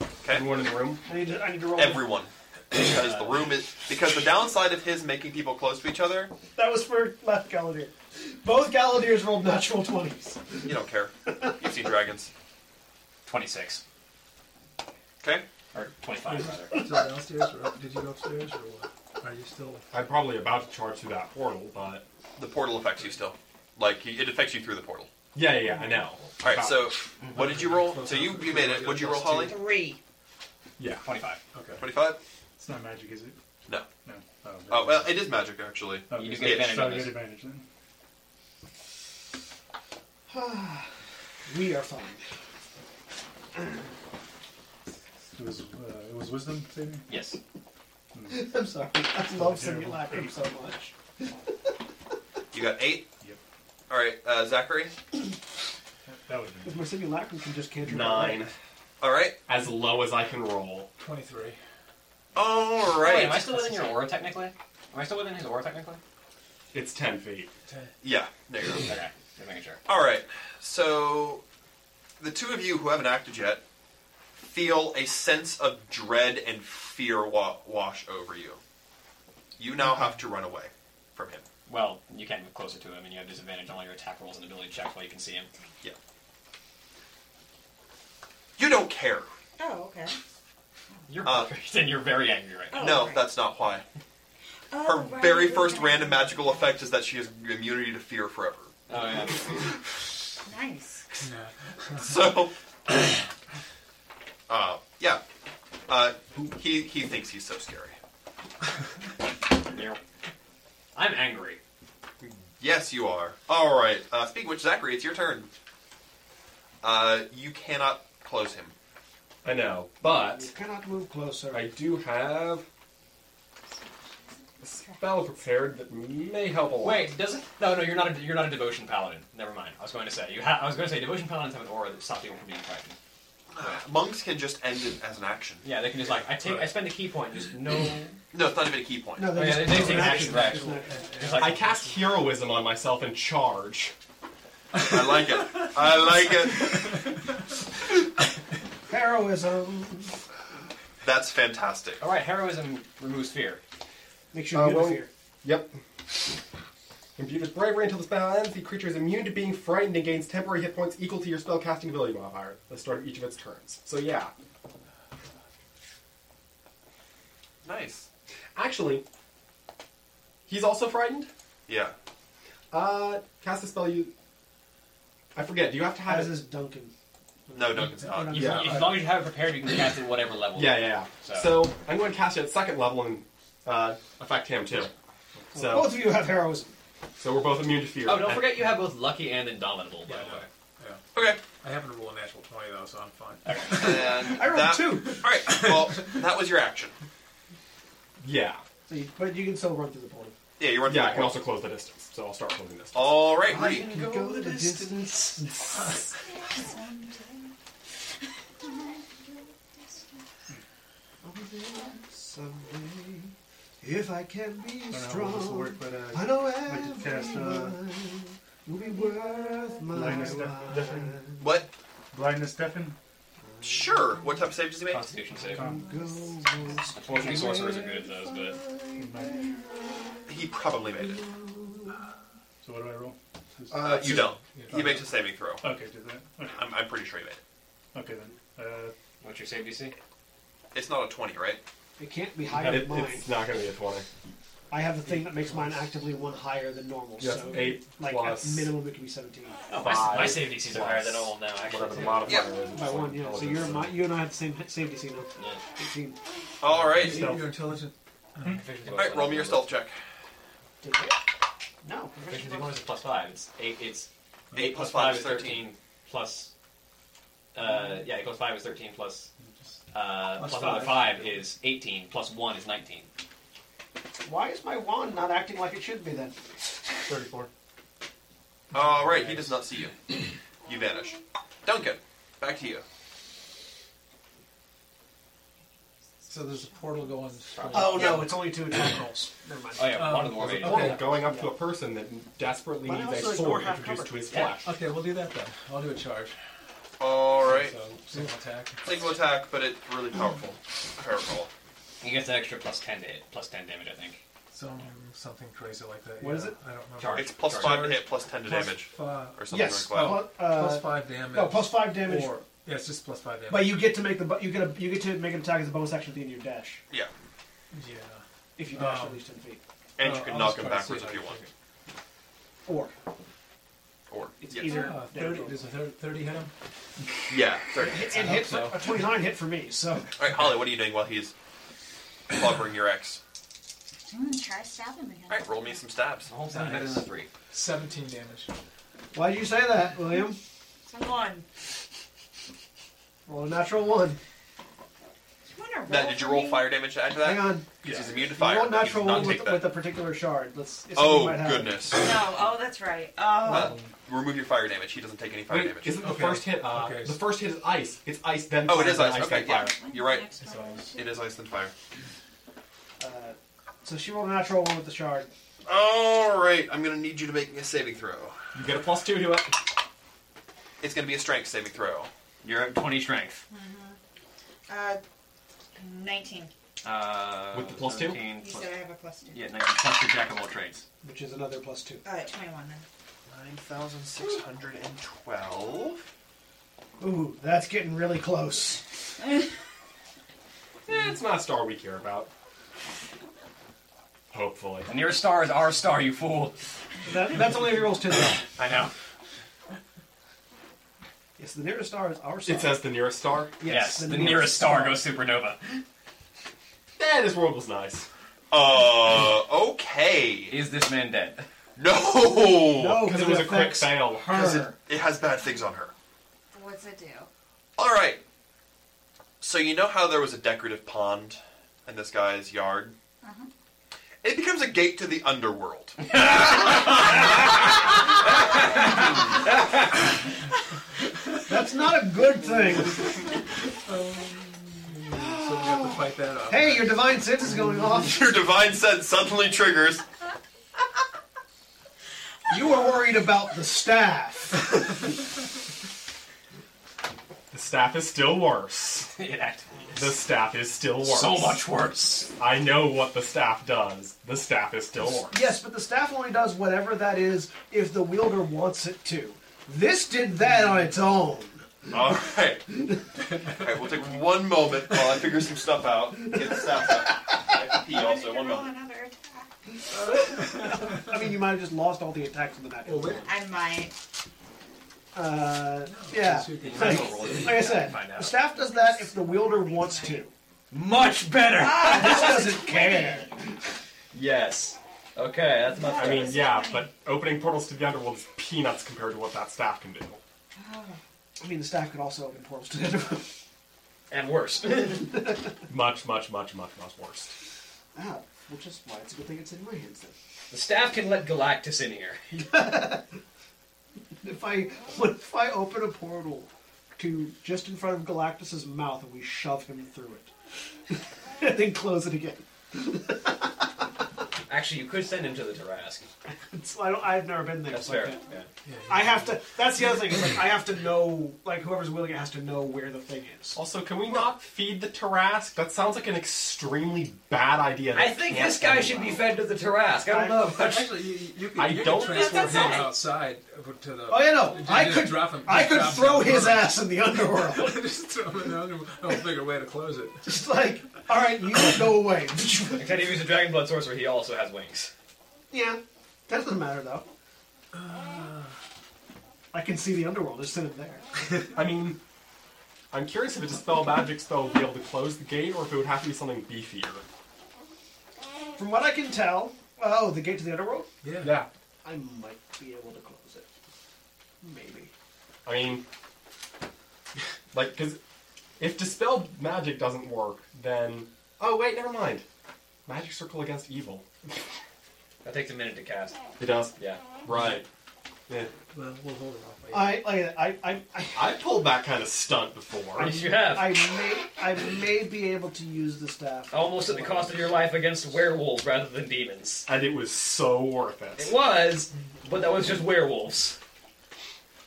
Okay. Everyone
in the room.
I need to, I need to roll.
Everyone, because the room is because the downside of his making people close to each other.
That was for left Galadir. Both Galadirs rolled natural 20s.
You don't care. You see dragons.
Twenty-six.
Okay.
Or twenty-five rather.
Still downstairs, or up, did you go upstairs, or what? Are you still?
I'm probably about to charge through that portal, but
the portal affects you still. Like you- it affects you through the portal.
yeah, yeah, yeah, I know.
All right. So what did you roll? So you you made it. What did you roll, Holly?
Three.
Yeah,
twenty-five.
Okay.
Twenty-five.
It's not magic, is it?
No.
No.
Oh well, it is magic actually.
You do
It's-
get advantage
So
on
I get
this.
advantage then.
we are fine.
It was, uh, it was wisdom saving?
Yes.
I'm sorry. I love Simulacrum so much.
You got eight. Yep. All right, uh, Zachary.
That would
If my Simulacrum can just cantrip.
Nine.
All right.
As low as I can roll.
23.
All right.
Wait, am I still within your aura technically? Am I still within his aura technically?
It's ten feet.
Yeah. There you go.
Okay. Just making sure.
All right. So the two of you who haven't acted yet feel a sense of dread and fear wa- wash over you. You now have to run away from him.
Well, you can't move closer to him, and you have disadvantage on all your attack rolls and ability checks while you can see him.
Yeah. You don't care.
Oh, okay.
You're
Uh,
perfect, and you're very angry right now.
Oh,
no,
right.
that's not why.
Oh,
Her
right,
very
right,
first
right.
random magical effect is that she has immunity to fear forever.
Oh yeah.
Nice.
So, uh, yeah, uh, he he thinks he's so scary.
Yeah. I'm angry.
Yes, you are. All right. Uh, speaking of which, Zachary, it's your turn. Uh, you cannot close him.
I know, but
You cannot move closer.
I do have a spell prepared that may help a lot.
Wait, doesn't? No, no, you're not. A, you're not a devotion paladin. Never mind. I was going to say you. Ha- I was going to say devotion paladins have an aura that stops people from being frightened.
Monks can just end it as an action.
Yeah, they can just like I take. I spend a key point. Just no.
No, it's not even a key point.
No,
Oh, yeah, they, they take an action for action. Just like
I cast heroism on myself and charge.
I like it. I like it.
Heroism.
That's fantastic.
all right, heroism removes fear.
Make sure you
Uh,
get
well-
a fear.
Yep. Imbued with bravery until the spell ends, the creature is immune to being frightened and gains temporary hit points equal to your spell casting ability modifier at the start of each of its turns. So yeah.
Nice.
Actually, he's also frightened.
Yeah.
Uh, cast a spell you. I forget. Do you have to have
As
it?
is Duncan.
No, Duncan's not.
You-
Yeah.
you- Oh, as long as you have it prepared, you can cast it at whatever level.
Yeah, yeah, yeah.
So,
So, I'm going to cast it at second level and uh, affect him too.
Well,
So,
both of you have heroism.
so we're both immune to fear.
oh, don't
And-
forget you have both lucky and indomitable. By
Yeah,
the way.
yeah.
Okay.
I happen to roll a natural 20, though, so I'm fine.
And
I rolled
that-
two.
All right. Well, that was your action.
Yeah.
So you, but you can still run through the portal.
Yeah, you run.
Yeah,
through
I
the portal.
can also close the distance. So I'll start closing this.
All right, Reed.
Go, the distance. Someday, if I can be
I don't know how well this will work, but uh,
I know
like to cast uh,
will be worth
blindness, def- deafen,
What?
blindness, deafen.
Sure. What type of save does he make?
Constitution save.
Um, Go,
Unfortunately, sorcerers are good at those, but
He probably made it.
So what do I roll? Just-
Uh, you don't. He
yeah.
makes a saving throw.
Okay, do that. Okay,
I'm, I'm pretty sure he made it.
okay then. Uh,
what's your save DC?
It's not a 20, right?
It can't be higher
It-
than mine.
it's not going to be a 20.
I have the thing that makes mine actively one higher than normal.
Yes,
so
eight
like
plus-
at minimum it can be seventeen.
Oh, my, s- my
Five
save DCs are
plus
higher than all now. Actually,
Whatever the
too.
modifier
Yeah.
is. it's
By
like
one, yeah. So you're
intelligence,
my, you and I have the same safety scene.
Yeah.
Eighteen.
All right.
Your intelligent.
All
Proficiency bonus
right, roll me your
level.
stealth check.
Did it?
No, proficiency bonus is plus five. It's eight. It's
8
plus five is thirteen. Plus, uh, yeah, it goes five is thirteen. Plus
just
Uh,
Plus
plus another
five.
five is eighteen. Plus one is nineteen.
Why is my wand not acting like it should be then?
Thirty-four.
All right, he does not see you. You vanish. Duncan, back to you.
So there's a portal going.
Oh no, it's only two attack rolls. Never
Oh,
mind.
There's a portal going up to a person that desperately
But I
needs a
also ignore
sword
half
introduced
cover.
to his
Yeah.
flesh.
Okay, we'll do that then. I'll do a charge.
All right.
Single attack.
Single attack, but it's really powerful. Powerful.
He gets an extra plus ten to hit, plus ten damage, I think.
Some, something crazy like that.
What is
yeah.
it?
I don't remember.
Charge.
It's plus
Charge.
five to hit, plus ten to
Plus
damage,
five.
or something
Yes.
like that.
Well, uh,
plus five damage.
No, plus five damage.
Or, yeah, it's just plus five damage.
But you get to make the bu- you get a, you get to make an attack as a bonus action at the end of your dash.
Yeah.
Yeah.
If you dash
Um,
at least ten feet.
And
Oh,
you can
I'll
knock
just
him
try to see
backwards
if
if
I
you
can
want.
Or
Or it's
Ah, 30, does a 30, 30 hit him?
Yeah, thirty.
It, it hit for, a twenty-nine hit for me. So
All right, Holly, what are you doing while he's clobbering your ex?
I'm gonna try to stab him again.
All right, roll me some stabs.
better than three.
17 damage.
why do you say that, William?
Come on.
Roll a natural one.
You wanna roll?
That, did you roll fire damage after that?
Hang on.
Because he's immune to
You
fire.
roll
He does
natural
not
one
take
with,
that.
with a particular shard. Let's. it's something
oh
might Uh, happen.
goodness.
No. Oh, that's right. Oh.
Uh, remove your fire damage. He doesn't take any fire
Wait,
damage.
isn't the first hit? Uh, The first hit is ice. It's ice then.
Oh,
fire,
it is ice.
then then
Okay, yeah,
fire.
you're right. It is ice then fire.
Uh, so she rolled a natural one with the shard.
All right, I'm gonna need you to make me a saving throw.
You get a plus two to it.
It's gonna be a strength saving throw.
You're at twenty strength.
Uh, 19.
Uh,
With the plus two?
17
You
plus-
said I have a plus 2.
yeah, nineteen plus your jack of all trades.
Which is another plus two.
Uh, 21 then.
Nine thousand six hundred and twelve.
Ooh, that's getting really close.
Eh, it's not a star we care about. Hopefully.
The nearest star is our star, you fool.
That, that's only if he rolls ten.
I know.
Yes, the nearest star is our star.
It says the nearest star.
Yes, the, nearest, star goes supernova.
Eh, this world was nice.
Uh, okay.
Is this man dead?
No.
No,
Because it was a quick
Oh, affects
fail.
Her.
It, it has bad things on her.
What's it do?
All right. So you know how there was a decorative pond in this guy's yard? It becomes a gate to the underworld.
That's not a good thing.
So we have to fight that off.
hey, your divine sense is going off.
Your divine sense suddenly triggers.
You were worried about the staff.
The staff is still worse.
it actually is.
The staff is still worse.
So much worse.
I know what the staff does. The staff is still worse.
Yes, but the staff only does whatever that is if the wielder wants it to. This did that on its own.
All right. All right, we'll take one moment while I figure some stuff out. Get the staff out. I have to pee also. One
roll
moment.
another attack.
I mean, you might have just lost all the attacks on the back.
Well, wait.
I might.
Uh, yeah.
Since you can-
Like, like I said,
Find out.
the staff does that if the wielder wants to.
Much better.
This doesn't care.
Ah! Yes. Okay, that's much
I mean, yeah, but opening portals to the underworld is peanuts compared to what that staff can do.
I mean, the staff could also open portals to the
and worse.
Much, much, much, much, much worse.
Ah, which is why it's a good thing it's in my hands then.
The staff can let Galactus in here.
If I what if I open a portal to just in front of Galactus's mouth and we shove him through it, and then close it again?
Actually, you could send him to the Tarask.
It's, I don't, I've never been there.
That's
so I
fair.
can't-
Yeah.
I have to. That's the other thing. Is like, I have to know. Like whoever's willing it has to know where the thing is.
Also, can we not feed the Tarask? That sounds like an extremely bad idea. that
I think
can't
this guy
end
should be
well.
fed to the Tarask. I don't know.
But Actually, you, you- you can,
I
you
don't-
can transport
That's
him
it.
outside to the.
Oh yeah, no.
you
I
just
could
drop him-
I
just
could
drop him
throw
in the
his
corner.
ass in the underworld.
just throw him in the underworld. I'll figure a way to close it.
Just like, all right, you go away.
Except if he's a Dragon Blood Sorcerer, he also has wings.
yeah, that doesn't matter though. Uh, I can see the underworld. Just send it there.
I mean, I'm curious if a dispel magic spell would be able to close the gate, or if it would have to be something beefier.
From what I can tell, oh, the gate to the underworld.
Yeah.
Yeah.
I might be able to close it. Maybe.
I mean, like, because If dispel magic doesn't work, then oh wait, never mind. Magic circle against evil.
That takes a minute to cast.
It does.
Yeah.
Right. Yeah.
Well, we'll hold it off.
I, like, I, I, I,
I pulled that kind of stunt before.
I may, I may be able to use the staff.
Almost at the cost of your life against werewolves rather than demons.
And it was so worth it.
It was, but that was just werewolves.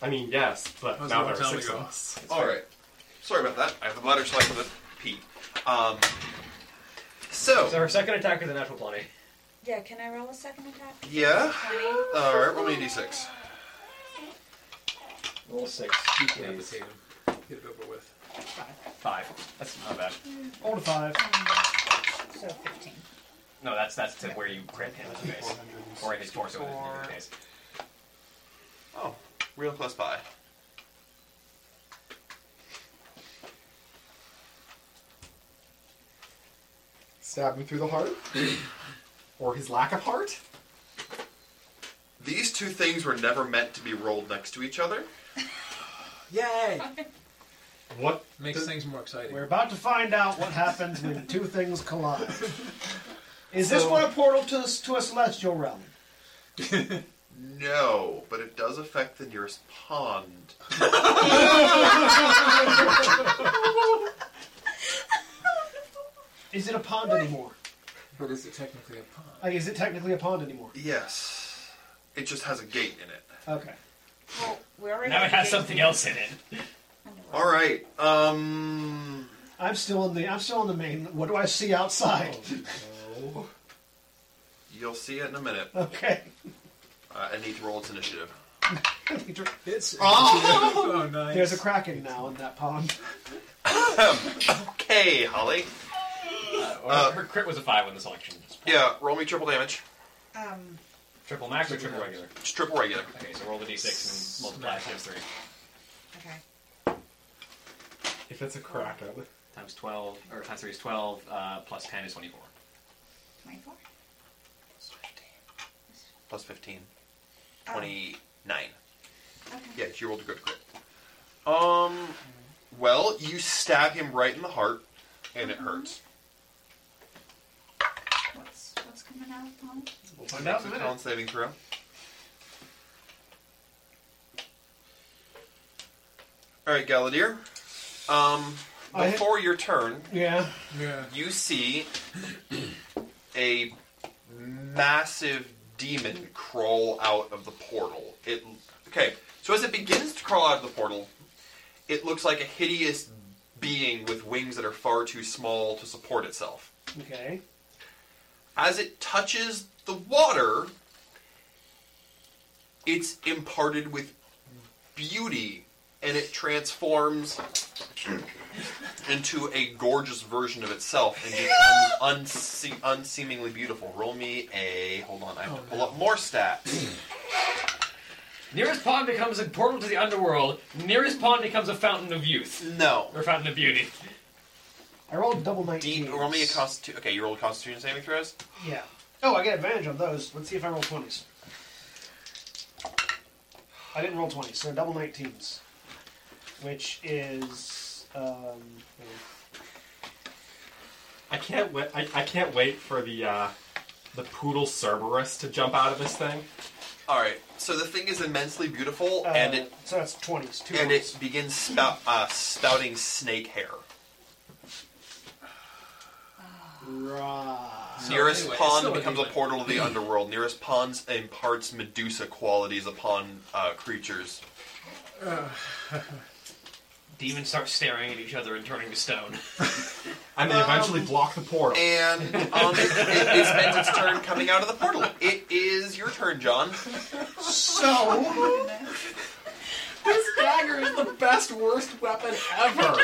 I mean, yes, but
That was a
now
long
there are
time
six
ago.
of us.
All right. Sorry about that. I have the bladder so I can pee. Um, so.
So her second attack is a natural 20.
Yeah, can I roll a second attack?
Yeah.
Twenty.
All right. Roll me a d6.
Roll six. Please.
Get it over with.
Five. That's not bad.
Roll to five.
So 15.
No, that's that's to where you crit him in the face. Or in his torso in the face.
Oh, real close by.
Stab him through the heart, or his lack of heart.
These two things were never meant to be rolled next to each other.
Yay!
What
makes things more exciting?
We're about to find out what happens when two things collide. Is this what a portal to, the- to a celestial realm?
No, but it does affect the nearest pond.
Is it a pond anymore?
But is it technically a pond?
Like, is it technically a pond anymore?
Yes. It just has a gate in it.
Okay.
Well, we already
Now it has something else in it.
All right. Um.
I'm still in the. I'm still in the main. What do I see outside?
You'll see it in a minute.
Oh.
Okay.
Uh, I need to roll its initiative.
It's
Oh!
oh, nice.
There's a kraken now in that pond.
okay, Holly.
Uh, her crit was a five on this election.
Yeah, roll me triple damage.
Um,
Triple max or triple regular?
It's triple regular.
Okay, so roll the d6 and multiply it times 3.
okay.
If it's a kraken,
Times 12, or times 3 is 12, uh, plus 10 is 24.
24.
Plus 15.
Oh.
29.
Okay.
Yeah, you rolled a good crit. Um, well, you stab him right in the heart, and it hurts.
What's, what's coming out of the pond?
We'll
Makes a talent saving throw. All right, Galadir. Um,
I hit-
before your turn,
Yeah.
Yeah.
you see a massive demon crawl out of the portal. It okay. So as it begins to crawl out of the portal, it looks like a hideous being with wings that are far too small to support itself
Okay.
as it touches the water, it's imparted with beauty and it transforms into a gorgeous version of itself and becomes unse- unseemingly beautiful. Roll me a. Hold on, I have to pull up more stats.
Nearest pond becomes a portal to the underworld. Nearest pond becomes a fountain of youth.
No.
Or fountain of beauty.
I rolled double nineteen.
Roll me a constitution. Okay, you roll constitution saving throws?
Yeah. Oh, I get advantage on those. Let's see if I roll twenties. I didn't roll twenties. So double nineteens, which is um,
I can't wait. I, I can't wait for the uh, the poodle Cerberus to jump out of this thing.
Alright, so the thing is immensely beautiful
uh,
and it
so that's twenties. Two
and
twenties.
it begins spout, uh, spouting snake hair.
Right.
Nearest
anyway, it's
pond
still a
becomes a
demon.
portal to the underworld. Nearest ponds imparts Medusa qualities upon uh, creatures.
Demons start staring at each other and turning to stone.
And they eventually block the portal.
And um, it, it, it spends its turn coming out of the portal. It is your turn, John.
So
This dagger is the best worst weapon ever.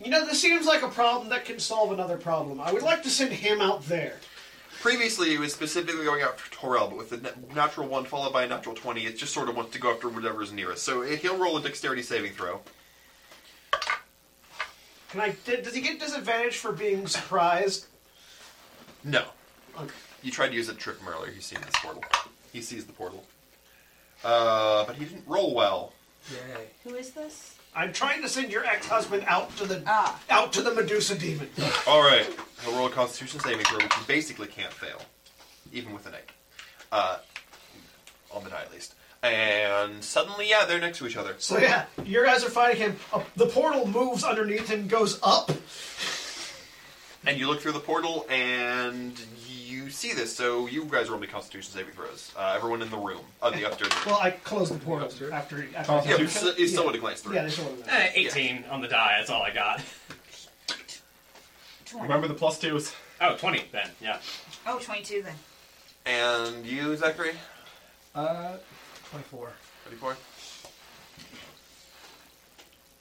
you know this seems like a problem that can solve another problem. I would like to send him out there.
Previously, it was specifically going after Torel, but with the na- natural one followed by a natural 20, it just sort of wants to go after whatever's nearest. So it, he'll roll a dexterity saving throw.
Can I? Did, does he get disadvantage for being surprised?
No.
Okay.
You tried to use it to trip him earlier. He's seen this portal. He sees the portal. Uh, but he didn't roll well.
Yay.
Who is this?
I'm trying to send your ex-husband out to the out to the Medusa demon.
All right, he'll roll a Constitution saving throw, which he basically can't fail, even with an eight, uh, on the die at least. And suddenly, yeah, they're next to each other.
So yeah, your guys are fighting him. Uh, the portal moves underneath and goes up.
And you look through the portal, and you see this. So you guys roll me Constitution saving throws. Uh, everyone in the room, uh, the upstairs.
Well, I closed the portal after. after
Yeah, but it's- it's still at a glance through.
Yeah, they still would
Eh, 18 on the die, that's all I got.
Remember the plus twos.
Oh, 20 then, yeah.
Oh, 22 then.
And you, Zachary?
Uh,
24.
24?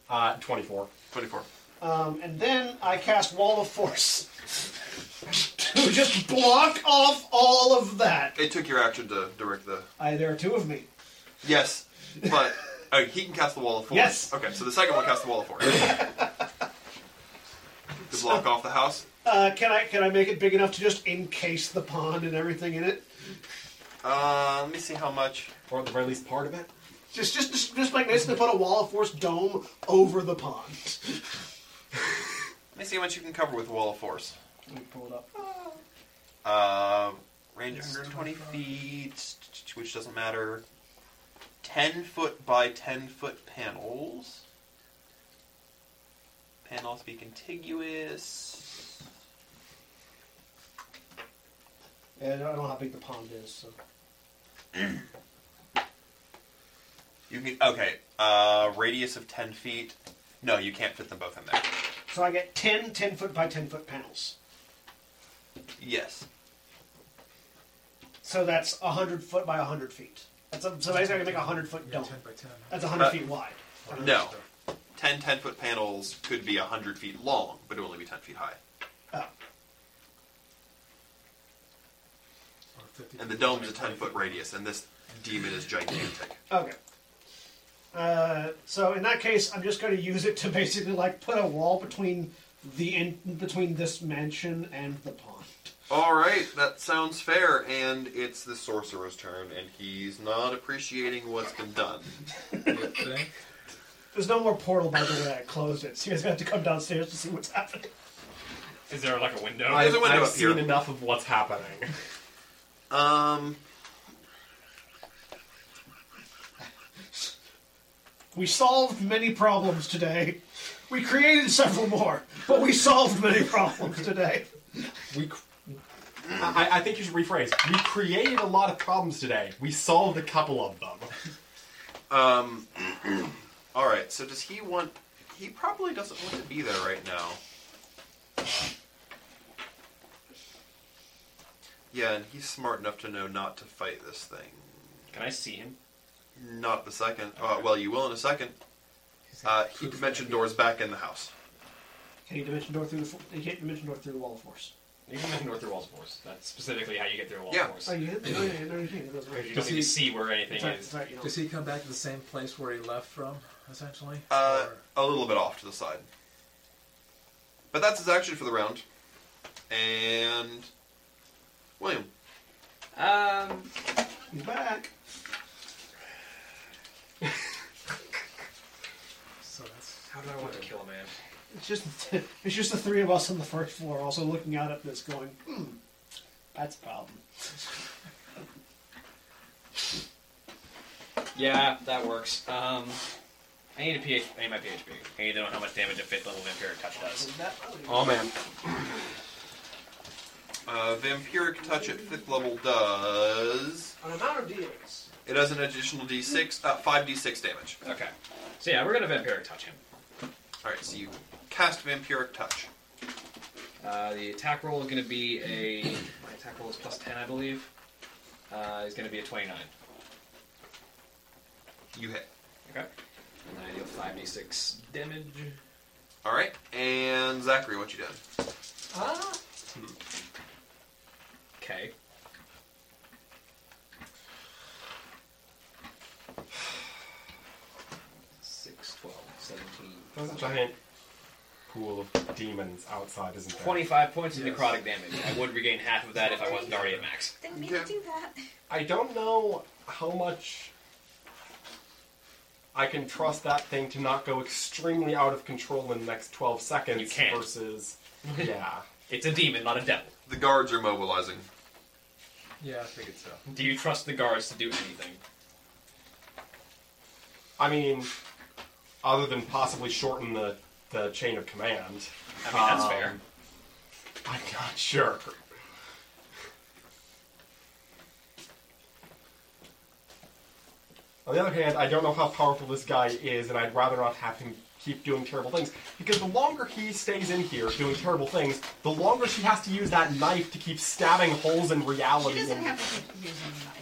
Uh, 24.
24.
Um, and then I cast Wall of Force to just block off all of that.
It took your action to direct the.
I, there are two of me.
Yes, but oh, he can cast the wall of force.
Yes.
Okay, so the second one casts the wall of force to block off the house.
Uh, can I can I make it big enough to just encase the pond and everything in it?
Uh, let me see how much.
Or at the very least, part of it.
Just just just, just like basically put a Wall of Force dome over the pond.
Let me see how much you can cover with the wall of force.
Let me pull it up.
Uh, range 120 feet, which doesn't matter. 10 foot by 10 foot panels. Panels be contiguous.
And I don't know how big the pond is. So.
You can okay. Uh, radius of 10 feet. No, you can't fit them both in there.
so I get 10 10 foot by 10 foot panels.
Yes.
So that's 100 foot by 100 feet. That's a, so basically I can make a 100 foot dome. 10 by 10. That's 100
Uh,
feet wide.
No. 10 10 foot panels could be 100 feet long, but it would only be 10 feet high.
Oh.
And the dome's a 10 foot radius, and this demon is gigantic.
Okay. Uh, so in that case, I'm just going to use it to basically like put a wall between the in, between this mansion and the pond.
Alright, that sounds fair, and it's the sorcerer's turn, and he's not appreciating what's been done.
There's no more portal by the way. I closed it, so you guys have to come downstairs to see what's happening.
Is there like a window?
I've,
There's a window
I've
up here.
seen enough of what's happening.
Um,
We solved many problems today. We created several more, but we solved many problems today.
We, cr- I, I think you should rephrase. We created a lot of problems today. We solved a couple of them.
Um, all right. So does he want? He probably doesn't want to be there right now. Yeah, and he's smart enough to know not to fight this thing.
Can I see him?
Not the second. Uh, well, you will in a second. Uh, he dimension doors back in the house.
Can you dimension door through the? fo- You can't dimension door through the wall of force.
You can mention North through walls of force. That's specifically how you get through a wall
Yeah.
of force.
Oh, you hit- oh, yeah, no, you can't. It doesn't work.
Because you don't
Does
need
he-
to see where anything
Sorry,
is.
sorry, you don't-
Does he come back to the same place where he left from, essentially?
Uh, a little bit off to the side. But that's his action for the round. And William.
Um,
He's back.
So that's
How do I want to kill a man?
It's just it's just the three of us on the first floor, also looking out at this, going, hmm, "That's a problem."
Yeah, that works. Um, I need a PH. I need my PHP. I need to know how much damage a fifth level vampiric touch does.
Oh man.
Uh, Vampiric Touch at 5th level does.
An amount of deals.
It does an additional d6, uh, 5d6 damage.
Okay. So yeah, we're gonna vampiric touch him.
Alright, so you cast Vampiric Touch.
Uh, the attack roll is gonna be a. My attack roll is plus ten, I believe. Uh, is gonna be a twenty-nine.
You hit.
Okay. And then I deal five d six damage.
Alright, and Zachary, what you done?
Ah.
Okay. Six, twelve, seventeen.
There's a giant pool of demons outside, isn't there?
25 points of necrotic damage. I would regain half of that if I wasn't already at max.
Didn't mean to do that.
I don't know how much I can trust that thing to not go extremely out of control in the next 12 seconds
You can't.
versus. Yeah.
It's a demon, not a devil.
The guards are mobilizing.
Yeah, I figured so.
Do you trust the guards to do anything?
I mean, other than possibly shorten the, the chain of command.
I mean, that's fair.
I'm not sure. On the other hand, I don't know how powerful this guy is, and I'd rather not have him keep doing terrible things. Because the longer he stays in here doing terrible things, the longer she has to use that knife to keep stabbing holes in reality.
She doesn't
and-
have to keep using the knife.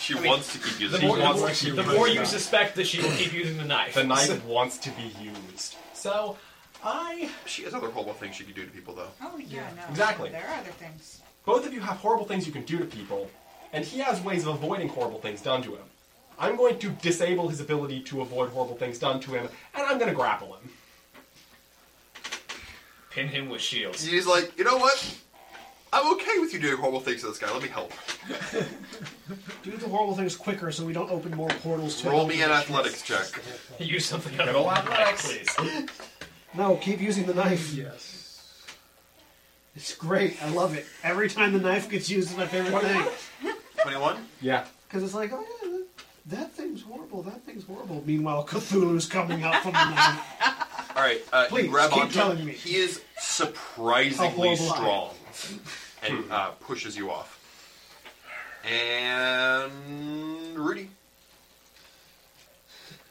She wants to keep using
the more-
it.
the more- the
The more you suspect that she will keep using the knife.
The knife wants to be used. So, I.
She has other horrible things she could do to people, though.
Oh yeah, no.
Exactly.
There are other things.
Both of you have horrible things you can do to people, and he has ways of avoiding horrible things done to him. I'm going to disable his ability to avoid horrible things done to him, and I'm going to grapple him.
Pin him with shields.
He's like, you know what? I'm okay with you doing horrible things to this guy. Let me help.
Do the horrible things quicker so we don't open more portals to
Roll me an athletics check.
Use something other
Roll
than the knife,
athletics.
please.
No, keep using the knife. Yes. It's great. I love it. Every time the knife gets used, it's my favorite thing.
21?
Yeah.
Because it's like, oh, yeah, that thing's horrible. That thing's horrible. Meanwhile, Cthulhu's coming out from the knife.
All right, uh, you
Please,
grab
keep
onto him.
telling me.
He is
How
surprisingly
horrible I am.
strong and uh, pushes you off. And Rudy,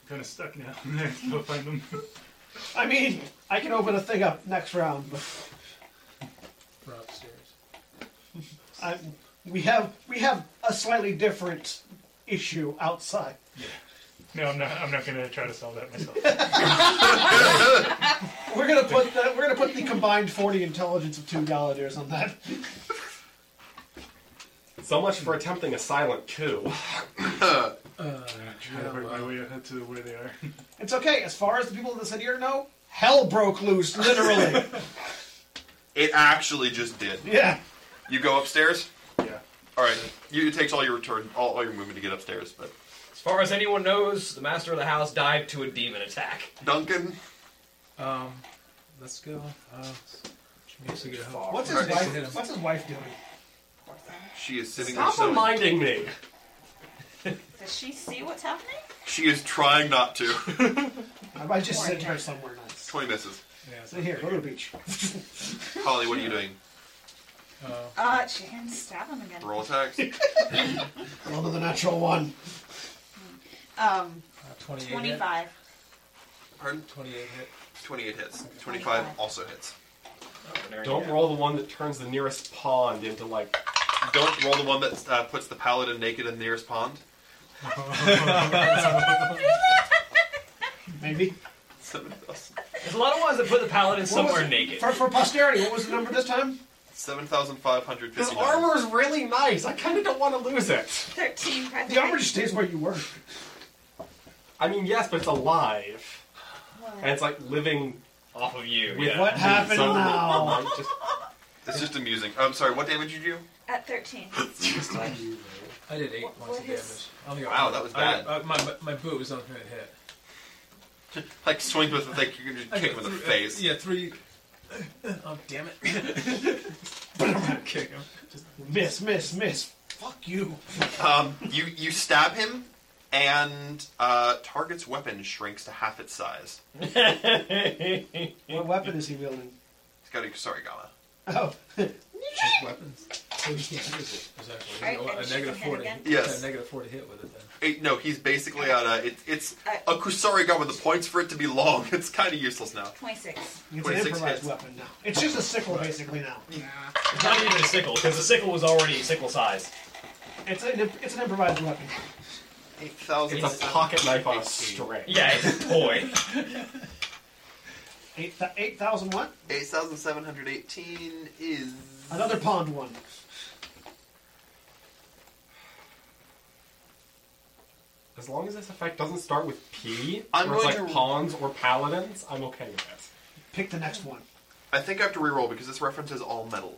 kind of stuck now. Let's go find them.
I mean, I can open a thing up next round, but
We're upstairs.
I, we have we have a slightly different issue outside.
No, I'm not. I'm not gonna try to solve that myself.
We're gonna put the, we're gonna put the combined forty intelligence of two Galadirs on that.
So much for attempting a silent coup.
Uh, try to work my way ahead to where they are.
It's okay. As far as the people of the city are know, hell broke loose, literally.
it actually just did.
yeah.
You go upstairs.
Yeah.
All right, you, it takes all your return, all, all your movement to get upstairs. But
As far as anyone knows, the master of the house died to a demon attack.
Duncan,
Um, let's go. Uh, she needs to get help.
What's his wife? What's his wife doing?
she is sitting.
Stop
there sewing.
reminding me!
Does she see what's happening?
She is trying not to.
I might just send her somewhere nice.
Twenty misses.
Sit here. Go to the beach.
Holly, what are you doing?
Oh.
Uh, she can stab him again.
Roll attacks.
Roll another natural one.
Um,
Uh, 28 hit.
twenty-five.
Pardon?
28 hit.
Twenty-eight hits. Twenty-five also hits.
Don't roll the one that turns the nearest pond into like.
Don't roll the one that uh, puts the paladin naked in the nearest pond.
Maybe.
Seven thousand.
There's a lot of ones that put the paladin somewhere
it?
naked.
For, for posterity, what was the number this time?
Seven thousand five hundred
This
fifty.
armor is really nice. I kind of don't want to lose it.
Thirteen. present.
The armor just stays where you were.
I mean, yes, but it's alive, and it's like living
Off of you.
with
yeah.
What happened
something.
now?
Like, just-
It's just amusing. I'm sorry. What damage did you do?
At thirteen.
I did eight
What-
points
what
of
is-
damage. I only got
Wow,
one.
that was
I got-
bad.
uh, my, my- my boot was the only thing that hit.
Like swing with it, like you can just
I
kick him
got
in the
three- uh,
face.
yeah, three. Oh damn it! I'm kidding.
Miss, miss, miss. Fuck you.
Um, you you stab him, and uh, target's weapon shrinks to half its size.
What weapon is he wielding?
It's got a sorry, Gama.
Oh,
Just weapons. So you can't use it. Exactly.
Right,
You know,
and
a
she
negative
can hit
four to
again?
hit.
Yes.
A negative four to hit with it then.
It- no, he's basically on a. It, it's a Kusari gun with the points for it to be long. It's kind of useless now.
Twenty-six.
it's an
26
improvised
hits.
weapon now. It's just a sickle, basically, now.
It's not even a sickle, because the sickle was already sickle sized.
It's an, imp- it's an improvised weapon.
Eight thousand.
it's a pocket knife on a string.
Yeah, it's a toy.
Eight thou- 8,000 what?
Eight thousand seven hundred eighteen is.
Another pond one.
As long as this effect doesn't start with P,
I'm
or it's
going
like
to-
pawns or paladins, I'm okay with it.
Pick the next one.
I think I have to reroll because this references all metal,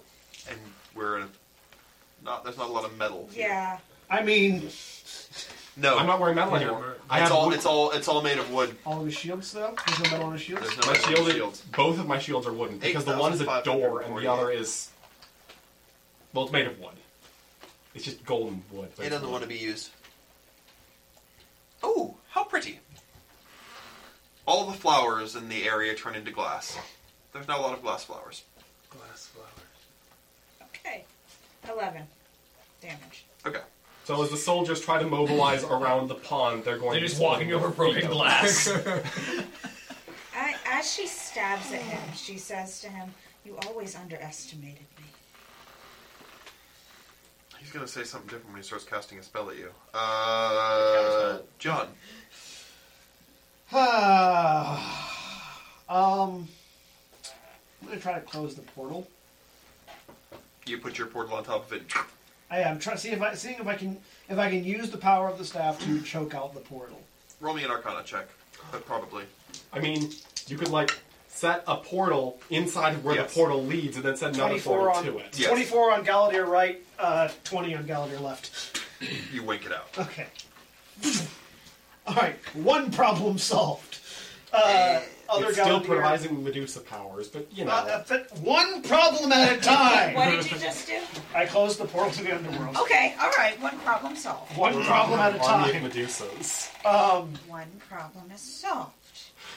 and we're in a, not. There's not a lot of metal. here.
Yeah.
I mean,
No,
I'm not wearing metal
These are
anymore.
mer-
I
it's
have
all
wood-
it's all it's all made of wood.
All of his shields, though? There's no metal on his shields?
There's no
my
metal on
shield
his
is-
shields.
both of my shields are wooden because the one's a door and the other is well, it's made of wood. It's just golden wood.
It doesn't want to be used.
Oh, how pretty!
All the flowers in the area turn into glass. There's not a lot of glass flowers.
Glass flower.
Okay. 11 damage.
Okay.
So as the soldiers try to mobilize around the pond, they're going.
They're just walking over broken glass.
I, as she stabs at him, she says to him, You always underestimated me.
He's gonna say something different when he starts casting a spell at you. Uh, John.
um, I'm going to try to close the portal.
You put your portal on top of it.
I am trying to see if I seeing if I can if I can use the power of the staff to choke out the portal.
Roll me an Arcana check, but probably.
I mean, you could like set a portal inside of where the portal leads, and then set another
24
portal
on,
to it.
24 on Gallaudet right, uh, 20 on Gallaudet left.
You wink it out.
Okay. All right, one problem solved. Uh, other
it's still
Gallaudet-
providing Medusa powers, but you know.
Uh, that's it. one problem at a time.
what did you just do?
I closed the portal to the underworld.
Okay, all right. One problem solved.
One problem at a
Army
time.
of Medusas.
Um,
One problem is solved.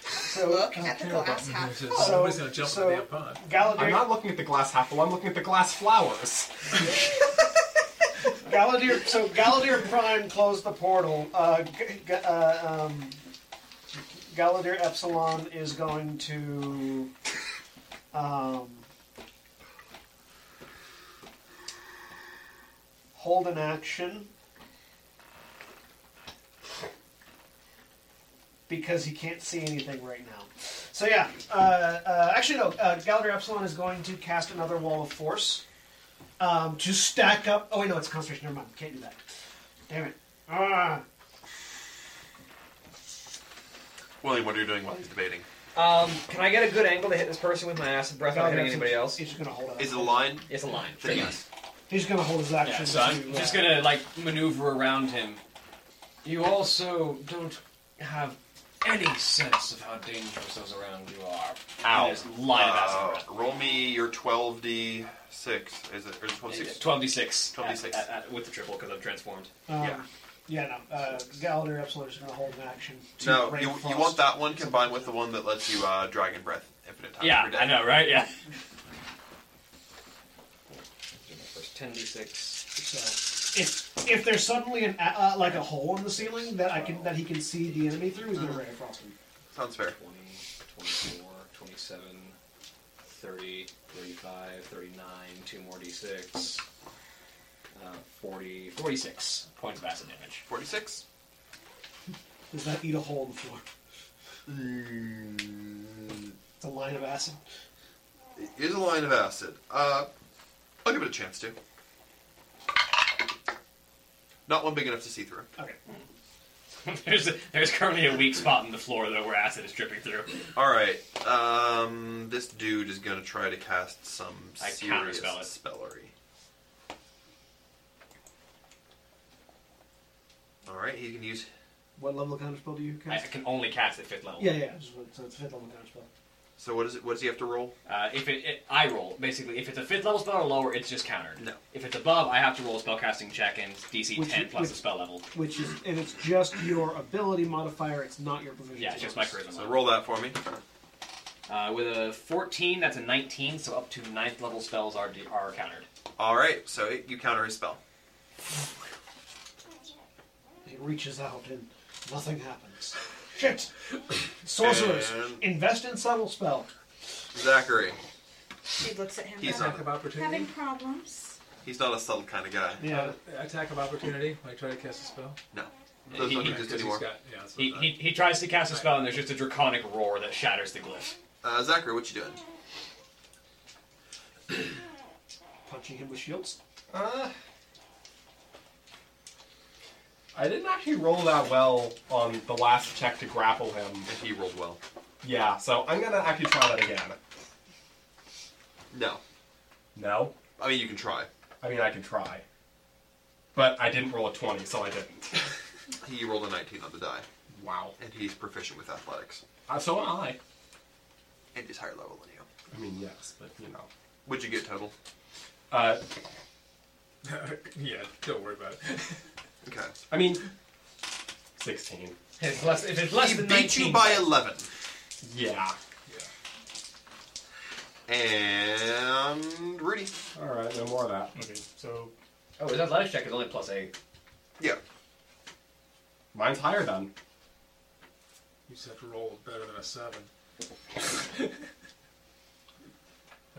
so,
Look at the glass Oh, half full.
Somebody's
gonna jump
so,
in the damn pond.
I'm not looking at the glass half full. I'm looking at the glass flowers.
Gallaudet, so Gallaudet Prime closed the portal. Uh, G- G- uh, um, Gallaudet Epsilon is going to. Um, hold an action. Because he can't see anything right now. So, yeah. Uh, uh, actually, no. Uh, Gallaudet Epsilon is going to cast another Wall of Force um, to stack up. Oh wait, no, it's concentration. Never mind. Can't do that. Damn it. Ah.
William, what are you doing while he's debating?
Um, can I get a good angle to hit this person with my acid breath
Oh,
without hitting
Gallaudet
anybody else?
He's just gonna hold.
Is it a line?
It's a line.
Then yes.
He's gonna hold his action.
Yeah, so I'm
to, uh,
just gonna like maneuver around him. You also don't have any sense of how dangerous those around you are.
Ow.
There's line of acid
Uh,
breath.
roll me your 12d6. Is it? Or 12d6?
12d6.
12d6.
At- at- at- with the triple because I've transformed.
um,
yeah.
Yeah, no. Uh, Gallaudet Epsilon is gonna hold an action. To
No,
Ray
you, you
Frost.
want that one combined with the one that lets you uh, dragon breath infinite time.
Yeah,
per day.
I know, right? Yeah. Do my first 10d6.
So, if if there's suddenly an a- uh, like a hole in the ceiling that I can that he can see the enemy through, he's gonna
Uh-huh.
ray of frost him.
Sounds fair.
20, 24, 27, 30, 35, 39, two more d6, uh, 40, 46 points of acid damage.
46?
Does that eat a hole in the floor? It's a line of acid.
Here's Mm, a line of acid. Uh, I'll give it a chance to. Not one big enough to see through.
Okay.
there's, there's currently a weak spot in the floor, though, where acid is dripping through.
Alright, um, this dude is going to try to cast some
I
serious
counterspell it.
spellery. Alright, he can use.
What level counter spell do you
I
cast?
can only cast at fifth level.
Yeah, yeah. just what- So it's fifth level counter spell.
So what is it? What does he have to roll?
Uh, if it, it, I roll, basically, if it's a fifth level spell or lower, it's just countered.
No.
If it's above, I have to roll a spellcasting check and it's DC
Which-
10 plus
which-
the spell level.
Which is, and it's just your ability modifier. It's not your proficiency.
Yeah, it's just my charisma.
So roll that for me.
Uh, with a 14, that's a 19, so up to ninth level spells are, are countered.
Alright, so it, you counter his spell.
It reaches out and nothing happens. Shit! Sorcerers,
And-
invest in subtle spell.
Zachary.
She looks at him.
He's
having-
not-
Attack of opportunity.
having problems.
He's not a subtle kind of guy.
Yeah.
Uh.
Attack of opportunity. Like try to cast a spell.
No. Those
He-
don't
he-
exist
Because he's
anymore.
got- yeah, that's what
He,
I-
he, he tries to cast a spell, and there's just a draconic roar that shatters the glyph.
Uh, Zachary, what you doing?
Punching him with shields.
Uh, I didn't actually roll that well on the last check to grapple him.
He rolled well.
Yeah, so I'm gonna actually try that again.
No.
No,
I mean, you can try.
I mean I can try, but I didn't roll a twenty, so I didn't.
He rolled a 19 on the die.
Wow.
And he's proficient with athletics.
Uh, so am I.
And he's higher level than you.
I mean, yes, but you know.
What'd you get total?
Uh,
yeah, don't worry about it.
okay.
I mean, 16.
If it's less- if it's less
he
than
beat
19,
you by
but-
11.
Yeah.
And Rudy.
All right, no more of that.
Okay, so
Oh, his athletics check is only plus eight.
Yeah.
Mine's higher then.
You just have to roll better than a seven.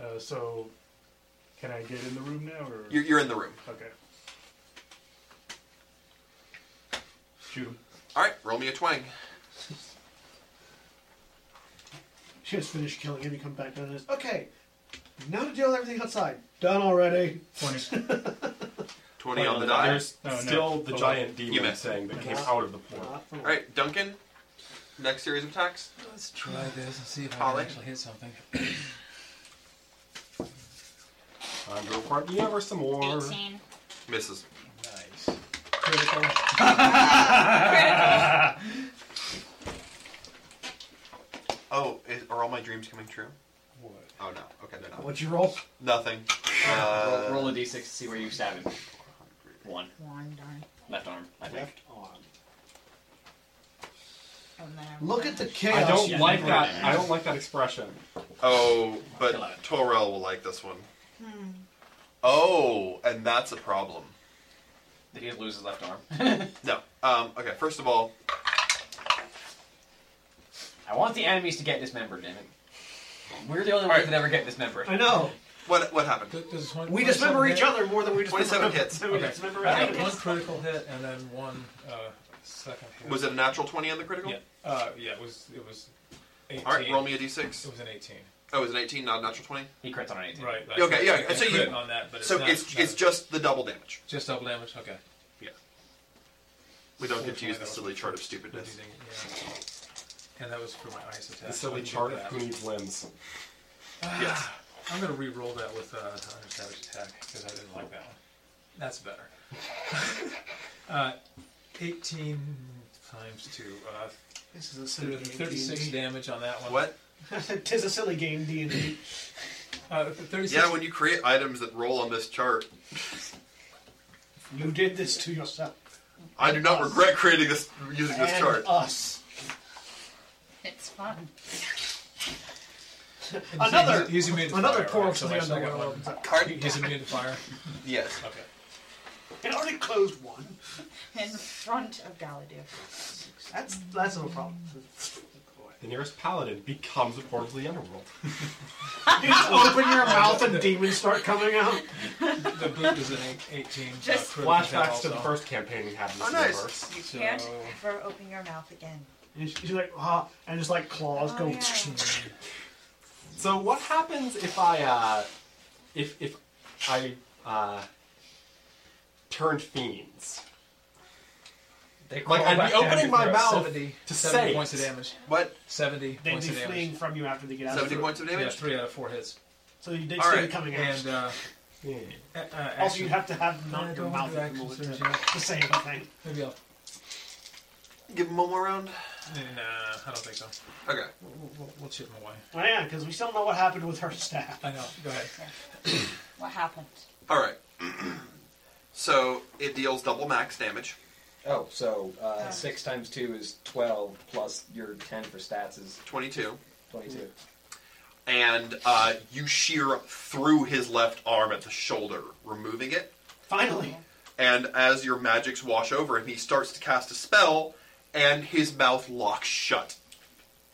uh, so can I get in the room now, or
You're, you're in the room.
Okay. Shoot him.
All right, roll me a twang.
She has finished killing him. You come back down and says, "Okay, now to deal with everything outside. Done already."
Twenty.
20
Wait,
on the die.
There's
Oh,
still the giant
You
demon
missed.
thing that
Uh-huh.
came out of the portal.
All right, Duncan. Next series of attacks.
Let's try this and see if I
Ollie.
can actually hit something.
Time to report the universe some more.
18.
Misses.
Nice.
Oh, is, are all my dreams coming true? What? Oh no. Okay, they're not.
What'd you roll?
Nothing. Uh,
roll, roll a d6 to see where you stab him. One.
One darn.
Left arm, I think.
Left arm.
And then I'm
Look at the
I
chaos.
don't
you
like
bring.
that. I don't like that expression.
Oh, but Torel will like this one.
Hmm.
Oh, and that's a problem.
Did he lose his left arm?
No. Um, okay. First of all,
I want the enemies to get dismembered, damn it. We're the only ones that ever get dismembered.
Uh,
I know.
what what happened?
We dismember each other more than we dismember.
27 hits.
than we dismember
I
others.
got one critical hit and then one uh, second hit.
Was it a natural twenty on the critical?
Yeah. Uh, yeah, it was. It was. 18.
All right. Roll me a d6.
It was an 18.
Oh, it was an eighteen, not a natural twenty.
He crits on an 18.
Right. I-
Okay.
I
Yeah. So
crit
you.
on that, but
So
it's not
it's it's just the double damage.
just double damage. Okay.
Yeah. We don't get to use the silly chart of stupidness.
And that was for my ice attack.
The silly
I'll
chart
get
of
that.
who needs limbs.
Yes.
I'm gonna re-roll that with uh, under savage attack because I didn't like that one. That's better. uh, 18 times two. Uh,
This is a silly game.
36
D&D.
damage on that one.
What?
Tis a silly game, D and D.
Uh, 36
Yeah. When you create items that roll on this chart,
You did this to yourself
I do not regret creating this using this
and
chart.
us.
It's fun.
Another,
He's- he's immune to
another
fire,
portal
right?
to
So
the
my second
underworld.
one-
opens up.
Pardon?
He's immune to fire.
Yes.
Okay.
It already closed one.
In front of Galadir.
That's that's no problem.
The nearest paladin becomes a portal to the underworld.
You just open your mouth and demons start coming out.
The boot is an eight- 18. uh,
Just
critical hit
Flashbacks
also.
to the first campaign we had in this
Oh, nice.
universe.
You
So-
can't ever open your mouth again.
And she's like, ah, and just like claws
Oh,
go.
yeah.
So what happens if I uh, if if I uh, turned fiends?
They crawl
Like I'd
back
be
down
opening
your
my
throat.
mouth
70,
to
70
say
points of
it.
damage.
What?
70
They'd
points
be
of damage.
fleeing from you after they get out.
Seventy
of
points of
Yeah,
damage.
three out of four hits.
So you did
All
see
right,
it coming out.
And uh,
Yeah.
a- uh,
also,
action-
you'd have to have
I
not your
don't
mouth
do
at the
action
moment
surge
to, to say anything.
Maybe I'll.
Give him one more round.
Nah, I don't think so.
Okay.
We'll, we'll, we'll chip him away.
Oh, yeah, because we still know what happened with her staff.
I know. Go ahead.
What happened?
All right. so it deals double max damage.
Oh, so uh, 6 times 2 is 12, plus your 10 for stats is
22.
22.
and uh, you shear through his left arm at the shoulder, removing it.
Finally,
And as your magics wash over him, he starts to cast a spell, and his mouth locks shut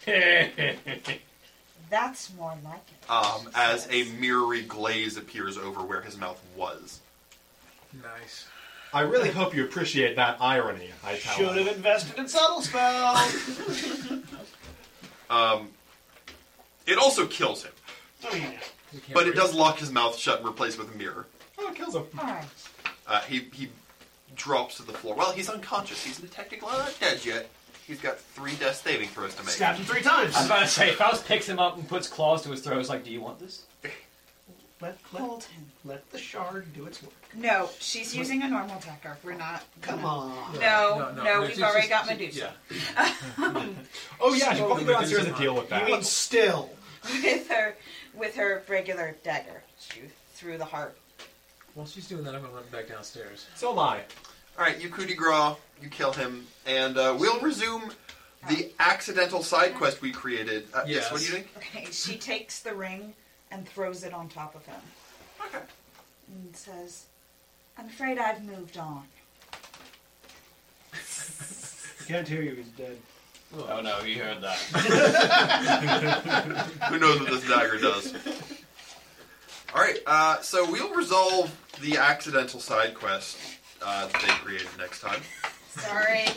That's more like it.
um, as a
Jesus.
mirrory glaze appears over where his mouth was.
Nice.
I really hope you appreciate that irony. I
should have invested in subtle spell.
It also kills him,
Oh, yeah.
You can't
but it
breathe.
does lock his mouth shut and replace with a mirror.
Oh, it kills him.
All right.
Uh, he, he drops to the floor. Well, he's unconscious. He's technically not dead yet. He's got three death saving throws to make.
Stabbed him three times.
I was about to say, Faust picks him up and puts claws to his throat. It's like, do you want this?
Let, let, let the shard do its work.
No, she's using a normal attacker. We're not.
Come on.
No, no, we've already got
Medusa.
Medusa.
Oh, yeah, she probably went downstairs to deal with that.
You mean
still?
with her, with her regular dagger, she threw the heart.
While she's doing that, I'm going to run back downstairs.
So am I.
All right, you coup de grace, you kill him, and uh, we'll resume the accidental side quest we created. Uh, yes. What do you think?
Okay, she takes the ring and throws it on top of him.
Okay.
And says, "I'm afraid I've moved on."
Can't hear you. He's dead.
Oh no, he heard that.
Who knows what this dagger does? All right, uh, so we'll resolve the accidental side quest uh, that they created next time.
Sorry.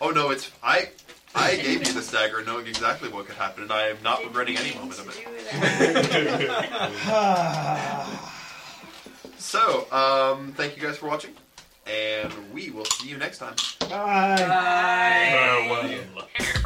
Oh no, it's I. I gave you this dagger knowing exactly what could happen, and I am not regretting any moment of it. so, um, thank you guys for watching, and we will see you next time.
Bye.
Farewell.